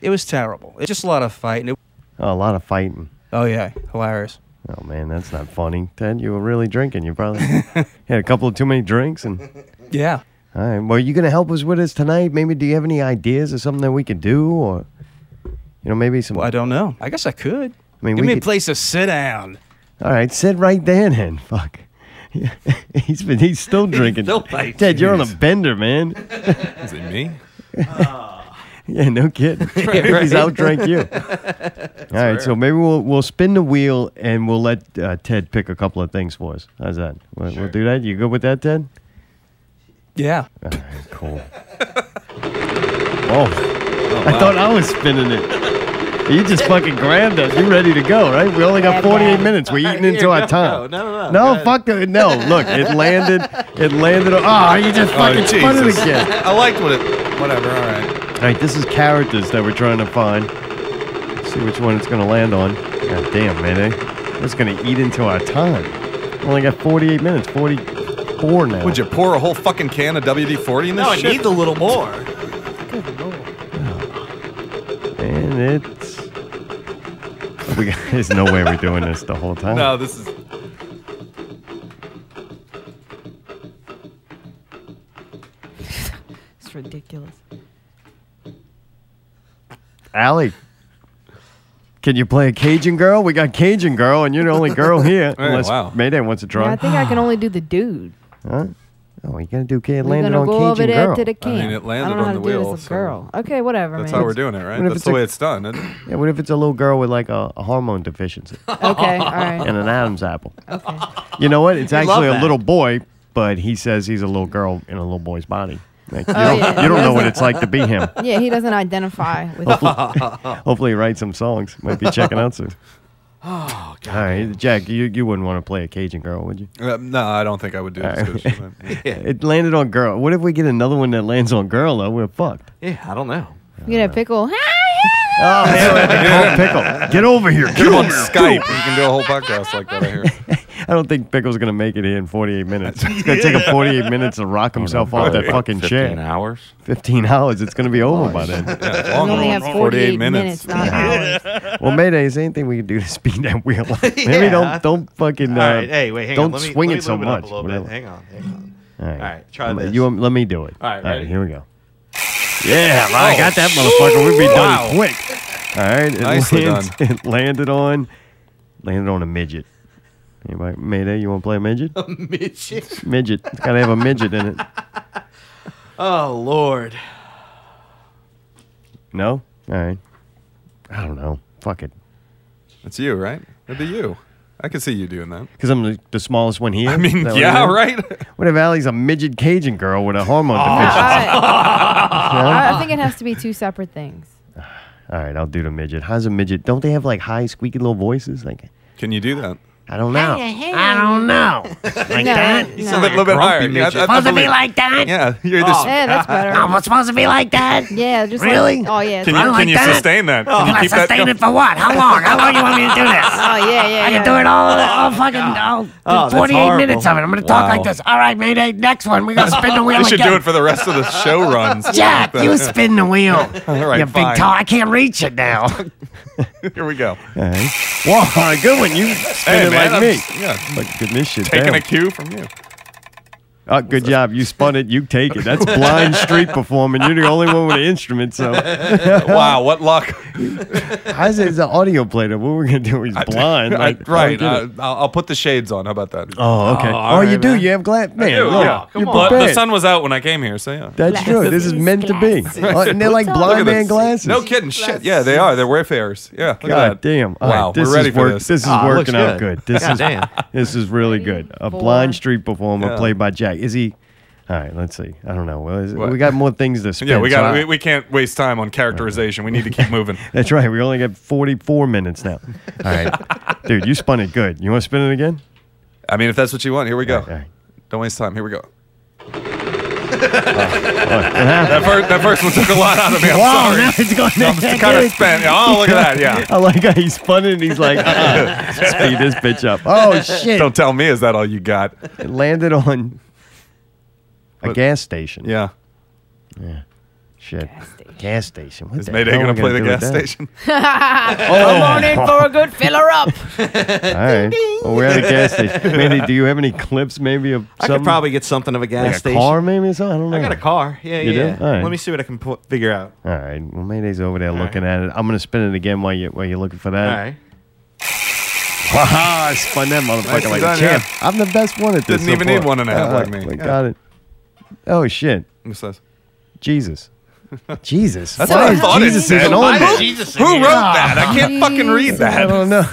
Q: It was terrible. It's just a lot of fighting. It,
A: Oh, a lot of fighting.
Q: oh yeah, hilarious.
A: Oh man, that's not funny. Ted, you were really drinking. You probably [laughs] had a couple of too many drinks and
Q: [laughs] Yeah.
A: All right. Well, you gonna help us with this tonight? Maybe do you have any ideas of something that we could do, or you know, maybe some.
Q: I don't know. I guess I could.
A: I mean,
Q: Give
A: we
Q: me a
A: could-
Q: place to sit down.
A: All right, sit right there then. [laughs] Fuck. he's been.
Q: [laughs]
A: He's still drinking.
Q: still fighting.
A: Ted, you're on a bender, man.
H: Is it me?
A: [laughs] yeah, no [laughs] kidding. he's out drank you. [laughs] All right, so maybe we'll we'll spin the wheel and we'll let uh, Ted pick a couple of things for us. How's that? We'll, we'll do that. You good with that, Ted?
Q: Yeah.
A: All right, cool. Oh, I thought I was spinning it. You [laughs] just fucking grabbed us. You ready to go, right? We only got 48 minutes. [laughs] We're eating into our time. No, no, no. No, fuck the, No, look, it landed. It landed. Oh, you just fucking spun it
H: Jesus.
A: again.
H: I liked what it. Whatever. All right.
A: All right, this is characters that we're trying to find. See which one it's going to land on. God damn, man. Eh? It's going to eat into our time. We Only got 48 minutes, 44 now.
H: Would you pour a whole fucking can of WD 40 in this
F: No, I
H: shit?
F: need a little more.
A: And it's. We got, [laughs] there's no way we're doing this the whole time.
H: No, this is.
B: It's ridiculous.
A: Allie, can you play a Cajun girl? We got Cajun girl, and you're the only girl
H: [laughs]
A: here.
B: Hey,
A: unless
B: wow.
A: Mayday wants to
B: Yeah,
A: try.
B: I think I can only do the dude.
A: Huh? Oh, you gotta do Cajun.
B: We're
A: Landed
B: gonna
A: on
B: go over
A: Cajun
B: there
A: girl.
B: to the camp.
H: mean, it landed
B: I don't know
H: on
B: how
H: the
B: to do
H: wheel,
B: this as a
H: so
B: girl. Okay, whatever.
H: That's
B: man.
H: how we're doing it, right?
A: What if
H: That's
A: it's
H: the
A: a-
H: way it's done. isn't it?
A: [clears throat] Yeah, what if it's a little girl with like a, a hormone deficiency?
B: Okay, all right.
A: [laughs] And an Adam's apple.
H: [laughs]
A: Okay. You know what? It's
B: We love
A: actually a
B: that.
A: little boy, but he says he's a little girl in a little boy's body. Like, you,
B: Oh,
A: don't,
B: yeah.
A: you don't know what it's like to be
B: [laughs]
A: him. [laughs] Oh.
B: Yeah, he doesn't identify with.
A: Hopefully, hopefully he writes some songs. Might be checking out
H: [sighs]
A: soon.
B: Oh,
A: All right, Jack, you, you wouldn't want to play a Cajun girl, would you?
H: Uh, no, I don't think I would do
A: All
H: this.
A: right.
H: 'cause
A: [laughs]
H: she's-
A: It landed on girl. What if we get another one that lands on girl? Though we're
H: [laughs]
A: fucked.
F: Yeah, I don't know.
B: You get a
A: [laughs]
B: pickle.
A: Oh,
B: [laughs]
H: Yeah.
A: Pickle, get over here.
H: Get
A: Get
H: him
A: over
H: on
A: here.
H: Skype. You can do a whole podcast like that. I hear.
A: I don't think Pickle's gonna make it here in 48 minutes. It's gonna take him 48 minutes to rock himself off that
F: Oh, Probably
A: fucking
F: 15
A: chair.
F: hours?
A: 15 hours. It's gonna be over by
F: [laughs]
A: then.
H: Yeah, long
B: We only
H: one,
B: have 48 minutes, not
A: Well, Mayday, is there anything we can do to speed that wheel
F: [laughs]
A: up? Maybe
F: Yeah.
A: don't don't fucking. Uh,
F: All right, hey, wait, hang
A: don't
F: on. Let me,
A: swing
F: let me
A: it so
F: lube
A: much.
F: Up a little
A: whatever.
F: bit. Hang on, hang on.
A: All right.
F: right, try
A: Um,
F: this.
A: You, want- let me do it.
F: All right, ready?
A: here we go. Yeah, well, I
F: Oh.
A: got that motherfucker. We'd be
F: Wow.
A: done quick. All right. It,
F: Nicely
A: lands- [laughs] it landed on landed on a midget. Anybody, Mayday, you want to play a midget?
F: A midget.
A: midget. It's got to have a midget in it.
F: Oh Lord.
A: No? All right. I don't know. Fuck it.
H: It's you, right? It'd be you. I could see you doing that.
A: Because I'm the, the smallest one here. I
H: mean, yeah, right? Oh.
A: What if Allie's a midget Cajun girl with a hormone deficiency?
B: I, I think it has to be two separate
A: [laughs]
B: things.
A: All right, I'll do the midget. How's a midget? Don't they have like high, squeaky little voices? Like,
H: Can you do that?
A: I don't know.
G: Oh, I
B: [laughs]
G: don't know.
A: Like that?
H: You sound a little bit higher. Yeah, I- I
G: supposed to be
H: believe-
G: like that?
H: Yeah, you're this.
B: Oh. yeah,
H: [laughs]
B: that's
A: [laughs]
B: better.
G: No, I'm supposed to be like that.
B: Yeah, just like-
G: really.
B: oh yeah.
H: Can you-
G: I don't
H: can
G: like
H: you
G: that.
H: sustain that? Can you
G: Can Oh, I
H: keep that
G: sustain
H: going?
G: it for what?
H: [laughs]
G: How long? How long you want me to do this?
B: [laughs] Oh yeah, yeah.
G: I
B: yeah.
G: can do it all, all fucking, all
H: Oh, that's
G: 28 minutes of it.
H: horrible.
G: I'm gonna talk
H: Wow.
G: like this. All right, Mayday. Next one, we gotta
H: [laughs]
G: spin the wheel
H: You should
G: again.
H: do it for the rest of the show runs.
G: [laughs] Jack,
H: [laughs]
G: you spin the wheel.
H: All right,
G: you big
H: fine.
G: toe. I can't reach it now.
H: [laughs] Here we go.
A: Whoa, good one. You spin
H: Hey,
A: it
H: man,
A: like
H: I'm-
A: me.
H: yeah.
A: Like, goodness shit.
H: Taking
A: down.
H: a cue from you.
A: Oh, good job. You spun it. You take it. That's blind street performing. You're the only one with an instrument. So,
H: [laughs]
G: uh,
H: wow, what luck!
A: How's it? It's an audio player. What we're gonna do? He's blind.
H: [laughs] I-
A: Like, how we
H: right.
A: did
H: I,
A: it?
H: I'll, I'll put the shades on. How about that?
A: Oh, okay. Oh, you do. You have glass. Man, look, you're
H: But the
A: prepared.
H: sun was out when I came here, so yeah.
A: That's true.
G: [laughs]
A: This is meant to be. Oh, and they're like
H: Look at
A: blind
H: this.
A: man glasses.
H: No kidding. Shit. Yeah, they are. They're wayfarers. Yeah. Look
A: God
H: at that.
A: damn! All
H: wow.
A: right, this
H: we're ready
A: is
H: for
A: work-
H: this.
A: is
G: Ah,
A: working out good. This is this is really good. A blind street performer
H: Yeah.
A: played by Jack. Is he? All right, let's see. I don't know. Well, is-
H: What?
A: we got more things to spin.
H: Yeah, we
A: so
H: got.
A: I-
H: We, we can't waste time on characterization. We need
A: [laughs]
H: to keep moving.
A: That's right. We only got 44 minutes now. All right. Dude, you spun it good. You want to spin it again?
H: I mean, if that's what you want, here we go. Don't waste time. Here we go.
A: Oh,
H: [laughs] that, first, that first one took a lot out of me. I'm
A: Wow,
H: sorry.
A: now it's going
H: I'm kind of spent. Oh, look at that. Yeah.
A: [laughs] I like how he spun it and he's like, uh, speed [laughs]
H: [laughs]
A: this bitch up. Oh, shit.
H: Don't tell me, is that all you got?
A: It landed on a gas station.
H: Yeah.
A: Yeah. Shit. Gas station. Gas station. What
H: Is
A: the
H: Mayday
A: hell
H: gonna
A: am I
H: play the
A: do with
H: gas
B: [laughs]
A: that? Oh.
H: station?
B: Come on in for a good filler up.
A: [laughs] All right. Well, we're at a gas station. Mayday, do you have any clips maybe of
F: I
A: something?
F: could probably get something of a gas
A: like a
F: station.
A: car maybe or something? I don't know.
F: I got a car. Yeah,
A: You do?
F: yeah.
A: All right.
F: Let me see what I can pu-
A: [laughs]
F: figure out.
A: All right. Well, Mayday's over there
F: All
A: looking at it. I'm gonna spin it again while you while you're looking for
F: All
A: that.
F: right.
A: Haha, I spun that motherfucker
F: Nicely
A: like
F: done,
A: a champ. I'm the best one at this.
H: Didn't
A: so
H: even
A: far.
H: need one and a half like me.
A: I
H: Yeah.
A: Got it. Oh shit,
H: What's this? [laughs]
A: Jesus, Jesus.
H: That's
A: Why
H: what I
A: is
H: thought it
A: Jesus
H: said.
A: even
H: Why
A: on
H: is
A: there?
H: Jesus in Who here? Ah. wrote that? I can't fucking read that.
A: I don't [laughs] know.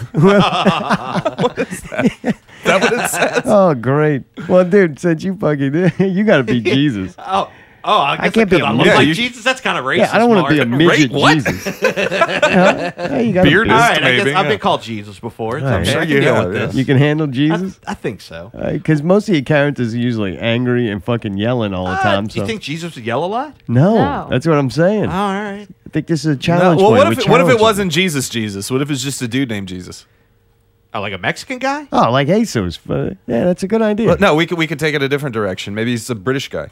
H: what is that? Is that [laughs] what it says?
A: oh great. Well, dude, since you fucking [laughs] you got to
H: [laughs]
A: be
F: [laughs]
A: Jesus.
F: Oh, oh, I, guess
A: I can't be
F: could-
A: a
F: I look
A: midget.
F: like Jesus. That's kind of racist.
A: Yeah, I don't want
F: want
A: to be a midget Jesus.
F: [laughs]
A: Yeah, yeah, you gotta
F: All
A: be-
F: right, I guess I've been called Jesus before. It's
A: All right.
F: okay. I can deal with this.
A: You can handle Jesus.
F: I think so.
A: Because most of your characters are usually angry and fucking yelling all the
F: Uh,
A: time.
F: do
A: So
F: you think Oh. Jesus would yell a lot?
A: no,
F: No.
A: that's what I'm saying.
F: All right.
A: I think this is a challenge.
H: well,
A: for you.
H: what
A: We're
H: if, it, what if it
A: challenging.
H: wasn't Jesus Jesus? What if it's just a dude named Jesus?
F: Oh, like a Mexican guy?
A: Oh, like Jesus. Uh, yeah, that's a good idea.
H: But no, we could we could take it a different direction. Maybe he's a British guy.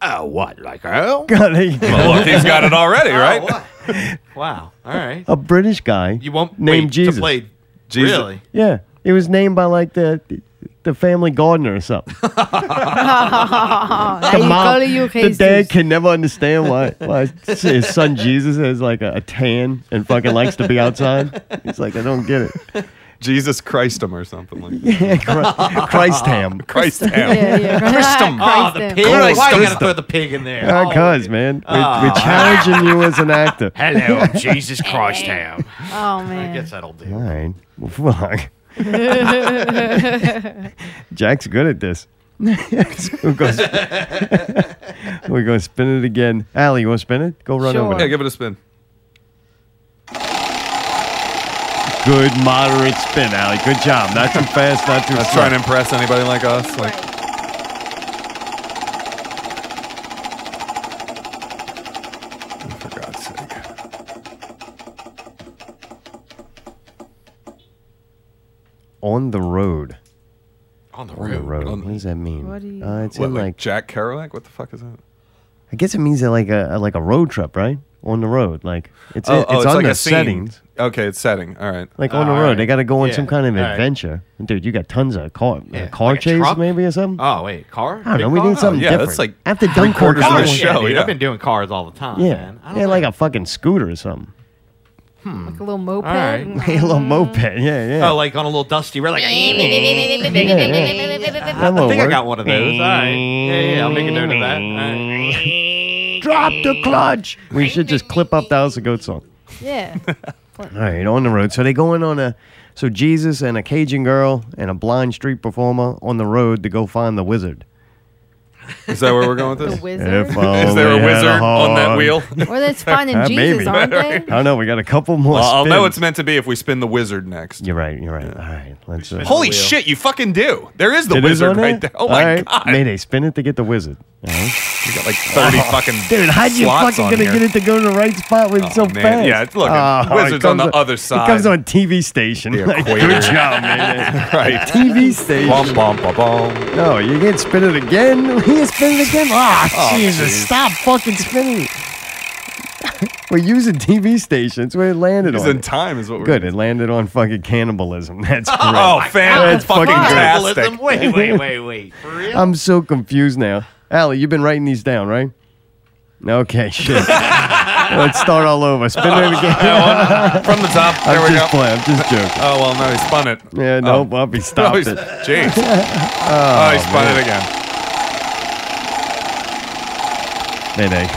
F: Oh, what? Like hell?
A: [laughs] God, there you go.
H: Well, look, he's got it already,
F: Oh,
H: right?
F: what? wow. All right.
A: A British guy.
F: You won't
A: named
F: wait
A: Jesus.
F: to play
H: Jesus.
F: Really?
A: Yeah, he was named by like the the family gardener or something.
B: the
A: the mom,
B: you
A: the
B: Jesus.
A: dad can never understand why why his son Jesus has like a, a tan and fucking likes to be outside. He's like, I don't get it.
H: Jesus Christum or something
A: [laughs]
H: like that.
A: Yeah, Chri- Christ [laughs] ham.
H: Christ ham.
B: Yeah,
A: [laughs]
B: yeah.
H: Christum.
A: Ah,
F: Oh, the
B: Christ
F: pig.
B: him.
F: Why you gotta
A: Christum.
F: throw the pig in there?
A: Uh, Cuz, man, we're, we're
F: Oh.
A: challenging you as an [laughs] actor.
F: Hello, Jesus Christ ham.
B: Oh
F: I guess that'll do.
A: [laughs] All right.
B: [laughs]
A: Well, fuck.
B: man.
A: Jack's good
B: [laughs]
A: at this. So we're going [laughs] to spin it again. Allie, you want to spin it? Go run over.
H: Yeah,
A: it.
H: give it a spin.
A: Good moderate spin, Allie. Good job. Not too fast, not too
H: Let's
A: slow.
H: try and impress anybody like us. Like, for God's sake.
A: On the road.
H: On the
A: On the road.
H: On-
A: what does that mean?
B: What do you-
A: Uh, it's
H: What,
A: in
H: like,
A: like,
H: Jack Kerouac? What the fuck is that?
A: I guess it means that like a like a road trip, right? On the road, like it's
H: oh,
A: it's,
H: oh,
A: on
H: like
A: the
H: a scene.
A: settings.
H: Okay, it's setting. All right.
A: Like on the road, they got to go on some kind of adventure. Dude, you got tons of car uh, car
F: like a
A: chase
F: truck?
A: maybe or something.
F: Oh wait, car?
A: I don't know.
F: Big
A: We
F: car?
A: need something
H: yeah,
A: different.
H: that's like
A: after
H: three
A: Dunkirk,
H: quarters of
A: I
H: the
A: don't-
H: show.
F: Yeah, dude,
H: yeah.
F: I've been doing cars all the time.
A: Yeah,
F: man.
A: yeah, like a fucking scooter or something.
B: like a little moped.
F: All right.
A: [laughs] a little moped. Yeah, yeah.
F: Oh, like on a little dusty road. Like,
A: That
F: I
A: won't
F: think I
A: work.
F: got one of those. All right. Yeah, yeah, I'll make a note of that. All right.
B: [laughs]
H: [laughs]
A: Drop the clutch. We should just clip up the House of Goat song.
B: [laughs] Yeah.
A: All right, on the road. So they go in on a so Jesus and a Cajun girl and a blind street performer on the road to go find the wizard.
H: Is that where we're going with this?
B: The wizard.
A: If
H: Is there
A: only
H: a
A: had
H: wizard on that
A: horn.
H: wheel?
B: Well, that's finding
A: Uh,
B: Jesus, aren't they?
A: Ah, [laughs] I don't know. We got a couple [laughs] more.
H: Well, I'll
A: spins.
H: know it's meant to be if we spin the wizard next.
A: You're right. You're right. All right. Let's. Uh,
H: Holy shit, you fucking do. There is the
A: It
H: wizard
A: on
H: right there. Oh my
A: All right.
H: god. [laughs]
A: Mayday, spin it to get the wizard. All right. Oh,
H: You got like 30 fucking
A: [laughs] Dude, how'd you
H: slots
A: fucking
H: on
A: gonna
H: here. Oh,
A: get it to go to the right spot when it's so
H: man.
A: fast? Oh,
H: Yeah, it's- look,
A: Uh,
H: Wizard's on the other
A: It
H: side.
A: comes on TV station. [laughs] Like,
H: Quater.
A: good job, man.
H: [laughs] Right.
A: [laughs] TV station.
H: Bum, bum, bum, bum.
A: No, you can't spin it again. [laughs] He is spinning again. Ah,
G: Oh,
A: Jesus!
G: geez.
A: Stop fucking spinning. [laughs] We're using TV stations. Where it landed
H: It's
A: on.
H: in time is what we're
A: Good. It landed on fucking cannibalism. [laughs] That's great.
H: Oh, fan-
A: That's
H: fucking
A: great.
H: fantastic.
F: Wait, wait,
A: [laughs]
F: wait, wait. For real?
A: I'm so confused now. Allie, you've been writing these down, right? Okay, [laughs] shit. Let's start all over. Spin it
H: [laughs] That
A: again.
H: one. From the top. There
A: I'm
H: we
A: just
H: go.
A: playing. I'm just joking.
H: Oh well, no, he spun it. Um,
A: Yeah, no, well, he stopped
H: he's-
A: it.
H: Jeez.
A: [laughs] Oh,
H: oh, he spun
A: man.
H: it again.
A: Mayday,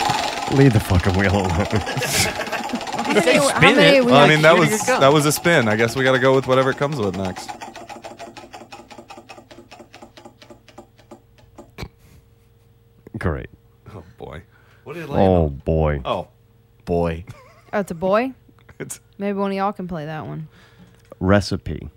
A: leave the fucking wheel alone. [laughs]
B: many- how
H: Spin
B: many
H: it.
B: we
H: I
B: got
H: mean, that
B: here to
H: was
B: go?
H: that was a spin. I guess we got to go with whatever it comes with next.
A: Great.
H: Oh boy.
F: What did it land
A: Oh
F: on?
A: boy.
F: Oh.
A: Boy.
B: Oh, it's a boy.
H: It's-
B: Maybe one of y'all can play that one.
F: [laughs]
A: Recipe.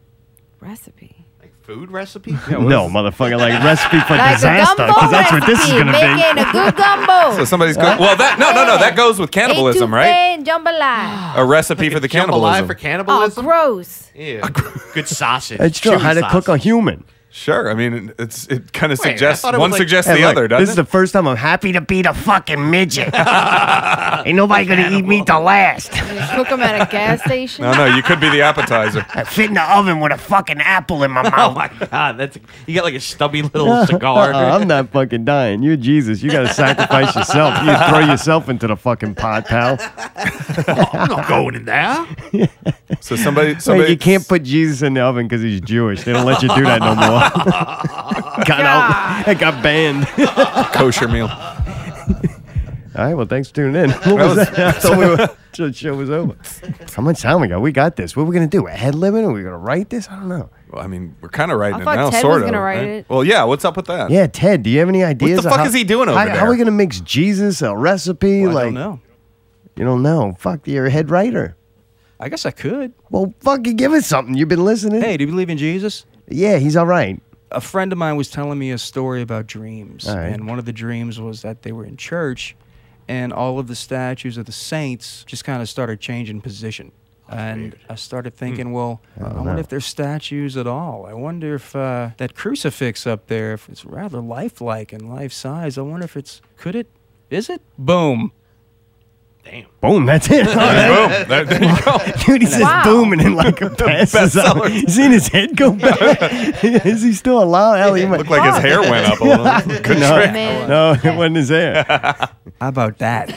B: Recipe.
F: Food recipe?
A: no, motherfucker, like recipe
B: [laughs]
A: for
B: Like a
A: disaster,
B: gumbo
A: because that's what this is
B: recipe,
A: gonna be.
B: Making a good gumbo.
H: So somebody's going. Well, that no, no, no. That goes with cannibalism, right? Ah,
B: Etouffee and jambalaya.
H: A recipe for the cannibalism.
F: for
B: Oh,
F: cannibalism?
B: gross.
F: Yeah. Good sausage.
A: It's true.
F: Chewy
A: How to
F: sausage.
A: cook a human.
H: Sure. I mean, it- it's it kind of
F: Wait, I
H: suggests
F: thought it
H: one
F: was like-
H: suggests
A: Hey,
H: the
A: look,
H: other,
A: this is
H: doesn't
A: the
H: it?
A: first time I'm happy to be the fucking midget. Ain't nobody gonna eat me to last.
B: Cook them at a
A: [laughs]
B: gas station.
H: No, no. You could be the appetizer.
G: I fit in the oven with a fucking apple in my
F: Oh
G: mouth.
F: my
A: [laughs]
F: god, that's you got like a stubby little cigar.
A: Uh-uh, I'm not fucking dying. You're Jesus. You gotta sacrifice yourself.
F: [laughs]
A: You throw yourself into the fucking pot, pal.
F: I'm not going in there.
H: So somebody,
A: So
H: somebody.
A: you can't put Jesus in the oven because he's Jewish. They don't let you do that no
F: [laughs]
A: more. [laughs] got out. It got banned. [laughs]
H: kosher meal.
A: All right. Well, thanks for tuning in. What was [laughs]
H: was-
A: [laughs] that? I thought we were- the show was over. How much time we got? We got this. What are we gonna do? A head limit? Are we gonna write this? I don't know.
H: Well, I mean, we're kind of writing
B: I
H: it
B: thought
H: now,
B: Ted was
H: sort of.
B: gonna write
H: right?
B: it.
H: Well, yeah. What's up with that?
A: Yeah, Ted. Do you have any ideas? of
H: fuck
A: how-
H: is he doing over
A: how, How
H: there?
A: are we gonna mix Jesus a recipe?
Q: Well, I
A: like
Q: don't know.
A: you don't know. Fuck, you're a head writer.
Q: I guess I could.
A: Well, fucking give us something. You've been listening.
Q: Hey, do you believe in Jesus?
A: Yeah, he's all right.
Q: A friend of mine was telling me a story about dreams,
A: All right.
Q: and one of the dreams was that they were in church, and all of the statues of the saints just kind of started changing position. and I started thinking, well, I,
A: don't
Q: wonder
A: know.
Q: if there's statues at all. I wonder if uh, that crucifix up there, if it's rather lifelike and life size. I wonder if it's could it, is it? [laughs] Boom.
A: [laughs] Boom, that's it. All right.
H: Boom.
Q: [laughs]
H: There, [laughs] there you go.
A: Dude, he says
B: Wow.
A: boom and then
H: [laughs]
A: like a passes out. You seen his head go back? [laughs] Is he still alive? Hell, he might-
H: Looked like his hair went up
A: [laughs]
H: a little. Good
A: no,
H: trick.
B: Man.
A: no, it wasn't his
H: [laughs]
A: hair.
Q: How about that?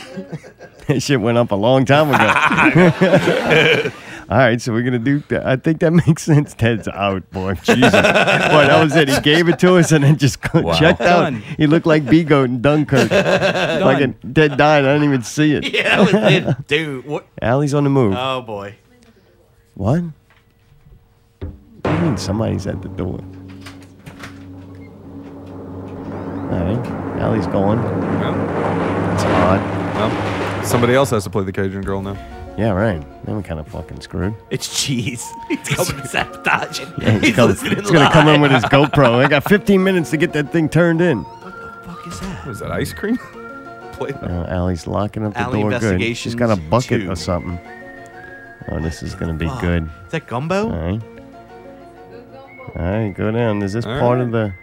A: [laughs] That shit went up a long time ago.
H: [laughs]
A: [laughs] All right, so we're gonna do. That. I think that makes sense. Ted's out, boy. Jesus, boy, that was it. He gave it to us and then just [laughs]
H: Wow.
A: checked out.
Q: Done.
A: He looked like B Goat in
F: [laughs]
A: Dunkirk. like a dead died. I didn't even see it.
F: Yeah, that
A: [laughs]
F: was it. dude. What?
A: Allie's on the move.
F: Oh boy.
A: What? What do you mean somebody's at the door? Alright. Allie's going.
F: Oh.
A: It's odd.
H: Well, somebody else has to play the Cajun girl now.
A: Yeah, right. Then we're kind of fucking
F: [laughs]
A: screwed.
F: It's cheese. He's coming to sabotage it.
A: Yeah,
F: He's
A: coming-
F: listening
A: he's gonna come in with
F: live.
A: his
F: [laughs]
A: GoPro. I got 15 minutes to get that thing turned in.
F: Fuck is that?
H: What is that ice cream? [laughs] play.
A: Uh, Allie's locking up the
F: Allie
A: door good. She's got a
F: Investigations
A: bucket
F: two.
A: or something. Oh, this is gonna be
F: Fuck.
A: good.
F: Is that gumbo?
A: Alright. Alright, go down. Is this
H: All
A: part of the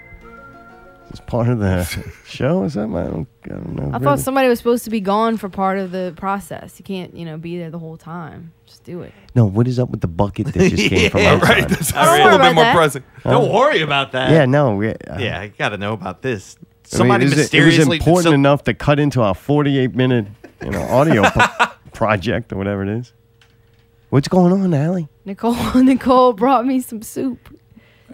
A: is this part of the
F: [laughs]
A: show or something? I don't I don't know.
B: I
A: really.
B: thought somebody was supposed to be gone for part of the process. You can't, you know, be there the whole time. Just do it.
A: No, what is up with the bucket that
F: [laughs]
A: just came from
F: Yeah,
A: outside?
H: Right. That's
F: All
H: a
F: right.
H: little
B: Don't worry
H: bit more
B: about that.
H: pressing.
F: Don't worry about that.
A: Yeah, no. We, uh,
F: Yeah, I gotta know about this.
A: I mean,
F: Somebody
A: it was,
F: mysteriously.
A: It was important
F: so-
A: enough to cut into our 48 minute you know, audio
F: [laughs]
A: pro- project or whatever it is. What's going on, Allie?
B: Nicole, [laughs] Nicole brought me some soup.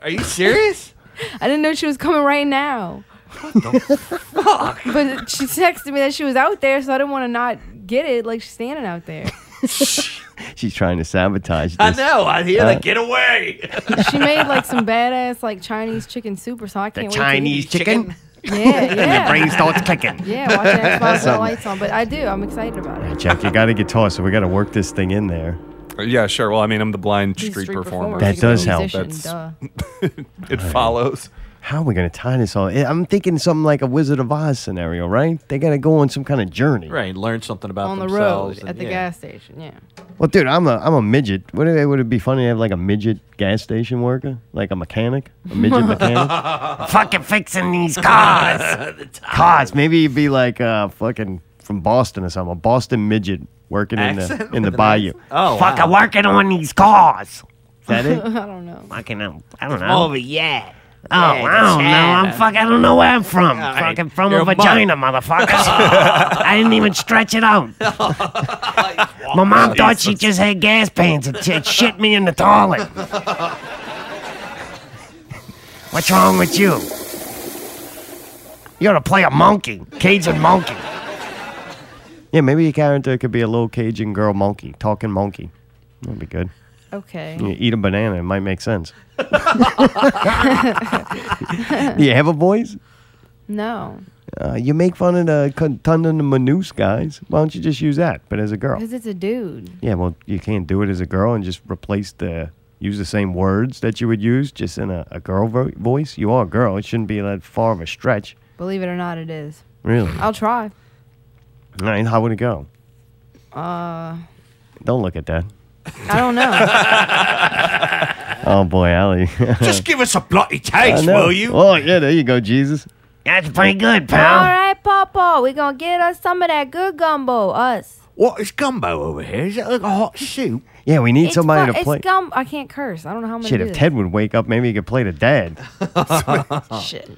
F: Are you serious?
B: [laughs] I didn't know she was coming right now. [laughs] but she
F: [laughs]
B: texted me that she was out there, so I didn't want to not get it. Like she's standing out there.
A: She's trying to sabotage. This.
F: I know. I hear
A: Uh,
F: that. Get away.
B: she made like some badass like Chinese chicken soup or something. I can't
A: Chinese
B: wait to eat it.
A: chicken. [laughs]
B: Yeah, yeah.
A: your brain starts clicking.
B: Yeah, watch [laughs] that Xbox with the
A: Something.
B: lights on. But I do. I'm excited about it.
A: Jack, you got to get tossed, so we got to work this thing in there.
H: Uh, Yeah, sure. Well, I mean, I'm the blind
B: He's a
H: street,
B: street
H: performer.
B: performer. That
H: so
A: does help.
H: That's,
B: Duh.
H: [laughs] it follows.
A: How are we going to tie this all? I'm thinking something like a Wizard of Oz scenario, right? They got to go on some kind of journey.
F: Right. Learn something about
B: on the
F: themselves.
B: road
F: and-
B: at the
F: yeah.
B: gas station. Yeah.
A: Well, dude, I'm a I'm a midget. Would it, would it be funny to have like a midget gas station worker, like a mechanic, a
F: [laughs]
A: midget mechanic?
G: fucking fixing these cars.
A: Cause maybe you'd be like uh, fucking from Boston or something, a Boston midget working in
G: Accent
A: the in the
G: with an
A: bayou.
G: Oh, fucking working on these cars.
A: Is that it?
B: I don't know.
G: Fucking, um, I don't know.
A: more
G: Over, yeah. Oh,
A: Yeah,
G: I don't know. I'm
A: vagina.
G: fuck. I don't know where I'm from.
A: All right.
G: Fucking from
A: You're
G: a
A: a mutt.
G: vagina,
A: [laughs]
G: motherfucker. I didn't even stretch it out. My mom thought she just had gas pans and she shit me in the
F: [laughs]
G: toilet. What's wrong with you? You ought to play a monkey, Cajun
A: [laughs]
G: monkey.
A: Yeah, maybe your character could be a little Cajun girl monkey, talking monkey. That'd be good.
B: Okay.
A: You eat a banana, it might make sense. Do you have a voice?
B: [laughs] no,
A: Uh, you make fun of the Contunda and the Manoose guys. Why don't you just use that, but as a girl?
B: because it's a dude.
A: Yeah, well, you can't do it as a girl and just replace the use the same words that you would use just in a, a girl vo- voice. You are a girl. It shouldn't be that far of a stretch,
B: Believe it or not, it is.
A: really.
B: I'll try.
A: All right, how would it go?
B: Uh,
A: Don't look at that.
B: I don't know.
A: Oh boy, Ali.
R: Just give us a bloody
A: [laughs] I
R: taste,
A: know.
R: will you?
A: Oh yeah, there you go, Jesus.
G: That's pretty good,
B: All right, Papa, we gonna get us some of that good gumbo. Us.
F: What is gumbo over here? Is it like a hot soup?
A: Yeah, we need
B: It's
A: somebody
B: fu-
A: to play.
B: It's gum. I can't curse. I don't know how many.
A: Shit, if Ted would wake up, maybe he could play
B: [laughs]
A: the dad.
B: Shit.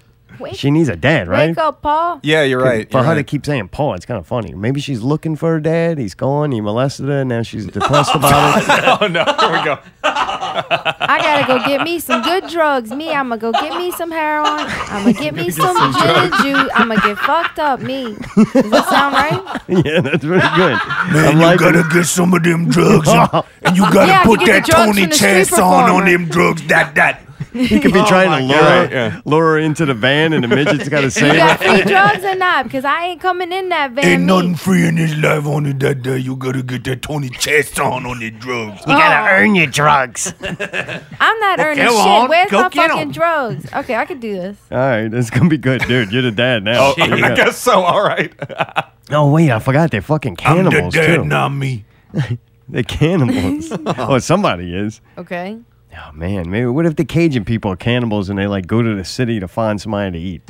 B: Wake,
A: she needs a dad, right?
B: wake up, Paul.
H: Yeah, you're right.
A: For
H: you're
A: her to
H: right.
A: keep saying Paul, it's kind of funny. Maybe she's looking for her dad. He's gone. He molested her. Now
H: [laughs]
A: she's depressed about it.
H: oh no, here we go.
B: I gotta go get me some good drugs. Me, I'ma go get me some heroin.
A: [laughs]
B: I'ma get me
D: Get
B: some
D: some
B: gin and
D: drugs.
B: juice. I'ma get fucked up. Me. Does that sound
A: [laughs]
B: right?
A: [laughs] yeah, that's really good.
D: Man, you gotta get some of them
A: [laughs]
D: drugs, and, and you gotta
B: Yeah, I can
D: put
B: get the
D: that
B: drugs
D: Tony
B: from the street
D: Chance on
B: performer.
D: on them
B: [laughs]
D: drugs. That that.
A: He could be
D: Oh
A: trying
D: my
A: to
D: God.
A: lure,
D: Right,
A: lure [laughs] her into the van, and the
B: [laughs]
A: midget's got to
B: You
A: save
B: got free
A: her.
B: drugs or not? Because I ain't coming in that van.
D: Ain't
B: me.
D: nothing free in this life on it that day. You gotta get that Tony Chance on on the drugs.
B: You gotta Oh.
G: earn your drugs.
B: I'm not
D: Well,
B: earning
D: go
B: shit.
D: on,
B: Where's
D: go
B: my
D: get 'em.
B: fucking drugs? Okay, I could do
A: [laughs]
B: this.
A: All right, that's gonna be good, dude. You're the dad now.
H: Oh, I guess so. All right.
A: Oh wait, I forgot they're fucking
D: I'm
A: cannibals
D: the dad,
A: too.
D: not me.
A: [laughs] They're
H: [laughs]
A: cannibals. oh, somebody is.
B: Okay.
A: Oh man, maybe what if the Cajun people are cannibals and they like go to the city to find somebody to eat?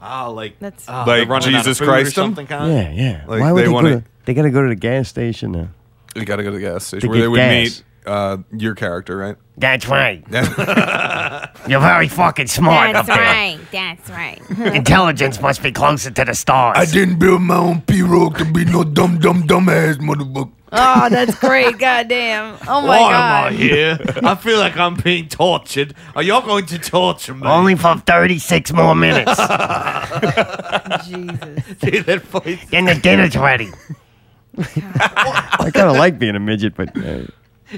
F: Ah, like that's
H: Like Jesus Christ 'em?
F: something kind.
A: Yeah, yeah.
H: Like,
A: Why would
H: they
A: they, go
H: wanna-
A: to? They gotta go to the gas station now.
H: You gotta go to the gas station
A: To
H: where
A: get
H: they would
A: gas.
H: meet uh, your character, right?
G: That's
H: [laughs]
G: right.
H: You're
G: You're very fucking smart
D: That's
G: up there.
A: [laughs]
D: right,
B: That's right.
G: Intelligence must be closer to the stars.
D: I didn't build my own P Rock to be no dumb, dumb, dumb ass motherfucker.
B: Oh, that's great. Goddamn. Oh my
R: Why
B: god.
R: am I here? I feel like I'm being tortured. Are y'all going to torture me?
G: Only for 36 more
D: [laughs]
G: minutes.
R: Dude, that voice.
G: Then the dinner's ready.
A: I kind of like being a midget, but uh,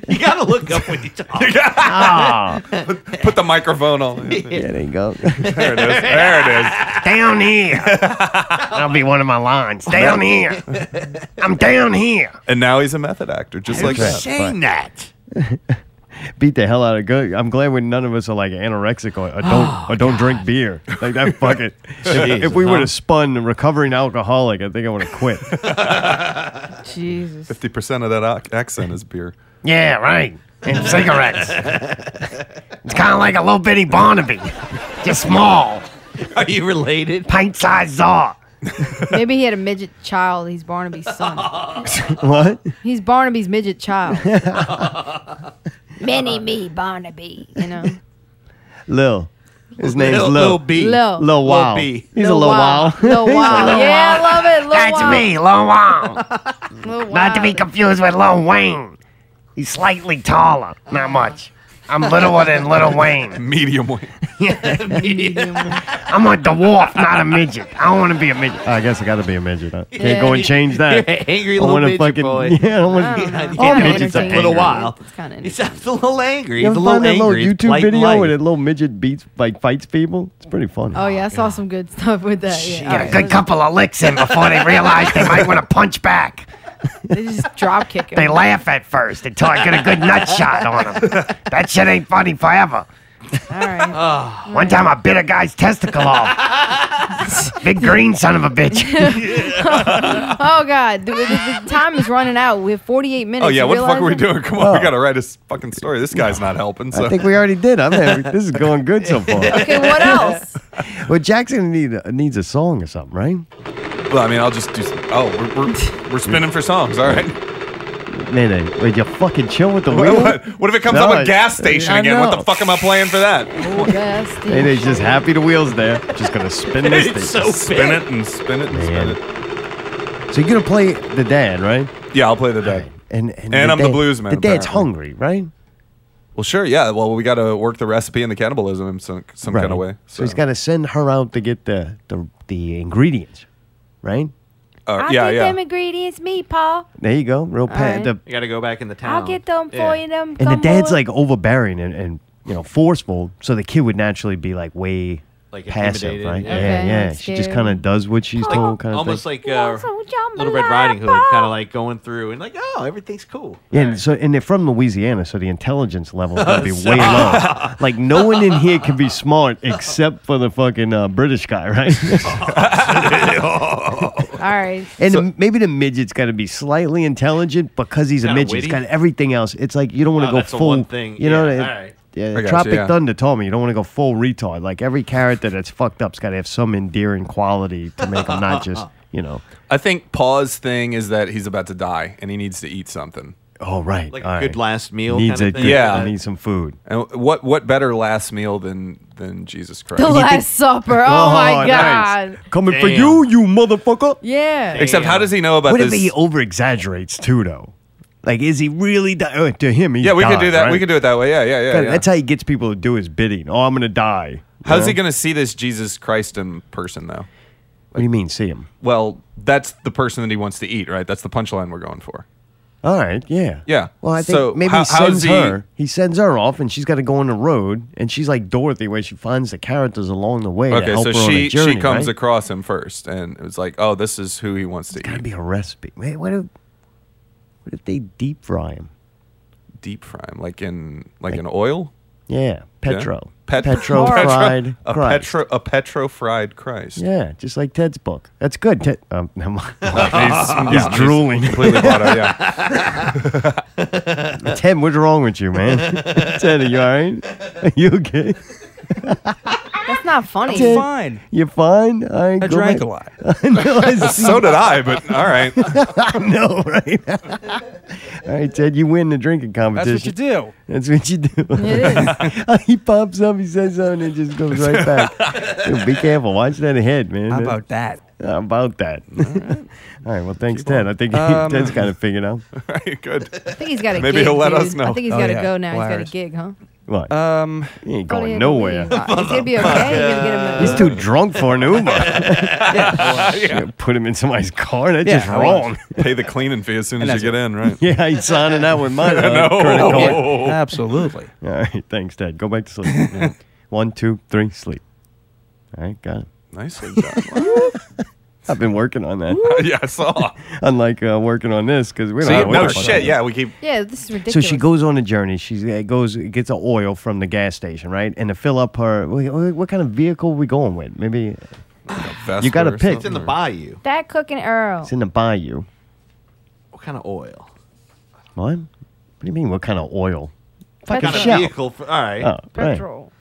R: You gotta look up when
G: [laughs]
R: you talk.
A: Ah.
H: put, put the microphone on.
A: yeah, there you go.
H: There it is. There it is.
G: Down here. That'll be one of my lines. Down here. [laughs]
A: [laughs]
G: I'm down here.
H: And now he's a method actor, just like that.
G: saying that.
A: beat the hell out of good. I'm glad when none of us are like anorexic or, or don't or don't drink beer. Like that fucking. if, if
H: Jesus,
A: we would
H: huh?
A: have spun recovering alcoholic, I think I would have quit.
B: Jesus.
H: Fifty percent of that ac- accent is beer.
G: Yeah, right. And cigarettes. It's kind of like a little bitty Barnaby. Just
H: [laughs]
G: small.
F: Are you related?
G: Pint sized czar.
B: [laughs] Maybe he had a midget child. He's Barnaby's son.
A: what?
B: He's Barnaby's midget [laughs] child. Mini me, Barnaby. You know.
A: Lil. His name's Lil.
D: Lil- Lil B.
B: Lil.
A: Lil Wow.
D: Lil B.
A: [laughs] He's
D: Lil
A: a Lil
D: Wow.
A: Wow.
B: Lil Wow.
G: Lil
B: yeah, [laughs]
G: Wow.
B: I love it. Lil
G: That's
B: Wow.
G: me, Lil Wow.
B: Lil
G: Not to be confused with Lil Wayne. He's slightly taller. Not much. I'm littler than Little Wayne. [laughs]
H: Medium Wayne.
G: I'm a dwarf, not a midget. I don't want to be a midget.
A: I guess I got to be a midget. I can't
G: Yeah.
A: go and change
H: [laughs]
A: that.
G: You're an angry
A: I
G: little
A: wanna
G: midget
A: fucking,
G: boy.
A: [laughs] Yeah,
G: I
A: I
H: Oh,
A: want
G: don't know.
A: all
G: Yeah,
A: midgets are
G: entertaining. Little
A: angry.
G: while.
L: It's kind of
R: He sounds a little angry.
A: You
R: He's
A: ever
R: a
A: find
R: little
A: that little
R: angry. It's
A: YouTube
R: light and
A: video
R: light.
A: where that little midget beats like fights people? It's pretty funny.
B: [laughs] Oh yeah, I saw some good stuff with that. Yeah.
G: Get a good couple of licks in before they realize they might want to punch back.
B: They just drop kick him.
G: [laughs] They laugh at first until I get a good nut shot on them. That shit ain't funny forever.
B: All right.
G: One time I bit a guy's testicle off. Big green son of
B: [laughs]
G: a bitch.
B: oh God, the, the- the time is running out. We have 48 minutes.
H: Oh yeah,
B: You
H: what the fuck
B: realize
H: are we
B: that?
H: doing? Come on, we gotta write a s- fucking story. This guy's not helping. So
A: I think we already did. I'm having, this is going good so far.
B: Okay, what else?
A: Well, Jackson need, needs a song or something, right?
H: Well, I mean, I'll just do. Some, oh, we're, we're we're spinning for songs. All right.
A: Man, uh, would you fucking chill with the
H: What,
A: wheel?
H: what- what if it comes
A: No,
H: up
A: I-
H: a gas station
A: I
H: again? What
A: know.
H: the fuck am I playing for that?
A: Maybe he's just happy the wheel's there. Just gonna spin this thing.
H: [laughs] It's so spin it and spin it and spin it.
A: So you're gonna play the dad, right?
H: Yeah, I'll play the dad.
A: And
H: and,
A: the
H: I'm the
A: dad-
H: blues man.
A: The dad's
H: apparently.
A: hungry, right?
H: Well, sure. Yeah. Well, we got to work the recipe and the cannibalism in some some
A: Right.
H: kind of way.
A: So he's gotta send her out to get the the, the ingredients, right?
H: Uh,
B: I'll get them ingredients, me, Paul.
A: There you go. Real
B: All
A: pa-
B: right.
A: the,
F: You got to go back in the town.
B: I'll get them for you. Them
A: and the
B: gumball.
A: dad's like overbearing and, and you know forceful, so the kid would naturally be like way
F: Like
A: passive,
F: intimidated,
A: right?
F: yeah.
A: yeah,
F: Okay,
A: yeah.
F: that's
A: She just
F: scary.
A: kind of does what she's told, kind of
F: Almost
A: thing.
F: like uh, Little Red Riding Hood, kind of like going through and like, oh, everything's cool.
A: Yeah, and so and they're from Louisiana, so the intelligence level is gonna
F: [laughs]
A: be
F: So-
A: way low. Like no one in here can be smart except for the fucking uh, British guy,
F: [laughs]
A: [laughs] right?
B: All right.
A: and the- maybe the midget's got to be slightly intelligent because he's a
F: Kinda
A: midget. He's got
F: witty.
A: everything else. It's like you don't want
F: Oh,
A: to go
F: that's the
A: full
F: one thing.
A: You know,
F: Yeah,
A: it-
F: all right.
A: yeah,
F: I got you,
A: Tropic
F: yeah.
A: Thunder told me you don't want to go full retard. Like every character that's fucked up's got to have some endearing quality to make them not
F: [laughs]
A: just you know.
H: I think Paul's thing is that he's about to die and he needs to eat something.
A: Oh right,
H: Like
A: all right. Needs
H: Needs
A: a good-
H: yeah.
A: needs some food.
H: And what what better last meal than than Jesus Christ?
B: The Last Supper. Oh, my
A: nice.
B: God.
A: Coming for
H: Damn.
A: you, you motherfucker.
B: Yeah.
H: Except, how does he know about
A: what
H: this?
A: if he over exaggerates too, though? Like, is he really di- oh, to him? He's
H: yeah, we could
A: died,
H: do that. We
A: right?
H: could do it that way. Yeah, yeah, yeah.
A: God,
H: yeah.
A: That's how he gets people to do his bidding. Oh, I'm gonna die.
H: How's he
A: gonna?
H: going to see this Jesus Christ in person though?
A: What do you mean, see him?
H: Well, that's the person that he wants to eat, right? That's the punchline we're going for.
A: All right, yeah,
H: Yeah.
A: Well, I think
H: So,
A: maybe
H: how-
A: he
H: how's
A: sends
H: he-
A: her. He sends her off, and she's got to go on the road, and she's like Dorothy, where she finds the characters along the way. to
H: Okay,
A: help
H: so
A: her on
H: she
A: the journey,
H: she comes
A: right?
H: across him first, and it was like, oh, this is who he wants to eat.
A: That'd be a recipe. Man, what if what if they deep fry him?
H: Deep fry him, like in like, in oil.
A: Yeah, Petro.
H: Pet-
A: Petro
H: [laughs]
A: fried
H: a
A: Christ.
H: petro a petro fried Christ.
A: Yeah, just like Ted's book. That's good. Ted, um, [laughs] never mind.
H: [laughs] he's-
A: [laughs] he's
H: yeah, he's
A: drooling.
H: completely bought out, yeah.
A: [laughs] Ted, what's wrong with you, man? [laughs] Ted, are you all right? [laughs] Are you okay?
B: That's not funny.
A: Ted, [laughs] You're fine? All right,
B: I
A: go
B: drank
A: ahead.
B: a lot.
A: [laughs] I know. I see.
H: [laughs] So did I, but
A: [laughs]
H: all right.
A: I know, right? [laughs] all right, Ted, you win the drinking competition.
Q: do.
A: That's what you do. [laughs] he pops up, he says something, and just goes right back. Dude, be careful. Watch that head, man.
Q: How about that?
A: How about that? [laughs] All right. well, thanks, Ted. I think
Q: Um,
A: Ted's got it figured out.
H: All right, good.
B: I think he's got a
A: Maybe
B: gig.
A: he'll let
B: dude.
A: us know.
B: I think he's
A: Oh,
B: got to
A: yeah.
B: go now. He's
A: Wires.
B: got a gig, huh?
A: What?
Q: Um,
A: he ain't
B: he
A: going
B: had
A: nowhere. [laughs]
B: He's gonna [laughs] be okay. You're gonna get him
D: Uh,
B: a-
A: He's too drunk for an Uber.
Q: [laughs]
A: Shit, Put him in somebody's car. That's
H: Yeah,
A: just
H: I was.
A: wrong.
H: [laughs] Pay the cleaning fee as soon
A: And
H: as you
A: that's-
H: get in,
A: [laughs]
H: right?
A: yeah, he's signing out
Q: [laughs]
A: with my uh,
H: No.
A: credit card.
H: Yeah,
Q: absolutely.
A: All right, thanks, Ted. Go back to sleep.
Q: [laughs]
A: One, two, three, sleep. All right, got it.
H: [laughs] Nicely done.
A: [laughs] I've been working on that. [laughs]
H: yeah, I [laughs] saw.
A: Unlike uh, working on this because we don't.
H: See,
A: have
H: no
A: work on
H: shit.
A: it.
H: Yeah, we keep.
B: Yeah, this is ridiculous.
A: So she goes on a journey. She uh, goes gets the oil from the gas station, right? And to fill up her, wh- wh- what kind of vehicle we going with? Maybe you got to pick.
F: It's in the bayou.
B: That cooking Earl.
F: Oh.
A: It's in the bayou.
F: What kind of oil?
A: What? What do you mean? What kind of oil?
F: What
A: Fucking
F: kind of
A: shell.
F: vehicle for- all right.
A: Oh,
F: Petrol.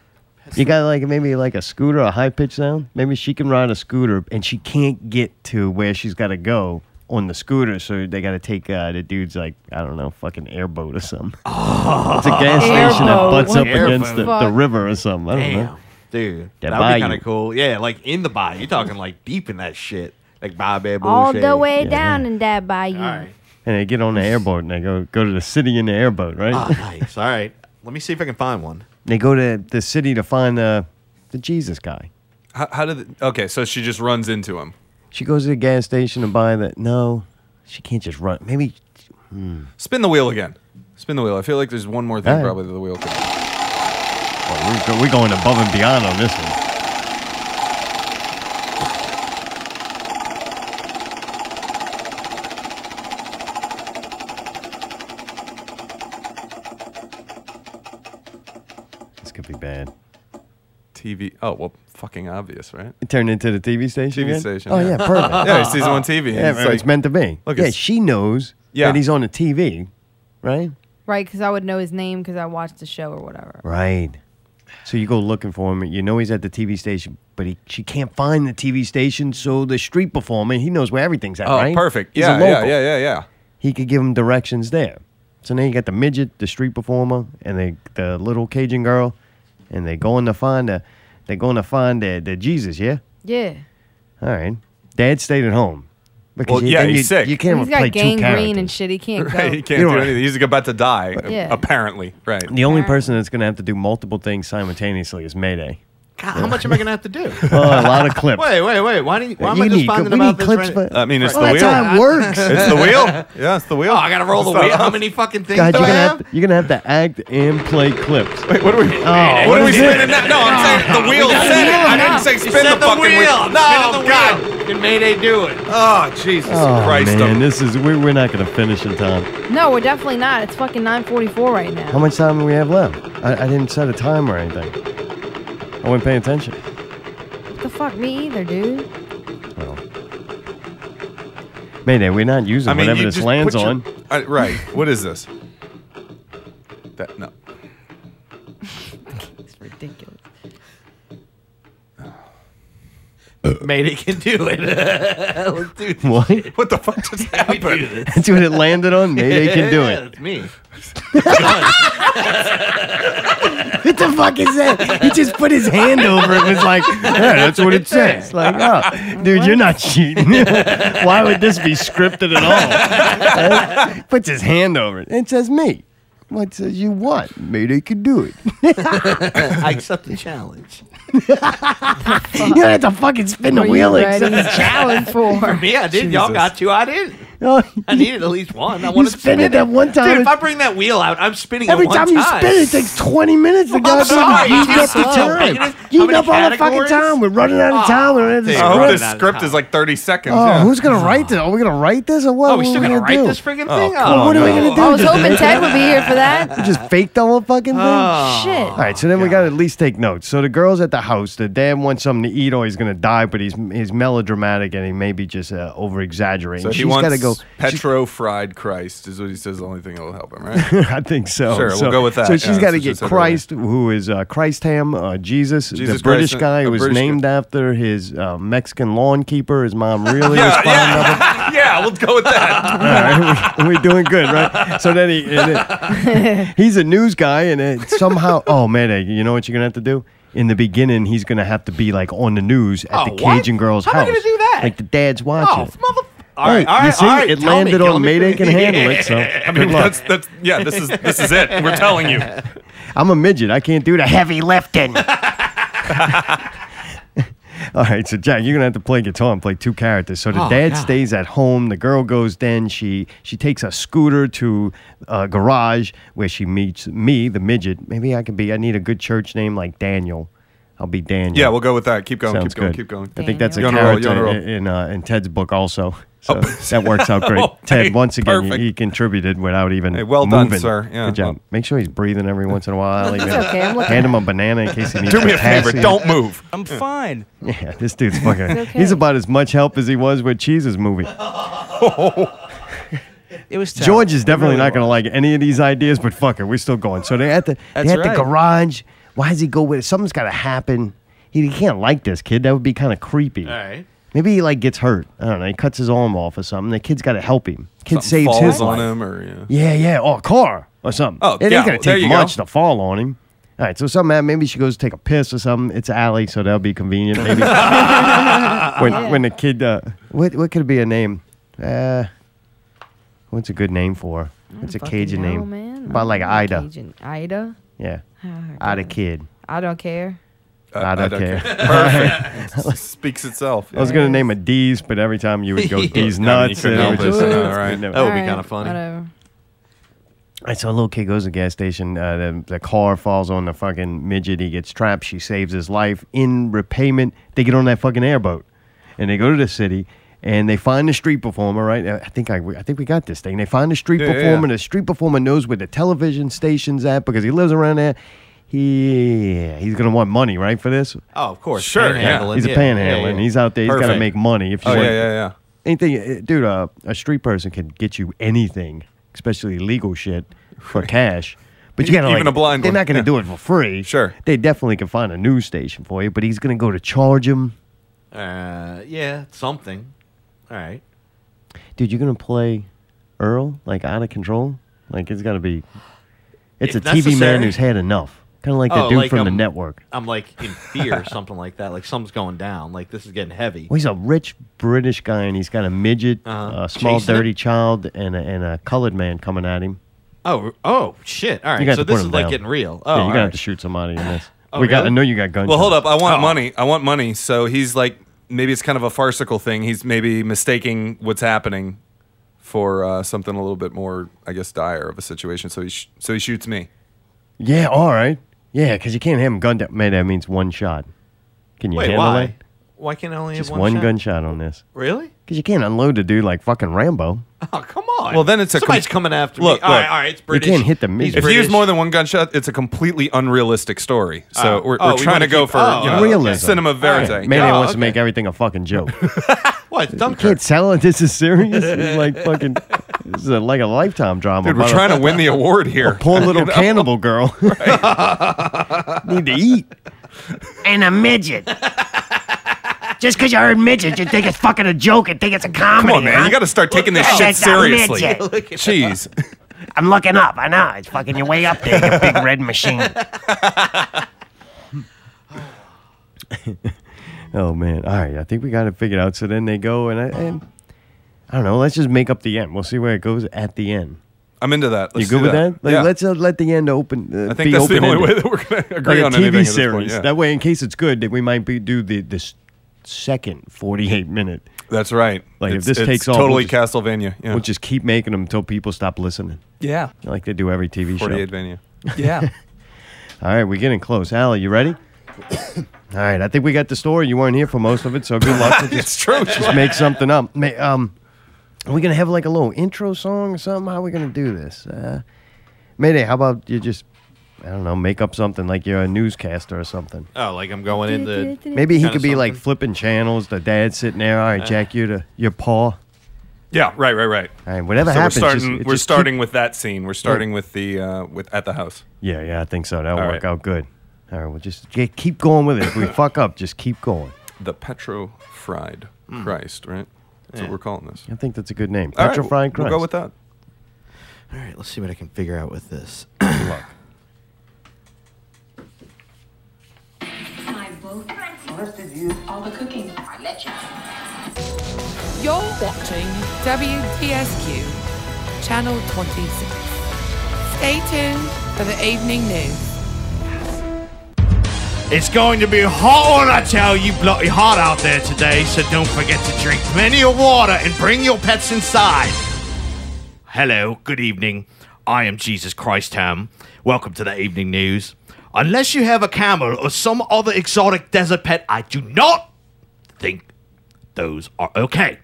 A: right. You got like maybe like a scooter, a high pitched sound. Maybe she can ride a scooter, and she can't get to where she's got to go on the scooter. So they got to take uh, the dude's like I don't know, fucking airboat or
F: [laughs]
A: something. it's a gas station that
F: Airboat.
A: butts up
F: What the
A: against the, the
F: fuck?
A: river or something. I don't
F: Damn,
A: know.
F: dude,
A: That
F: that would
A: bayou.
F: be kind of cool. Yeah, like in the bayou. You're talking like deep in that shit, like Bobby
B: all the way
A: Yeah.
B: down in that bayou.
A: And they get on the airboat and they go go to the city in the airboat, right?
F: Oh, Ah, nice. All right. Let me see if I can find one.
A: They go to the city to find the the Jesus guy.
H: How, how did? Okay, so she just runs into him.
A: She goes to the gas station to buy the. No, she can't just run. Maybe. Hmm.
H: Spin the wheel again. Spin the wheel. I feel like there's one more thing
A: All right.
H: probably that the wheel. Could.
A: Oh, we're, go- we're going above and beyond on this one. This could be bad.
H: TV. Oh well, fucking obvious, right?
A: It turned into the TV station.
H: TV
A: again?
H: station,
A: Oh
H: yeah.
A: yeah, perfect.
H: [laughs] Yeah, he sees him on TV, and
A: Yeah,
H: it's
A: it's,
H: like-
A: meant to be.
H: Look,
A: yeah,
H: it's-
A: she knows
H: Yeah.
A: that he's on the TV, right?
B: Right, because I would know his name because I watched the show or whatever.
A: Right. So you go looking for him. and You know he's at the TV station, but he, she can't find the TV station. So the street performer, he knows where everything's at,
H: Oh,
A: right?
H: perfect.
A: He's
H: Yeah,
A: a
H: yeah,
A: local.
H: yeah, yeah, yeah.
A: He could give him directions there. So now you got the midget, the street performer, and the the little Cajun girl, and they're going to find the they're going to find the, the Jesus. Yeah.
B: Yeah.
A: All right. Dad stayed at home.
H: Well, yeah,
A: then
H: he's sick.
A: You can't
B: He's
A: play
B: got
A: two
B: gangrene
A: characters.
B: and shit. He can't
H: Right,
B: go.
H: he can't
A: You know
H: do
A: what?
H: anything. He's about to die,
B: Yeah.
H: apparently. Right.
A: The only person that's going to have to do multiple things simultaneously is Mayday.
F: How much am I gonna have to do?
A: [laughs] Oh, a lot of clips.
F: Wait, wait, wait. Why, do you, why am
A: You
F: I just
A: need-
F: finding
A: we need
F: about this?
A: clips,
F: right-
A: but-
H: I mean, it's
A: Well,
H: the
A: that's
H: wheel.
A: how it works.
H: It's
F: [laughs]
H: the wheel. Yeah, it's the wheel.
F: Oh,
A: Ah,
F: I gotta roll the
H: It's not
F: wheel. How
H: us.
F: many
H: [laughs]
F: fucking things
A: God,
F: do
A: you're
F: I
A: gonna
F: have?
A: have you're gonna have to act and play clips.
H: Wait, what are we?
A: Oh,
H: What are we
A: is it?
H: spinning now? [laughs] No, I'm saying
A: [laughs]
H: the wheel
F: We gotta
H: said it.
F: wheel
H: I
F: now.
H: didn't say
F: You
H: spin
F: said
H: the fucking
F: [laughs]
H: wheel.
F: No,
H: [laughs] No, God.
F: God. Can Mayday do it?
H: Oh, Jesus
A: Oh
H: Christ.
A: man, this is we're, we're not gonna finish in time.
B: No, we're definitely not. It's fucking 944 right now.
A: How much time do we have left? I, I didn't set a time or anything. I wasn't paying attention.
B: What the fuck? Me either, dude.
A: Mayday, we're not using
H: I mean,
A: whatever
H: you
A: this
H: just
A: lands
H: put your-
A: on. [laughs]
H: I- right. What is this? That no.
B: It's ridiculous.
F: Mayday can do it. [laughs] Let's do this.
A: What?
H: What the
F: [laughs]
H: fuck just happened?
A: That's what it landed on. [laughs] Mayday can do
H: [laughs]
A: it.
F: It's me.
A: what the fuck is that? He just put his hand over it and was like, yeah, that's what it says. Like, oh, dude, you're not cheating. [laughs] Why would this be scripted at all? [laughs] Puts his hand over [laughs] it. It says me. What says you what? Mayday can do it.
F: [laughs] I accept the challenge.
A: you don't have to fucking spin the
F: Are you
A: wheel.
F: ready?
A: except it's-
F: [laughs]
B: Challenge
A: [laughs]
B: for.
F: For me, I did. Y'all got two. I didn't.
A: No,
F: I needed at least one. I
A: Oh, You
F: wanted to
A: spin it that one time.
F: Dude, if I bring that wheel out, I'm spinning
A: Every
F: it one
A: time,
F: time.
A: you spin, it takes 20 minutes to
F: I'm
A: go.
F: sorry,
A: You up
F: it's too
A: the
F: slow.
A: time.
F: How many-
A: You
F: how
A: up
F: many
A: all the fucking
F: categories? Ah.
A: time. We're running out of time. We're running out of
H: Dude, I hope
A: script.
H: this script is like 30 seconds.
A: Oh,
H: yeah.
A: who's gonna write this? Are we gonna write this or what?
H: Oh, we still
A: What
H: gotta
A: are
H: write
A: do?
H: this friggin' Oh, thing? come
A: Well, what are we
H: on.
A: gonna do?
B: I was
A: Just-
B: hoping Ted would be here for that.
A: [laughs] Just fake the whole fucking thing.
B: Oh, Shit.
A: All right, so then we gotta at least take notes. So the girl's at the house. The dad wants something to eat, or he's gonna die. But he's he's melodramatic, and he may be just uh, over exaggerating.
H: So
A: She's
H: he wants
A: gotta go.
H: Petro fried Christ is what he says. The only thing that will help him,
A: [laughs]
H: right?
A: I think so.
H: Sure, we'll
A: so,
H: go with that.
A: So
H: Yeah,
A: she's
H: that's
A: got to
H: what she
A: get
H: said
A: Christ, who is uh, Christ Ham, uh, Jesus,
H: Jesus
A: the British
H: Christ,
A: guy
H: a
A: who was
H: British guy.
A: named after his uh, Mexican lawn keeper. His mom really was
H: yeah,
A: fond of him.
H: yeah, [laughs] yeah. We'll go with that.
G: [laughs]
A: All right, [laughs] we, we're doing good, right? So then he, and it- he's a news guy, and it somehow, oh man, eh, you know what you're gonna have to do? In the beginning, he's gonna have to be like on the news at
F: Oh,
A: the
F: what?
A: Cajun girl's
F: How am I
A: house.
F: gonna do that?
A: Like the dad's watching. it.
F: All right,
A: Hey,
F: all
A: you
F: right,
A: see,
F: all right.
A: it
F: Tell me,
A: landed
F: tell
A: on
F: me.
A: Mayday can handle it. So
H: [laughs] I mean,
A: good luck.
H: that's that's yeah. This is this is it. We're telling you.
A: I'm a midget. I can't do the heavy [laughs] lifting. [laughs] All right, so Jack, you're gonna have to play guitar and play two characters. So the
D: Oh,
A: dad
D: God.
A: stays at home. The girl goes then. She she takes a scooter to a garage where she meets me, the midget. Maybe I could be. I need a good church name like Daniel. I'll be Daniel.
H: Yeah, we'll go with that. Keep going.
A: Sounds
H: keep going.
A: good.
H: Keep going.
A: I think that's a
H: You're on roll,
A: character
H: you're on roll. Oh.
A: in in, uh, in Ted's book also. So that works
H: [laughs]
A: out great.
H: Okay,
A: Ted, once again, he,
H: perfect.
A: he contributed without even
H: Hey, well done,
A: moving.
H: sir. Yeah.
A: Good job. Make sure he's breathing every once in a while.
Q: It's
A: Even
Q: okay, I'm looking.
A: Hand him a banana in case he needs
H: Do me a favor.
A: potassium. [laughs]
H: Don't move.
Q: I'm fine.
A: Yeah, this dude's fucking.
Q: It's okay.
A: He's about as much help as he was with Cheese's
H: [laughs]
A: movie.
Q: It was terrible.
A: George is
Q: It
A: definitely
Q: really
A: not going to like any of these ideas, but fuck it, we're still going. So they at the they
Q: That's
A: at
Q: right.
A: the garage. Why does he go with it? Something's got to happen. He, he can't like this kid. That would be kind of creepy.
F: All right.
A: Maybe he like gets hurt. I don't know. He cuts his arm off or something. The kid's got to help him. Kid
H: Something
A: saves
H: falls
A: his
H: on
A: life.
H: him, or
A: Yeah,
H: yeah.
A: yeah, or a car or something.
H: Oh,
A: it ain't
H: yeah,
A: gonna
H: well, there
A: take
H: you go.
A: much to fall on him. All right, so some man maybe she goes to take a piss or something. It's alley, so that'll be convenient.
H: [laughs]
A: Maybe when when the kid, uh, what what could be a name? Uh, what's a good name for? her? What's a Cajun name?
B: Man.
A: About like Ida.
B: Cajun. Ah, Ida.
A: Yeah. I'd a kid.
B: I don't care.
A: I don't, care.
H: Uh,
A: [laughs]
H: Perfect. Speaks itself.
A: I was going to name it D's, but every time you
H: [laughs]
A: would go
H: Yeah.
A: D's
H: I mean, you
A: nuts. and
H: couldn't
A: it
H: help
A: would
H: it.
A: just- [laughs]
H: All right.
A: never-
H: That would be All kinda right, funny.
B: Whatever.
A: All right, so a little kid goes to the gas station. Uh, the, the car falls on the fucking midget. He gets trapped. She saves his life. In repayment, they get on that fucking airboat, and they go to the city, and they find the street performer. Right, I think I, I think we got this thing. They find the street
R: Yeah, yeah,
A: performer.
R: yeah.
A: The street performer knows where the television station's at because he lives around there. He he's gonna want money, right, for this?
F: Oh, of course.
A: Sure,
F: Panhandling,
A: He's a
F: yeah,
A: panhandling.
F: yeah, yeah.
A: He's out there. He's got to
F: Perfect.
A: make money. If you
F: Oh,
A: want.
F: yeah, yeah, yeah.
A: Anything, eh, dude. Uh, a street person can get you anything, especially legal shit, for cash. But you gotta
H: Even
A: like,
H: a blind
A: They're
H: one,
A: not gonna
H: yeah.
A: do it for free. Sure. They definitely can find a news station for you, but he's gonna go to charge him.
F: Uh, yeah, something. All right.
A: Dude, you're gonna play Earl like out of control. Like it's gotta be. It's
F: If
A: a TV man
F: necessary.
A: who's had enough. Kind of like the
F: Oh,
A: dude from the
F: I'm-
A: network.
F: I'm like in fear or something like that. Like something's going down. Like this is getting heavy.
A: Well, he's a rich British guy, and he's got a midget,
F: Uh-huh.
A: a small,
F: Chasing
A: dirty
F: him?
A: child, and a, and a colored man coming at him.
F: Oh, oh shit! All
A: You
F: right,
A: got
F: so
A: to put
F: this
A: him
F: is like
A: down.
F: getting real.
A: Yeah,
F: Oh,
A: you're
F: all
A: gonna have
F: right.
A: to shoot somebody in this.
F: [sighs] Oh,
A: we got. I
F: really? Oh.
A: know you got guns. Oh.
H: Well, hold up. I want money. I want money. So he's like, maybe it's kind of a farcical thing. He's maybe mistaking what's happening for uh, something a little bit more, I guess, dire of a situation. So he sh- so he shoots me.
A: Yeah. All right. Yeah, because you can't have him gunned down. Man, that means one shot. Can you
F: Wait,
A: handle
F: why?
A: it?
F: Why can I only
A: Just
F: have
A: one,
F: one, shot?
A: gunshot on this.
F: Really?
A: Because you can't unload the dude like fucking Rambo.
H: Well, then it's a
F: Somebody's coming after me.
H: Look,
F: All
H: look.
F: right, all right, it's
A: You can't
F: British.
A: hit the midget.
H: If he used more than one gunshot, it's a completely unrealistic story. So
F: Oh.
H: we're, we're
F: Oh, we
H: trying to
F: wanna
H: go
F: keep-
H: for
F: oh,
H: you know,
A: Realism.
H: cinema verite.
A: Yeah, Man, he wants to make everything a fucking
F: [laughs]
A: joke.
F: what?
A: You can't sell it. This is serious. It's like fucking. This is a, like a lifetime drama.
H: Dude, we're
A: about a-
H: trying to win the award here.
A: A poor little
H: [laughs] You know?
A: cannibal girl. [laughs] Need to eat.
G: And a midget. Just because you heard midget, you think it's fucking a joke and think it's a comedy.
H: Come on, man.
G: huh?
H: You got to start taking this
G: Look
H: shit
G: at that
H: seriously.
G: midget.
H: Jeez.
G: [laughs] I'm looking up. I know. It's fucking you're way up there, you big red machine.
A: Oh man! All right, I think we got it figured out. So then they go and I, and I don't know. Let's just make up the end. We'll see where it goes at the end.
H: I'm into that. Let's
A: you
H: do
A: good with that? Like,
H: yeah.
A: Let's uh, let the end open. Uh,
H: I think
A: be
H: that's the only
A: open-ended.
H: way that we're going to agree
A: like
H: on
A: a
H: anything.
A: TV
H: at this
A: series.
H: point, yeah.
A: That way, in case it's good, that we might be, do the this second forty-eight minute.
H: That's right.
A: Like
H: It's-
A: if this
H: it's
A: takes off,
H: totally
A: we'll just,
H: Castlevania. Yeah.
A: We'll just keep making them until people stop listening.
Q: Yeah.
A: like they do every TV show.
H: 48 venue.
Q: Yeah.
A: All right, we're getting close. Allie, you ready? [coughs] All right, I think we got the story. You weren't here for most of it, so good
H: [laughs]
A: luck.
H: it's true.
A: Just make something up. Ma- Um, are we gonna have like a little intro song or something? How are we gonna do this? Uh, Mayday, how about you just, I don't know, make up something like you're a newscaster or something.
F: Oh, like I'm going into
A: Maybe he
F: kinda
A: could be like
F: something.
A: flipping channels. The dad's sitting there. All right,
F: Uh.
A: Jack, you the your paw.
H: Yeah, right, right, right.
A: All right, whatever
H: so
A: happens,
H: We're starting,
A: just-
H: we're
A: just keep-
H: starting with that scene. We're starting with the uh, with at the house.
A: Yeah, yeah, I think so. That'll
H: All
A: work out good. All right, we'll just ge- keep going with it.
H: [laughs]
A: If we fuck up, just keep going.
H: The Petro Fried Christ, right? That's
F: Yeah.
H: what we're calling this.
A: I think that's a good name.
H: All right,
A: Petrifying Christ.
H: we'll- We'll go with that.
F: All right, let's see what I can figure out with this.
D: My boat lifted you all the cooking. I let you.
T: You're watching WTSQ, Channel 26. Stay tuned for the evening news.
R: It's going to be hot on, I tell you, bloody hot out there today, so don't forget to drink plenty of water and bring your pets inside. Hello, good evening. I am Jesus Christ Ham. Welcome to the evening news. Unless you have a camel or some other exotic desert pet, I do not think those are okay.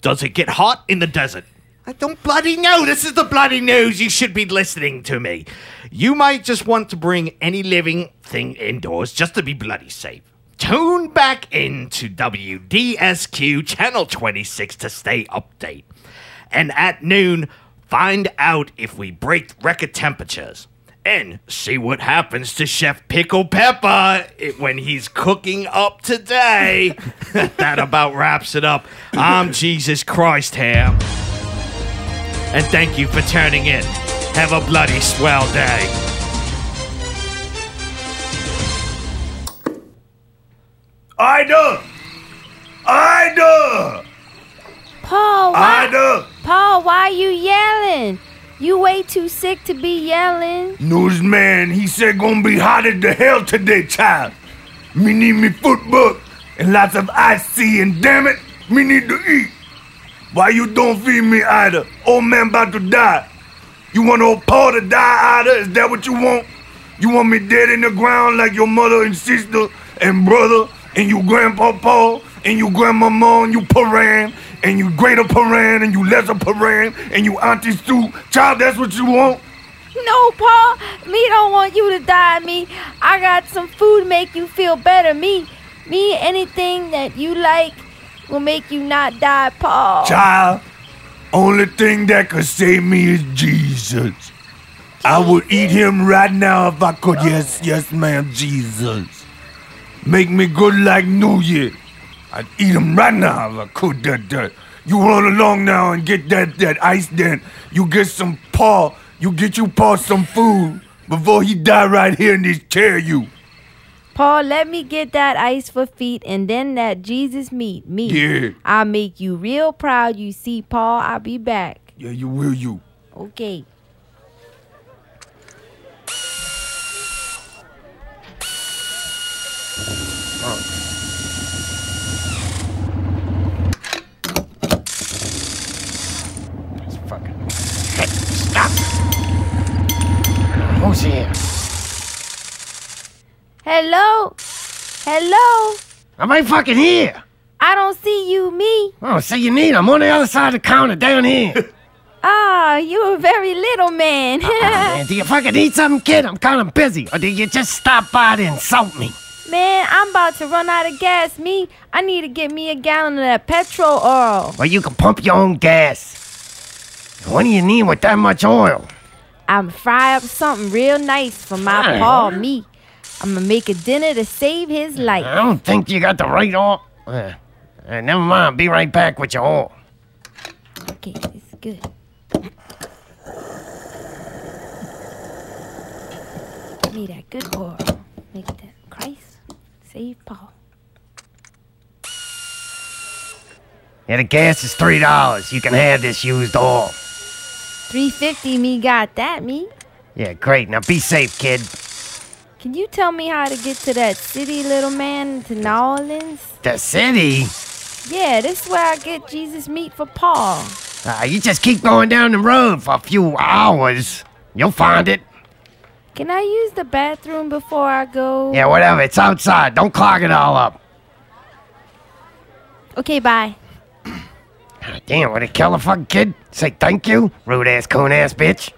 R: Does it get hot in the desert? I don't bloody know. This is the bloody news. You should be listening to me. You might just want to bring any living thing indoors just to be bloody safe. Tune back into WDSQ Channel 26 to stay update. And at noon, find out if we break record temperatures. And see what happens to Chef Pickle Pepper i- when he's cooking up today. [laughs] that about wraps it up. I'm Jesus Christ here. And thank you for turning in. Have a bloody swell day.
D: Ida! Ida!
B: Paul, why,
D: Ida!
B: Paul, why are you yelling?
U: You way too sick to be yelling.
V: Newsman, he said gonna be hot as the hell today, child. Me need me food book and lots of ice and damn it, me need to eat. Why you don't feed me either? Old man about to die. You want old Paul to die either? Is that what you want? You want me dead in the ground like your mother and sister and brother and you grandpa Paul and you grandma Mom and you Paran and you greater Paran and you lesser Paran and you auntie Sue. Child, that's what you want?
U: No, Paul, me don't want you to die. Me, I got some food to make you feel better. Me, me, anything that you like will make you not die, Paul.
V: Child, only thing that could save me is Jesus. I would eat him right now if I could. Yes, yes, ma'am, Jesus. Make me good like New Year. I'd eat him right now if I could. That, that. You run along now and get that, that ice then. You get some Paul. You get you Paul some food before he die right here in this chair, you.
U: Paul, let me get that ice for feet and then that Jesus meat. Me.
V: Yeah.
U: I'll make you real proud. You see, Paul, I'll be back.
V: Yeah, you will, you.
U: Okay.
G: Who's here?
U: Hello? Hello?
G: Am I fucking here?
U: I don't see you, me.
G: Oh, say you need. I'm on the other side of the counter down here.
U: Ah, you're a very little man.
G: Uh-uh, Man, do you fucking need something, kid? I'm kind of busy. Or did you just stop by to insult me?
U: Man, I'm about to run out of gas. Me, I need to get me a gallon of that petrol oil.
G: Well, you can pump your own gas. What do you need with that much oil?
U: I'm fry up something real nice for my
G: Fry?
U: Paul, me. I'm gonna make a dinner to save his life.
G: I don't think you got the right oil. Uh, uh, never mind. Be right back with your oil.
U: Okay, it's good. Need that good oil. Make that Christ save Paul.
G: Yeah, the gas is three dollars. You can have this used oil.
U: 350 me got that me.
G: Yeah, great. Now be safe, kid.
U: Can you tell me how to get to that city, little man, to New Orleans?
G: The city.
U: Yeah, this is where I get Jesus meat for Paul.
G: Uh, you just keep going down the road for a few hours. You'll find it.
U: Can I use the bathroom before I go?
G: Yeah, whatever. It's outside. Don't clog it all up.
U: Okay, bye.
G: God damn, what a killer fucking kid. Say thank you, rude ass, coon ass bitch.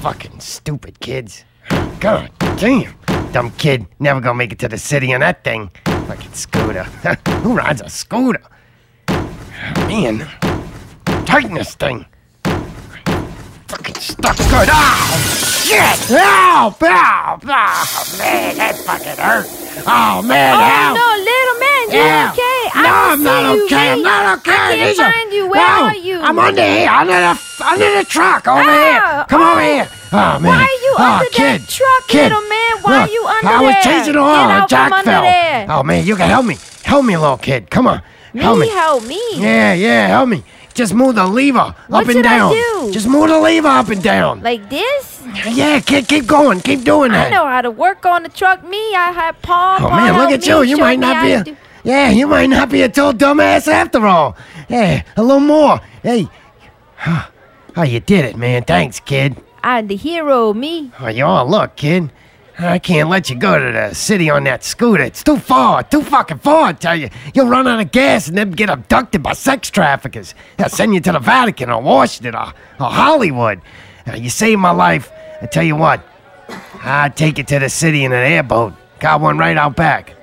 G: Fucking stupid kids. God damn. Dumb kid, never gonna make it to the city on that thing. Fucking scooter. [laughs] Who rides a scooter? Man, tighten this thing. Fucking stuck good. Oh, shit! Ow! Ow! Ow! Man, that fucking hurt. Oh, man,
U: oh
G: ow!
U: no, little man, you
G: Yeah.
U: okay? I
G: No,
U: don't
G: I'm
U: see
G: not
U: you,
G: okay. I'm
U: mate.
G: not okay.
U: I can't
G: These are-
U: find you. Where
G: No,
U: are you?
G: I'm under here. Under the under the truck over
U: Ah,
G: here. Come
U: oh.
G: over here. Oh man.
U: Why are you
G: oh,
U: under
G: kid.
U: that truck,
G: kid.
U: little man? Why
G: Look,
U: are you under
G: I was
U: there?
G: chasing the
U: Get
G: oil.
U: out
G: and Jack
U: from under
G: fell.
U: there.
G: Oh man, you can help me. Help me, little kid. Come on.
U: Me
G: help me.
U: help me.
G: Yeah, yeah, help me. Just move the lever
U: What
G: up and
U: should I
G: down.
U: do?
G: Just move the lever up and down.
U: Like this?
G: Yeah, kid, keep going. Keep doing
U: I
G: that.
U: know how to work on the truck. Me, I had Paul.
G: Oh
U: Paul
G: man, look
U: helped
G: at
U: me,
G: you. You
U: showed
G: might
U: me
G: not
U: how
G: be
U: to
G: a
U: do-
G: Yeah, you might not be a total dumbass after all. Yeah, a little more. Hey. [sighs] Oh, you did it, man. Thanks, kid.
U: I'm the hero, me.
G: Oh, you all look, kid. I can't let you go to the city on that scooter. It's too far, too fucking far, I tell you. You'll run out of gas and then get abducted by sex traffickers. They'll send you to the Vatican or Washington or, or Hollywood. Uh, you saved my life. I tell you what, I'd take you to the city in an airboat. Got one right out back.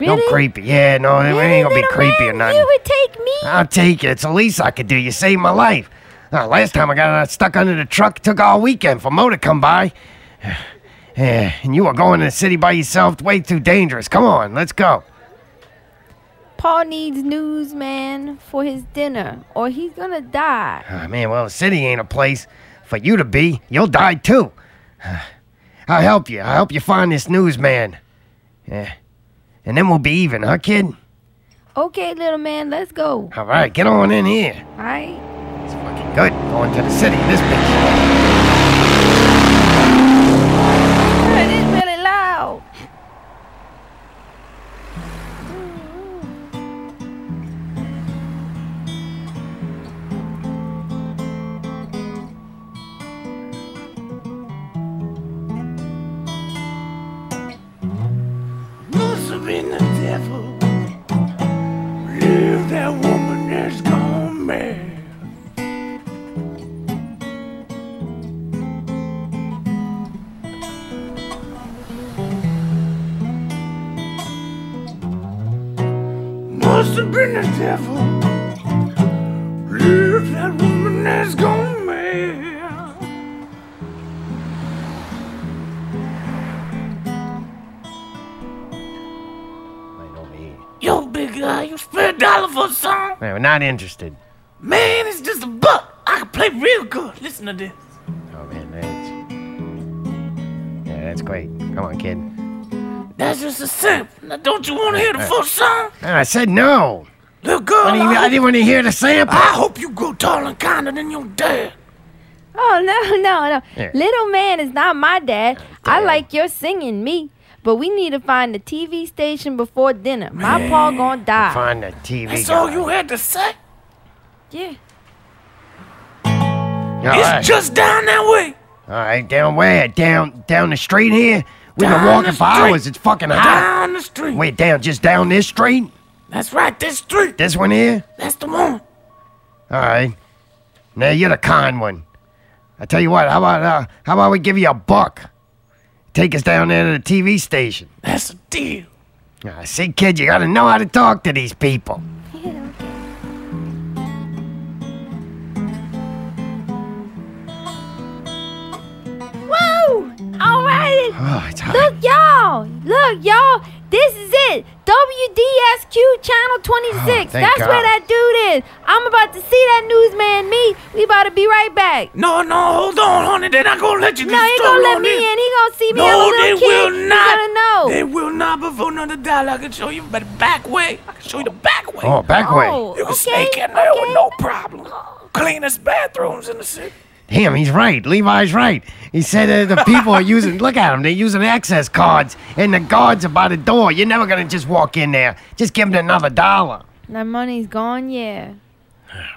G: No
U: Really?
G: creepy. Yeah, no, it
U: Really,
G: ain't gonna be
U: little
G: creepy
U: man?
G: or nothing.
U: You would take me.
G: I'll take it. It's the least I could do. You saved my life. Uh, last time I got uh, stuck under the truck, took all weekend for Mo to come by. [sighs] Yeah, and you were going to the city by yourself. Way too dangerous. Come on, let's go.
U: Paul needs newsman for his dinner, or he's gonna die.
G: Ah, man, well, the city ain't a place for you to be. You'll die too. [sighs] I'll help you. I'll help you find this newsman. Yeah. And then we'll be even, huh, kid?
U: Okay, little man, let's go.
G: All right, get on in here.
U: All right.
G: Fucking Good. Going to the city. This bitch.
U: It is really loud.
D: Must have been the devil. Leave that woman that's gone mad. Must have been the devil. Leave that woman that's gone mad.
G: Yo,
D: big guy, you spent a dollar for a song?
G: Man, we're not interested.
D: Man, it's just a buck. I can play real good. Listen to this.
G: Oh man, that's yeah, that's great. Come on, kid.
D: That's just a sample. Now, don't you want to hear the full song?
G: And I said no.
D: Look, girl.
G: I didn't, I didn't want to hear the sample.
D: I hope you grow taller and kinder than your dad.
U: Oh [laughs] no, no, no.
G: Yeah.
U: Little man is not my dad. I like your singing me. But we need to find the TV station before dinner. My paw gonna die.
G: Find the TV.
U: That's
G: guy.
U: all
D: All you had to say,
U: Yeah.
G: All
D: it's
G: right.
D: just down that way.
G: All right, down where? Down down the street here. We've
D: Down
G: been
D: the
G: walking for
D: street.
G: hours. It's fucking hot.
D: Down the street.
G: Wait, down just down this street?
D: That's right, this street.
G: This one here?
D: That's the one.
G: All right. Now you're the con one. I tell you what. How about uh, how about we give you a buck? Take us down there to the TV station.
D: That's a deal.
G: I see, kid. You got to know how to talk to these people.
U: Woo! All
D: [sighs]
U: right.
G: Oh,
D: Ah,
G: it's hot.
U: Look, y'all. Look, y'all. This is it. WDSQ Channel 26.
D: Ah, thank
U: That's
D: God.
U: where that dude is. I'm about to see that newsman me. We about to be right back.
D: No, no, hold on, honey. They're not gonna let you.
U: No, he gonna let me in. He gonna see me. I'm a
D: No,
U: little kid.
D: they will
U: He
D: not.
U: gonna know.
D: They will not before another dialogue. I can show you the back way. I can show you the back way.
G: Oh, back way.
D: You can sneak in there with no problem. Cleanest bathrooms in the city.
G: Damn, he's right. Levi's right. He said uh, the people are using. Look at them. They're using access cards, and the guards are by the door. You're never gonna just walk in there. Just give them another dollar.
U: That money's gone. Yeah.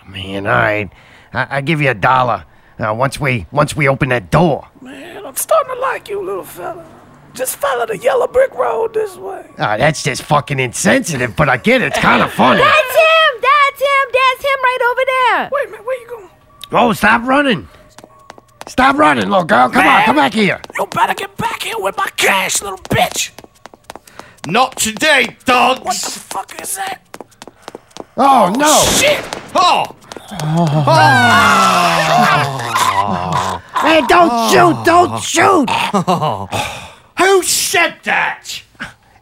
G: Man, all right. I, I give you a dollar uh, once we once we open that door.
D: Man, I'm starting to like you, little fella. Just follow the yellow brick road this way.
G: Ah, that's just fucking insensitive, but I get it. It's kind of funny.
U: That's him. That's him. That's him right over there.
D: Wait a minute. Where you going?
G: Oh, stop running! Stop running, little girl. Come on, come back here.
D: You better get back here with my cash, little bitch.
R: Not today, dogs. What the
D: fuck is that?
G: Oh no!
D: Shit!
R: Oh!
G: Hey, don't
D: Oh.
G: shoot! Don't shoot!
R: Who said that?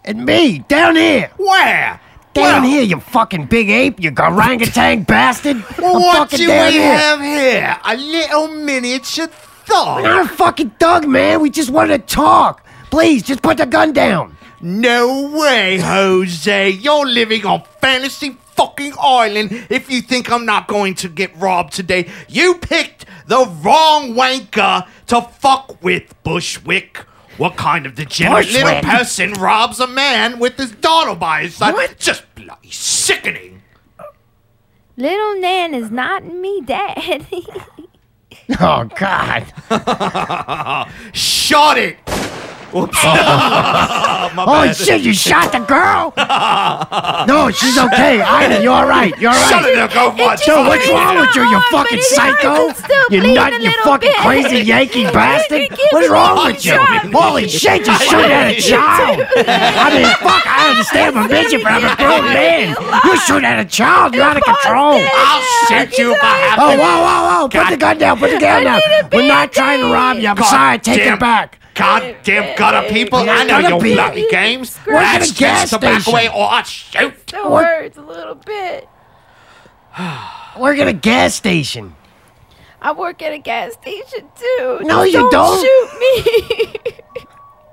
G: And me, down here.
R: Where?
G: Down here, you fucking big ape, you orangutan bastard.
R: Well,
G: I'm
R: what
G: fucking
R: do we
G: down here.
R: have here? A little miniature
G: We're
R: thong.
G: not a fucking thug, man. We just wanted to talk. Please, just put the gun down.
R: No way, Jose. You're living on fantasy fucking island if you think I'm not going to get robbed today. You picked the wrong wanker to fuck with, Bushwick. What kind of degenerate little
D: Bushwick?
R: person robs a man with his daughter by his side? Just bloody sickening.
U: Little Nan is not me, Dad.
G: [laughs]
U: [laughs]
G: Oh,
R: [laughs]
G: God.
R: Shot it. Whoops.
D: [laughs]
R: My
G: oh,
R: bad.
G: shit,
R: [laughs]
G: you shot the girl? no, she's okay.
R: [laughs]
G: Ida, you're all right. You're all right.
R: Shut it up, go It watch just
G: Yo, what's
R: bleeds
G: wrong with you, you
R: out, but
G: fucking
R: his arm
G: psycho?
R: could still
G: You
R: bleed
G: nut,
R: a
G: you
R: little
G: fucking
R: bit.
G: crazy Yankee
R: It
G: bastard.
R: keeps
G: What's wrong with you?
R: shot.
G: Holy shit, you shoot at
R: [laughs]
G: a child. I mean, fuck, I understand my bitching, but I'm a grown man. You shoot at a child, you're out of control.
R: I'll shoot you if I have
G: Oh, whoa,
R: to.
G: whoa, whoa. Put the gun down. Put the gun down. We're not trying to rob you. I'm
R: God
G: sorry. Take
R: damn-
G: it back.
R: God damn gutter people,
G: Yeah,
R: I know
G: gutter
R: your
G: people.
R: bloody games.
G: We're at a
R: That's
G: gas
R: just the back
G: station.
R: way or I shoot.
U: Still hurts a little
D: [sighs]
U: bit.
G: We're at a gas station.
U: I work at a gas station too.
G: No,
U: Just
G: you
U: don't.
G: don't.
U: Shoot me.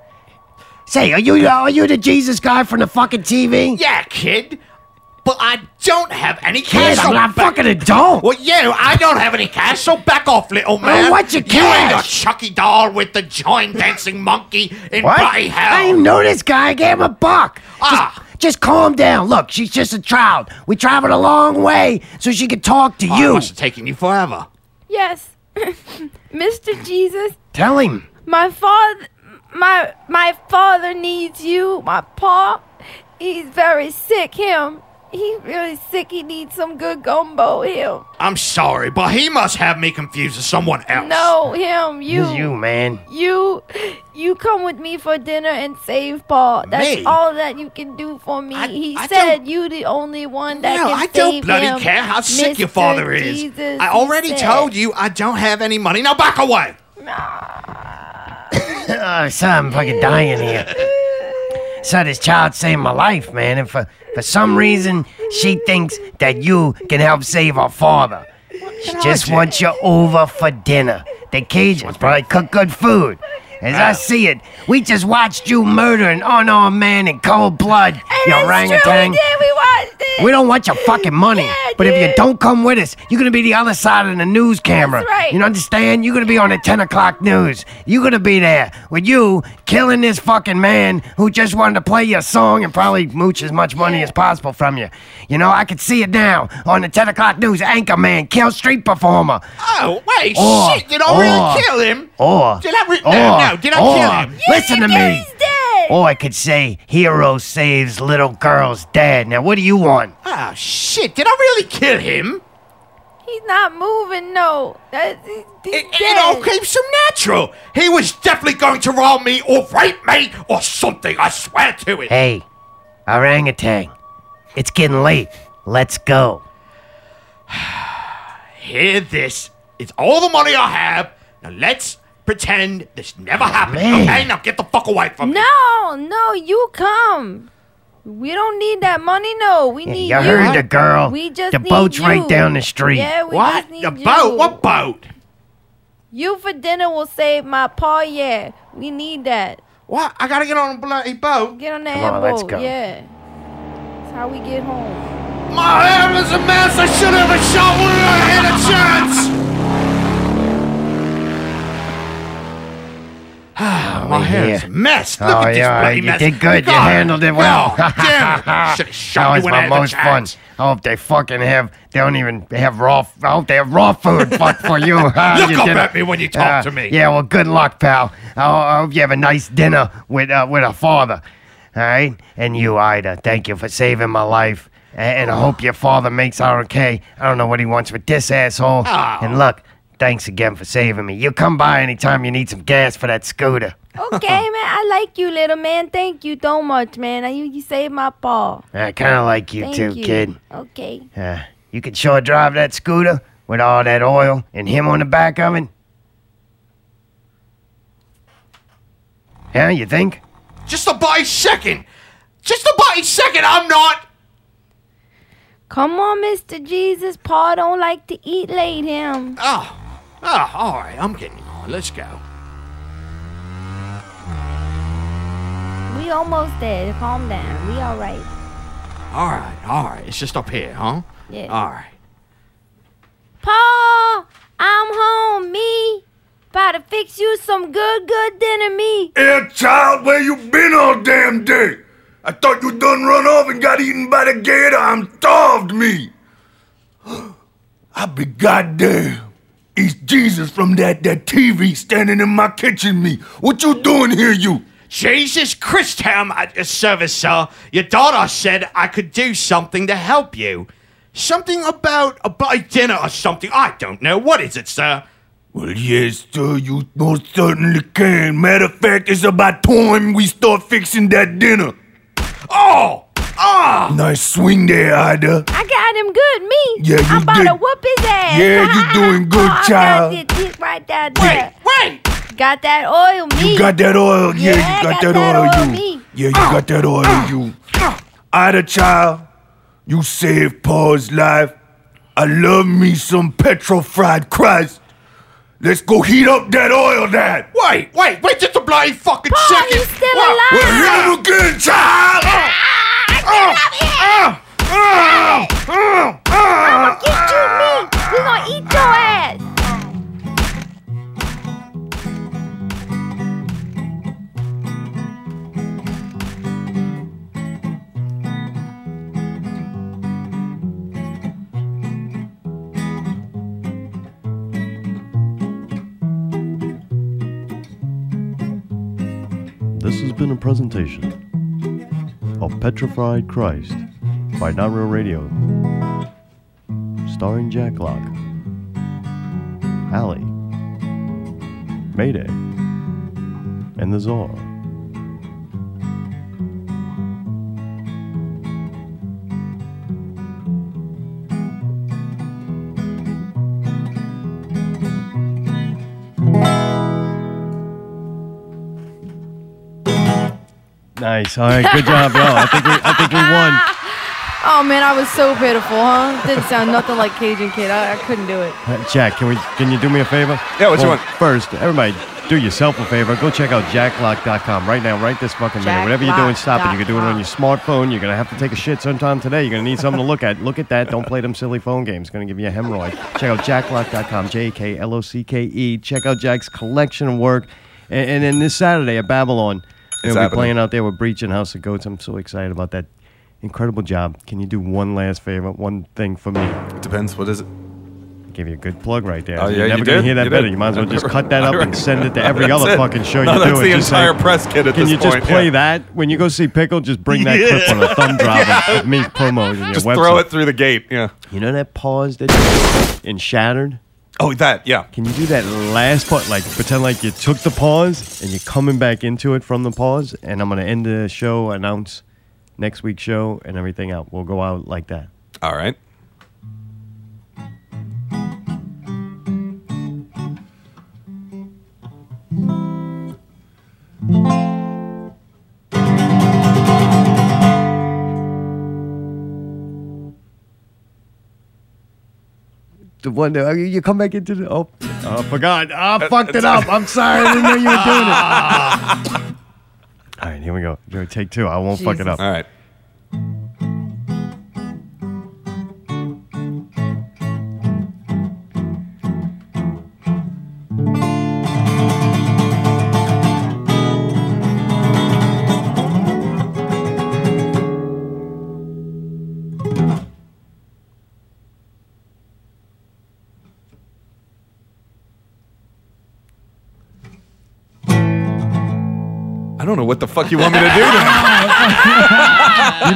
U: [laughs]
G: Say, are you are you the Jesus guy from the fucking TV?
R: Yeah, kid. but I don't have any
D: Yes,
R: cash.
D: well, I
R: back-
D: fucking don't.
R: Well, yeah, I don't have any cash, so back off, little man.
D: want your
R: You ain't a
D: cash.
R: Chucky doll with the giant dancing monkey in
D: What?
R: Buddy Hell.
D: I didn't know this guy. I gave him a buck. Ah. Just, just calm down. Look, she's just a child. We traveled a long way so she could talk to
R: Oh, it
D: you.
R: must have taken you forever.
U: Yes, [laughs] Mr. Jesus,
D: Tell him.
U: my father, my my father needs you. My pa, he's very sick. Him, he's really sick. He needs some good gumbo. Him,
R: I'm sorry, but he must have me confused with someone else.
U: no, him, you,
R: you,
U: man. you, you come with me for dinner and save pa. That's
R: Me?
U: all that you can do for me. he said you the only one that
R: No,
U: can
R: I
U: save
R: don't bloody
U: him.
R: care how sick your
U: Mr.
R: father is.
U: Jesus,
R: I
U: he
R: already
U: said.
R: told you I don't have any money. Now back away.
G: [laughs] oh, son, I'm fucking dying here. So this child saved my life, man, and for, for some reason she thinks that you can help save her father. She just wants you over for dinner. The Cajuns probably cook good food. As I see it, we just watched you murder an unarmed man in cold blood, you
U: It's True,
G: orangutan.
U: we did. We watched it.
G: We don't want your fucking money. but if you don't come with us, you're gonna be the other side of the news camera.
U: right.
G: You understand? You're gonna be on the 10 o'clock news. You're gonna be there with you killing this fucking man who just wanted to play your song and probably mooch as much money as possible from you. You know, I could see it now on the 10 o'clock news. Anchor man, kill street performer.
R: Oh, wait,
G: Or-
R: shit, did I really
G: or-
R: kill him?
G: Or
R: Did I re-
G: or,
R: no, no, did I kill
G: or-
R: him?
G: Listen to me. Or I could say, hero saves little girl's dad. Now, what do you want?
R: Oh, shit, did I really kill him?
U: He's not moving. No, that he's
R: It all came so natural. He was definitely going to rob me or rape me or something, I swear to it.
G: Hey, orangutan, it's getting late. Let's go.
R: Hear this. It's all the money I have. Now let's pretend this never happened. Okay, now get the fuck away from me.
U: No, no, you come. We don't need that money. No, we
G: Yeah,
U: need
G: you heard the girl.
U: We just
G: The
U: need
G: boat's right
U: you.
G: down the street.
U: Yeah, we
G: What?
U: Just need
G: The
U: you.
G: boat? What
R: boat?
U: You for dinner will save my paw. Yeah, we need that.
R: What? I gotta get on a bloody boat.
U: Get on the
R: Come on,
U: airboat.
R: let's go.
U: Yeah, that's how we get home.
R: My hair is a mess. I should have a shot when I had a chance. Ah, My hair is a mess. Look
G: oh,
R: at this
G: yeah,
R: bloody
G: you
R: mess.
G: did good. You
R: God,
G: handled it well.
R: God damn it.
G: [laughs]
R: Should've shot
G: that
R: me
G: was
R: when I
G: my
R: had the
G: most fun. I hope they fucking have. They don't even have raw. I hope they have raw food. Fuck for you. [laughs] Look
R: Look up at me when you talk to me.
G: Yeah. Well, good luck, pal. Oh, I, I hope you have a nice dinner with uh, with a father. All right. And you, Ida. Thank you for saving my life. A- And, I hope your father makes out okay. I don't know what he wants with this asshole.
U: Oh.
G: And look, thanks again for saving me. You come by anytime you need some gas for that scooter.
U: [laughs] Okay, man. I like you, little man. Thank you so much, man. You you saved my paw.
G: I kind of like you
U: Thank
G: too, kid.
U: Okay.
G: Uh, you can sure drive that scooter with all that oil and him on the back of it. Yeah, you think?
R: Just a bloody second. Just a bloody second. I'm not.
U: Come on, Mr. Jesus. Paul don't like to eat late him.
R: Oh, oh, all right. I'm getting on. Let's go.
U: We almost there. Calm down. We all right.
R: All right, all right. It's just up here, huh?
U: Yeah.
R: All right.
U: Paul, I'm home. Me, about to fix you some good, good dinner. Me.
V: Yeah, child, where you been all damn day? I thought you done run off and got eaten by the gator. I'm starved, me. [gasps] I be goddamn. It's Jesus from that that TV standing in my kitchen, me. What you doing here, you?
R: Jesus Christ, I'm at your service, sir. Your daughter said I could do something to help you. Something about a bloody dinner or something. I don't know. What is it, sir?
V: Well, yes, sir, you most certainly can. Matter of fact, it's about time we start fixing that dinner.
R: Oh! Ah!
V: Nice swing there, Ida.
U: I got him good. Me.
V: Yeah, you
U: I'm about to
V: did.
U: whoop his ass.
V: Yeah, you doing good,
U: Paul,
V: child.
U: I got your dick right down there.
R: Wait,
U: wait. Got that oil, me.
V: You got that oil, yeah, you got, that, oil, Uh. you.
U: me.
V: Yeah, you got that oil, you. Ida child, you saved Paul's life. I love me some petrified Christ. Let's go heat up that oil, Dad.
R: Wait, wait, wait just a bloody fucking
V: Paul,
R: second.
V: We're him again, child. Ah, ah, ah,
U: I'ma get you, me. We gonna eat your ass.
A: This has been a presentation of Petrified Christ by Not Real Radio, starring Jack Locke, Hallie, Mayday, and the Czar. Nice. All right. Good job, y'all. I think we, I think we won.
B: Oh man, I was so pitiful, huh? Didn't sound nothing like Cajun kid. I, I couldn't do it.
A: Uh, Jack, can we? Can you do me a favor?
H: Yeah, what you want?
A: First, everybody, do yourself a favor. Go check out jacklock.com right now, right this fucking minute. Whatever you're doing, stop it. You can do it on your smartphone. You're gonna have to take a shit sometime today. You're gonna need something to look at. Look at that. Don't play them silly phone games. It's gonna give you a hemorrhoid. Check out jacklock.com. J K L O C K E. Check out Jack's collection of work. And, and then this Saturday at Babylon,
H: It's
A: we'll be
H: happening.
A: playing out there with Breach and House of Goats. I'm so excited about that. Incredible job. Can you do one last favor, one thing for me? It
H: depends. What is it?
A: Give you a good plug right there.
H: Oh, yeah,
A: you're
H: you
A: never gonna
H: did.
A: hear that
H: You
A: better.
H: did.
A: You might as well
H: [laughs]
A: just
H: I
A: cut that up
H: remember.
A: and send it to every
H: That's
A: other
H: it.
A: fucking show
H: No,
A: you do.
H: that's
A: It's
H: the
A: just
H: entire
A: like,
H: press kit at
A: Can
H: this
A: you just
H: point,
A: play
H: yeah.
A: that when you go see Pickle? Just bring that clip on a thumb drive
H: [laughs] Yeah.
A: of me promos and your
H: Just
A: website.
H: throw it through the gate. Yeah.
A: You know that pause that and shattered.
H: Oh, that yeah.
A: Can you do that last part? Like pretend like you took the pause and you're coming back into it from the pause. And I'm gonna end the show, announce next week's show, and everything out. We'll go out like that.
H: All right.
A: The one that oh, you you come back into the oh, I forgot. I
D: That-
A: fucked it
D: that's-
A: [laughs] up. I'm sorry. I didn't
H: [laughs]
A: know you were doing it. All right, here we go. Go Take two. I won't fuck it
H: Jesus.
A: up.
H: All right. I don't know what the fuck you want me to do.
A: you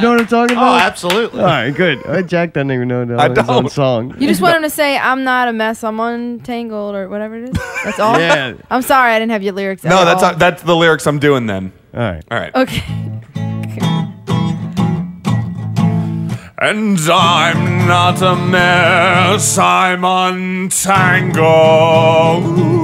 A: know what I'm talking about?
H: absolutely.
A: All right, good. All right, Jack doesn't even know that
H: I
A: was his own
H: don't.
A: song.
B: You just want him to say, "I'm not a mess. I'm untangled," or whatever it is. That's
A: [laughs]
B: all.
H: Yeah.
B: I'm sorry, I didn't have your lyrics.
H: No,
B: at
H: that's
B: all. Oh,
H: that's the lyrics I'm doing then.
A: All right.
H: All right.
B: okay. [laughs]
H: And I'm not a mess, I'm untangled.
A: [laughs]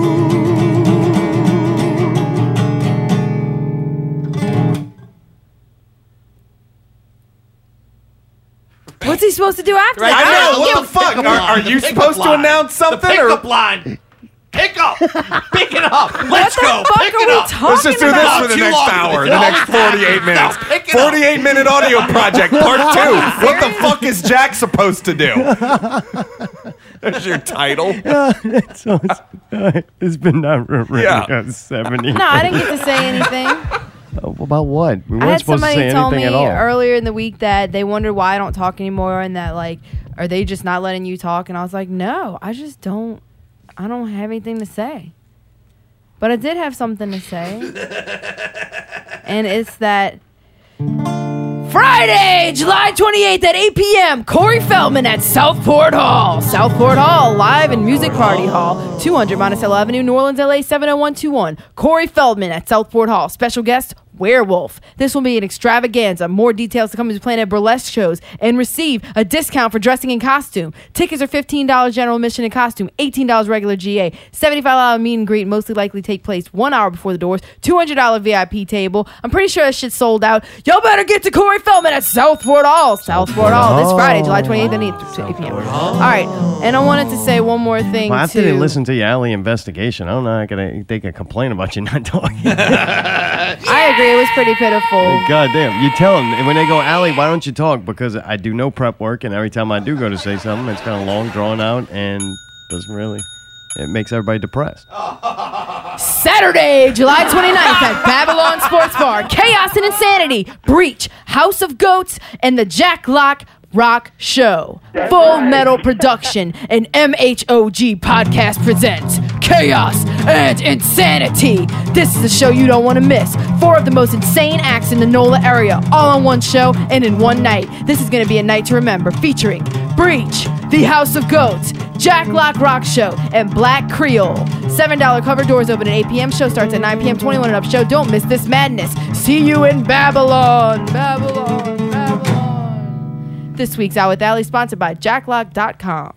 B: What's he supposed to do after
H: Right,
B: that?
H: I know,
B: don't
H: what the
B: give a
H: fuck?
B: shit.
H: Are- are you
B: Pick up
H: supposed to
B: line.
H: announce
B: The
H: something,
B: pick
H: or-
B: up line.
R: Pick up! Pick it up! Let's
B: the
R: go!
B: fuck
R: Pick
B: are
R: it
B: we
R: up!
B: talking
H: Let's just do this for the next hour, the next 48 minutes. 48 minute audio project, part two. What the fuck is Jack supposed to do? There's your title.
A: [laughs] Yeah, that's so- all right, [laughs] it's been not real radio
H: Yeah.
A: 70.
B: No, I didn't get to say anything.
A: [laughs] About what? We
B: I
A: weren't
B: had
A: supposed to
B: somebody
A: say
B: tell me
A: anything at all.
B: earlier in the week that they wondered why I don't talk anymore and that like, are they just not letting you talk? And I was like, no, I just don't. I don't have anything to say. But I did have something to say, and it's that Friday, July 28th at 8 p.m. Corey Feldman at Southport Hall. Southport Hall, live in Music Party Hall, 200 Monticello Avenue, New Orleans, LA 70121. Corey Feldman at Southport Hall. Special guest, Werewolf. This will be an extravaganza. More details to come as we plan at burlesque shows and receive a discount for dressing in costume. Tickets are $15 general admission and costume, $18 regular GA, $75 meet and greet, mostly likely take place one hour before the doors, $200 VIP table. I'm pretty sure that shit's sold out. Y'all better get to Corey Feldman at Southport Hall. Southport Hall, this Friday, July 28th and 8th to 8 p.m. All right, and I wanted to say one more thing
A: Well, after
B: too.
A: they listen [laughs] to your alley investigation, I don't know. I could, they could complain about you not talking.
B: I agree it was pretty pitiful.
A: God damn. You tell them when they go, Allie, why don't you talk? Because I do no prep work, and every time I do go to say something, it's kind of long, drawn out, and doesn't really. It makes everybody depressed.
B: Saturday, July 29th at Babylon Sports Bar. Chaos and Insanity, Breach, House of Goats, and the Jack Lock Rock Show. Full Metal Production and MHOG Podcast presents Chaos and Insanity. This is a show you don't want to miss. Four of the most insane acts in the NOLA area, all on one show and in one night. This is going to be a night to remember featuring Breach, The House of Goats, Jack Lock Rock Show, and Black Creole. $7 cover doors open at 8 p.m. Show starts at 9 p.m. 21 and up show. Don't miss this madness. See you in Babylon. Babylon. Babylon. This week's Out with Ally sponsored by jacklock.com.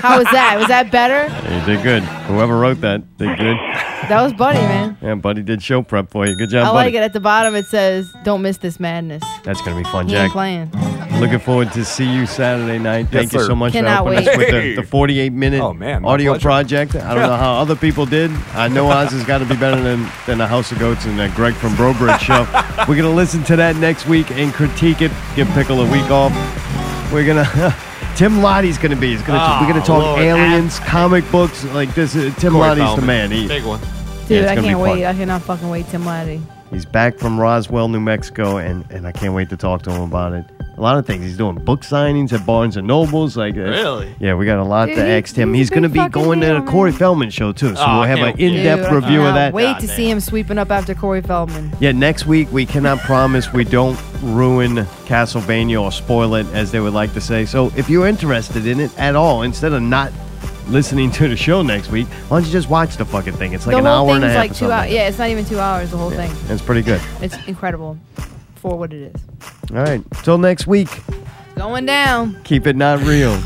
B: How was that? Was that better?
A: You did good. Whoever wrote that did good.
B: That was buddy, man.
A: Yeah, buddy did show prep for you. Good job,
B: I
A: buddy.
B: like it. At the bottom it says, "Don't miss this madness."
A: That's gonna be fun,
B: He
A: Jack.
B: ain't playing.
A: Looking forward to see you Saturday night. Thank you
B: sir.
A: so much
B: Cannot
A: for helping
B: wait.
A: us with the- the, 48 minute
H: my
A: audio
H: pleasure.
A: project. I don't know
H: Yeah.
A: how other people did. I know ours has got to be better than, than the House of Goats and that Greg from Brobridge show. We're going to listen to that next week and critique it. Give Pickle a week off. We're going to. [laughs] Tim Lottie's going to be. He's gonna,
F: Oh,
A: we're going to talk
F: Lord.
A: aliens, comic books. Like this. Uh, Tim
F: Corey
A: Lottie's the
F: Feldman.
A: man. He,
F: Big one.
B: Dude,
A: it's
B: I
A: gonna be
B: can't
A: fun.
B: wait. I cannot fucking wait till Monday.
A: He's back from Roswell, New Mexico, and, and I can't wait to talk to him about it. A lot of things. He's doing book signings at Barnes and Nobles. Like uh,
F: Really?
A: Yeah, we got a lot
B: Dude,
A: to
B: he-
A: ask him.
B: he's
A: He's going to
B: been
A: be
B: fucking
A: going to the
B: nailed,
A: Corey Feldman show too, so
F: Oh,
A: we'll have
F: hell
A: an in-depth
B: Dude, I
A: review of
B: cannot
A: that.
B: Uh, Wait to see him sweeping up after Corey Feldman.
A: Yeah, next week we cannot promise we don't ruin Castlevania or spoil it, as they would like to say. So if you're interested in it at all, instead of not listening to the show next week, why don't you just watch the fucking thing? It's like
B: the
A: an
B: whole
A: hour
B: thing's
A: and a half.
B: like
A: or
B: two
A: something.
B: hours. Yeah, it's not even two hours. The whole thing.
A: It's pretty good.
B: It's incredible for what it is.
A: All right, till next week.
B: Going down.
A: Keep it not real.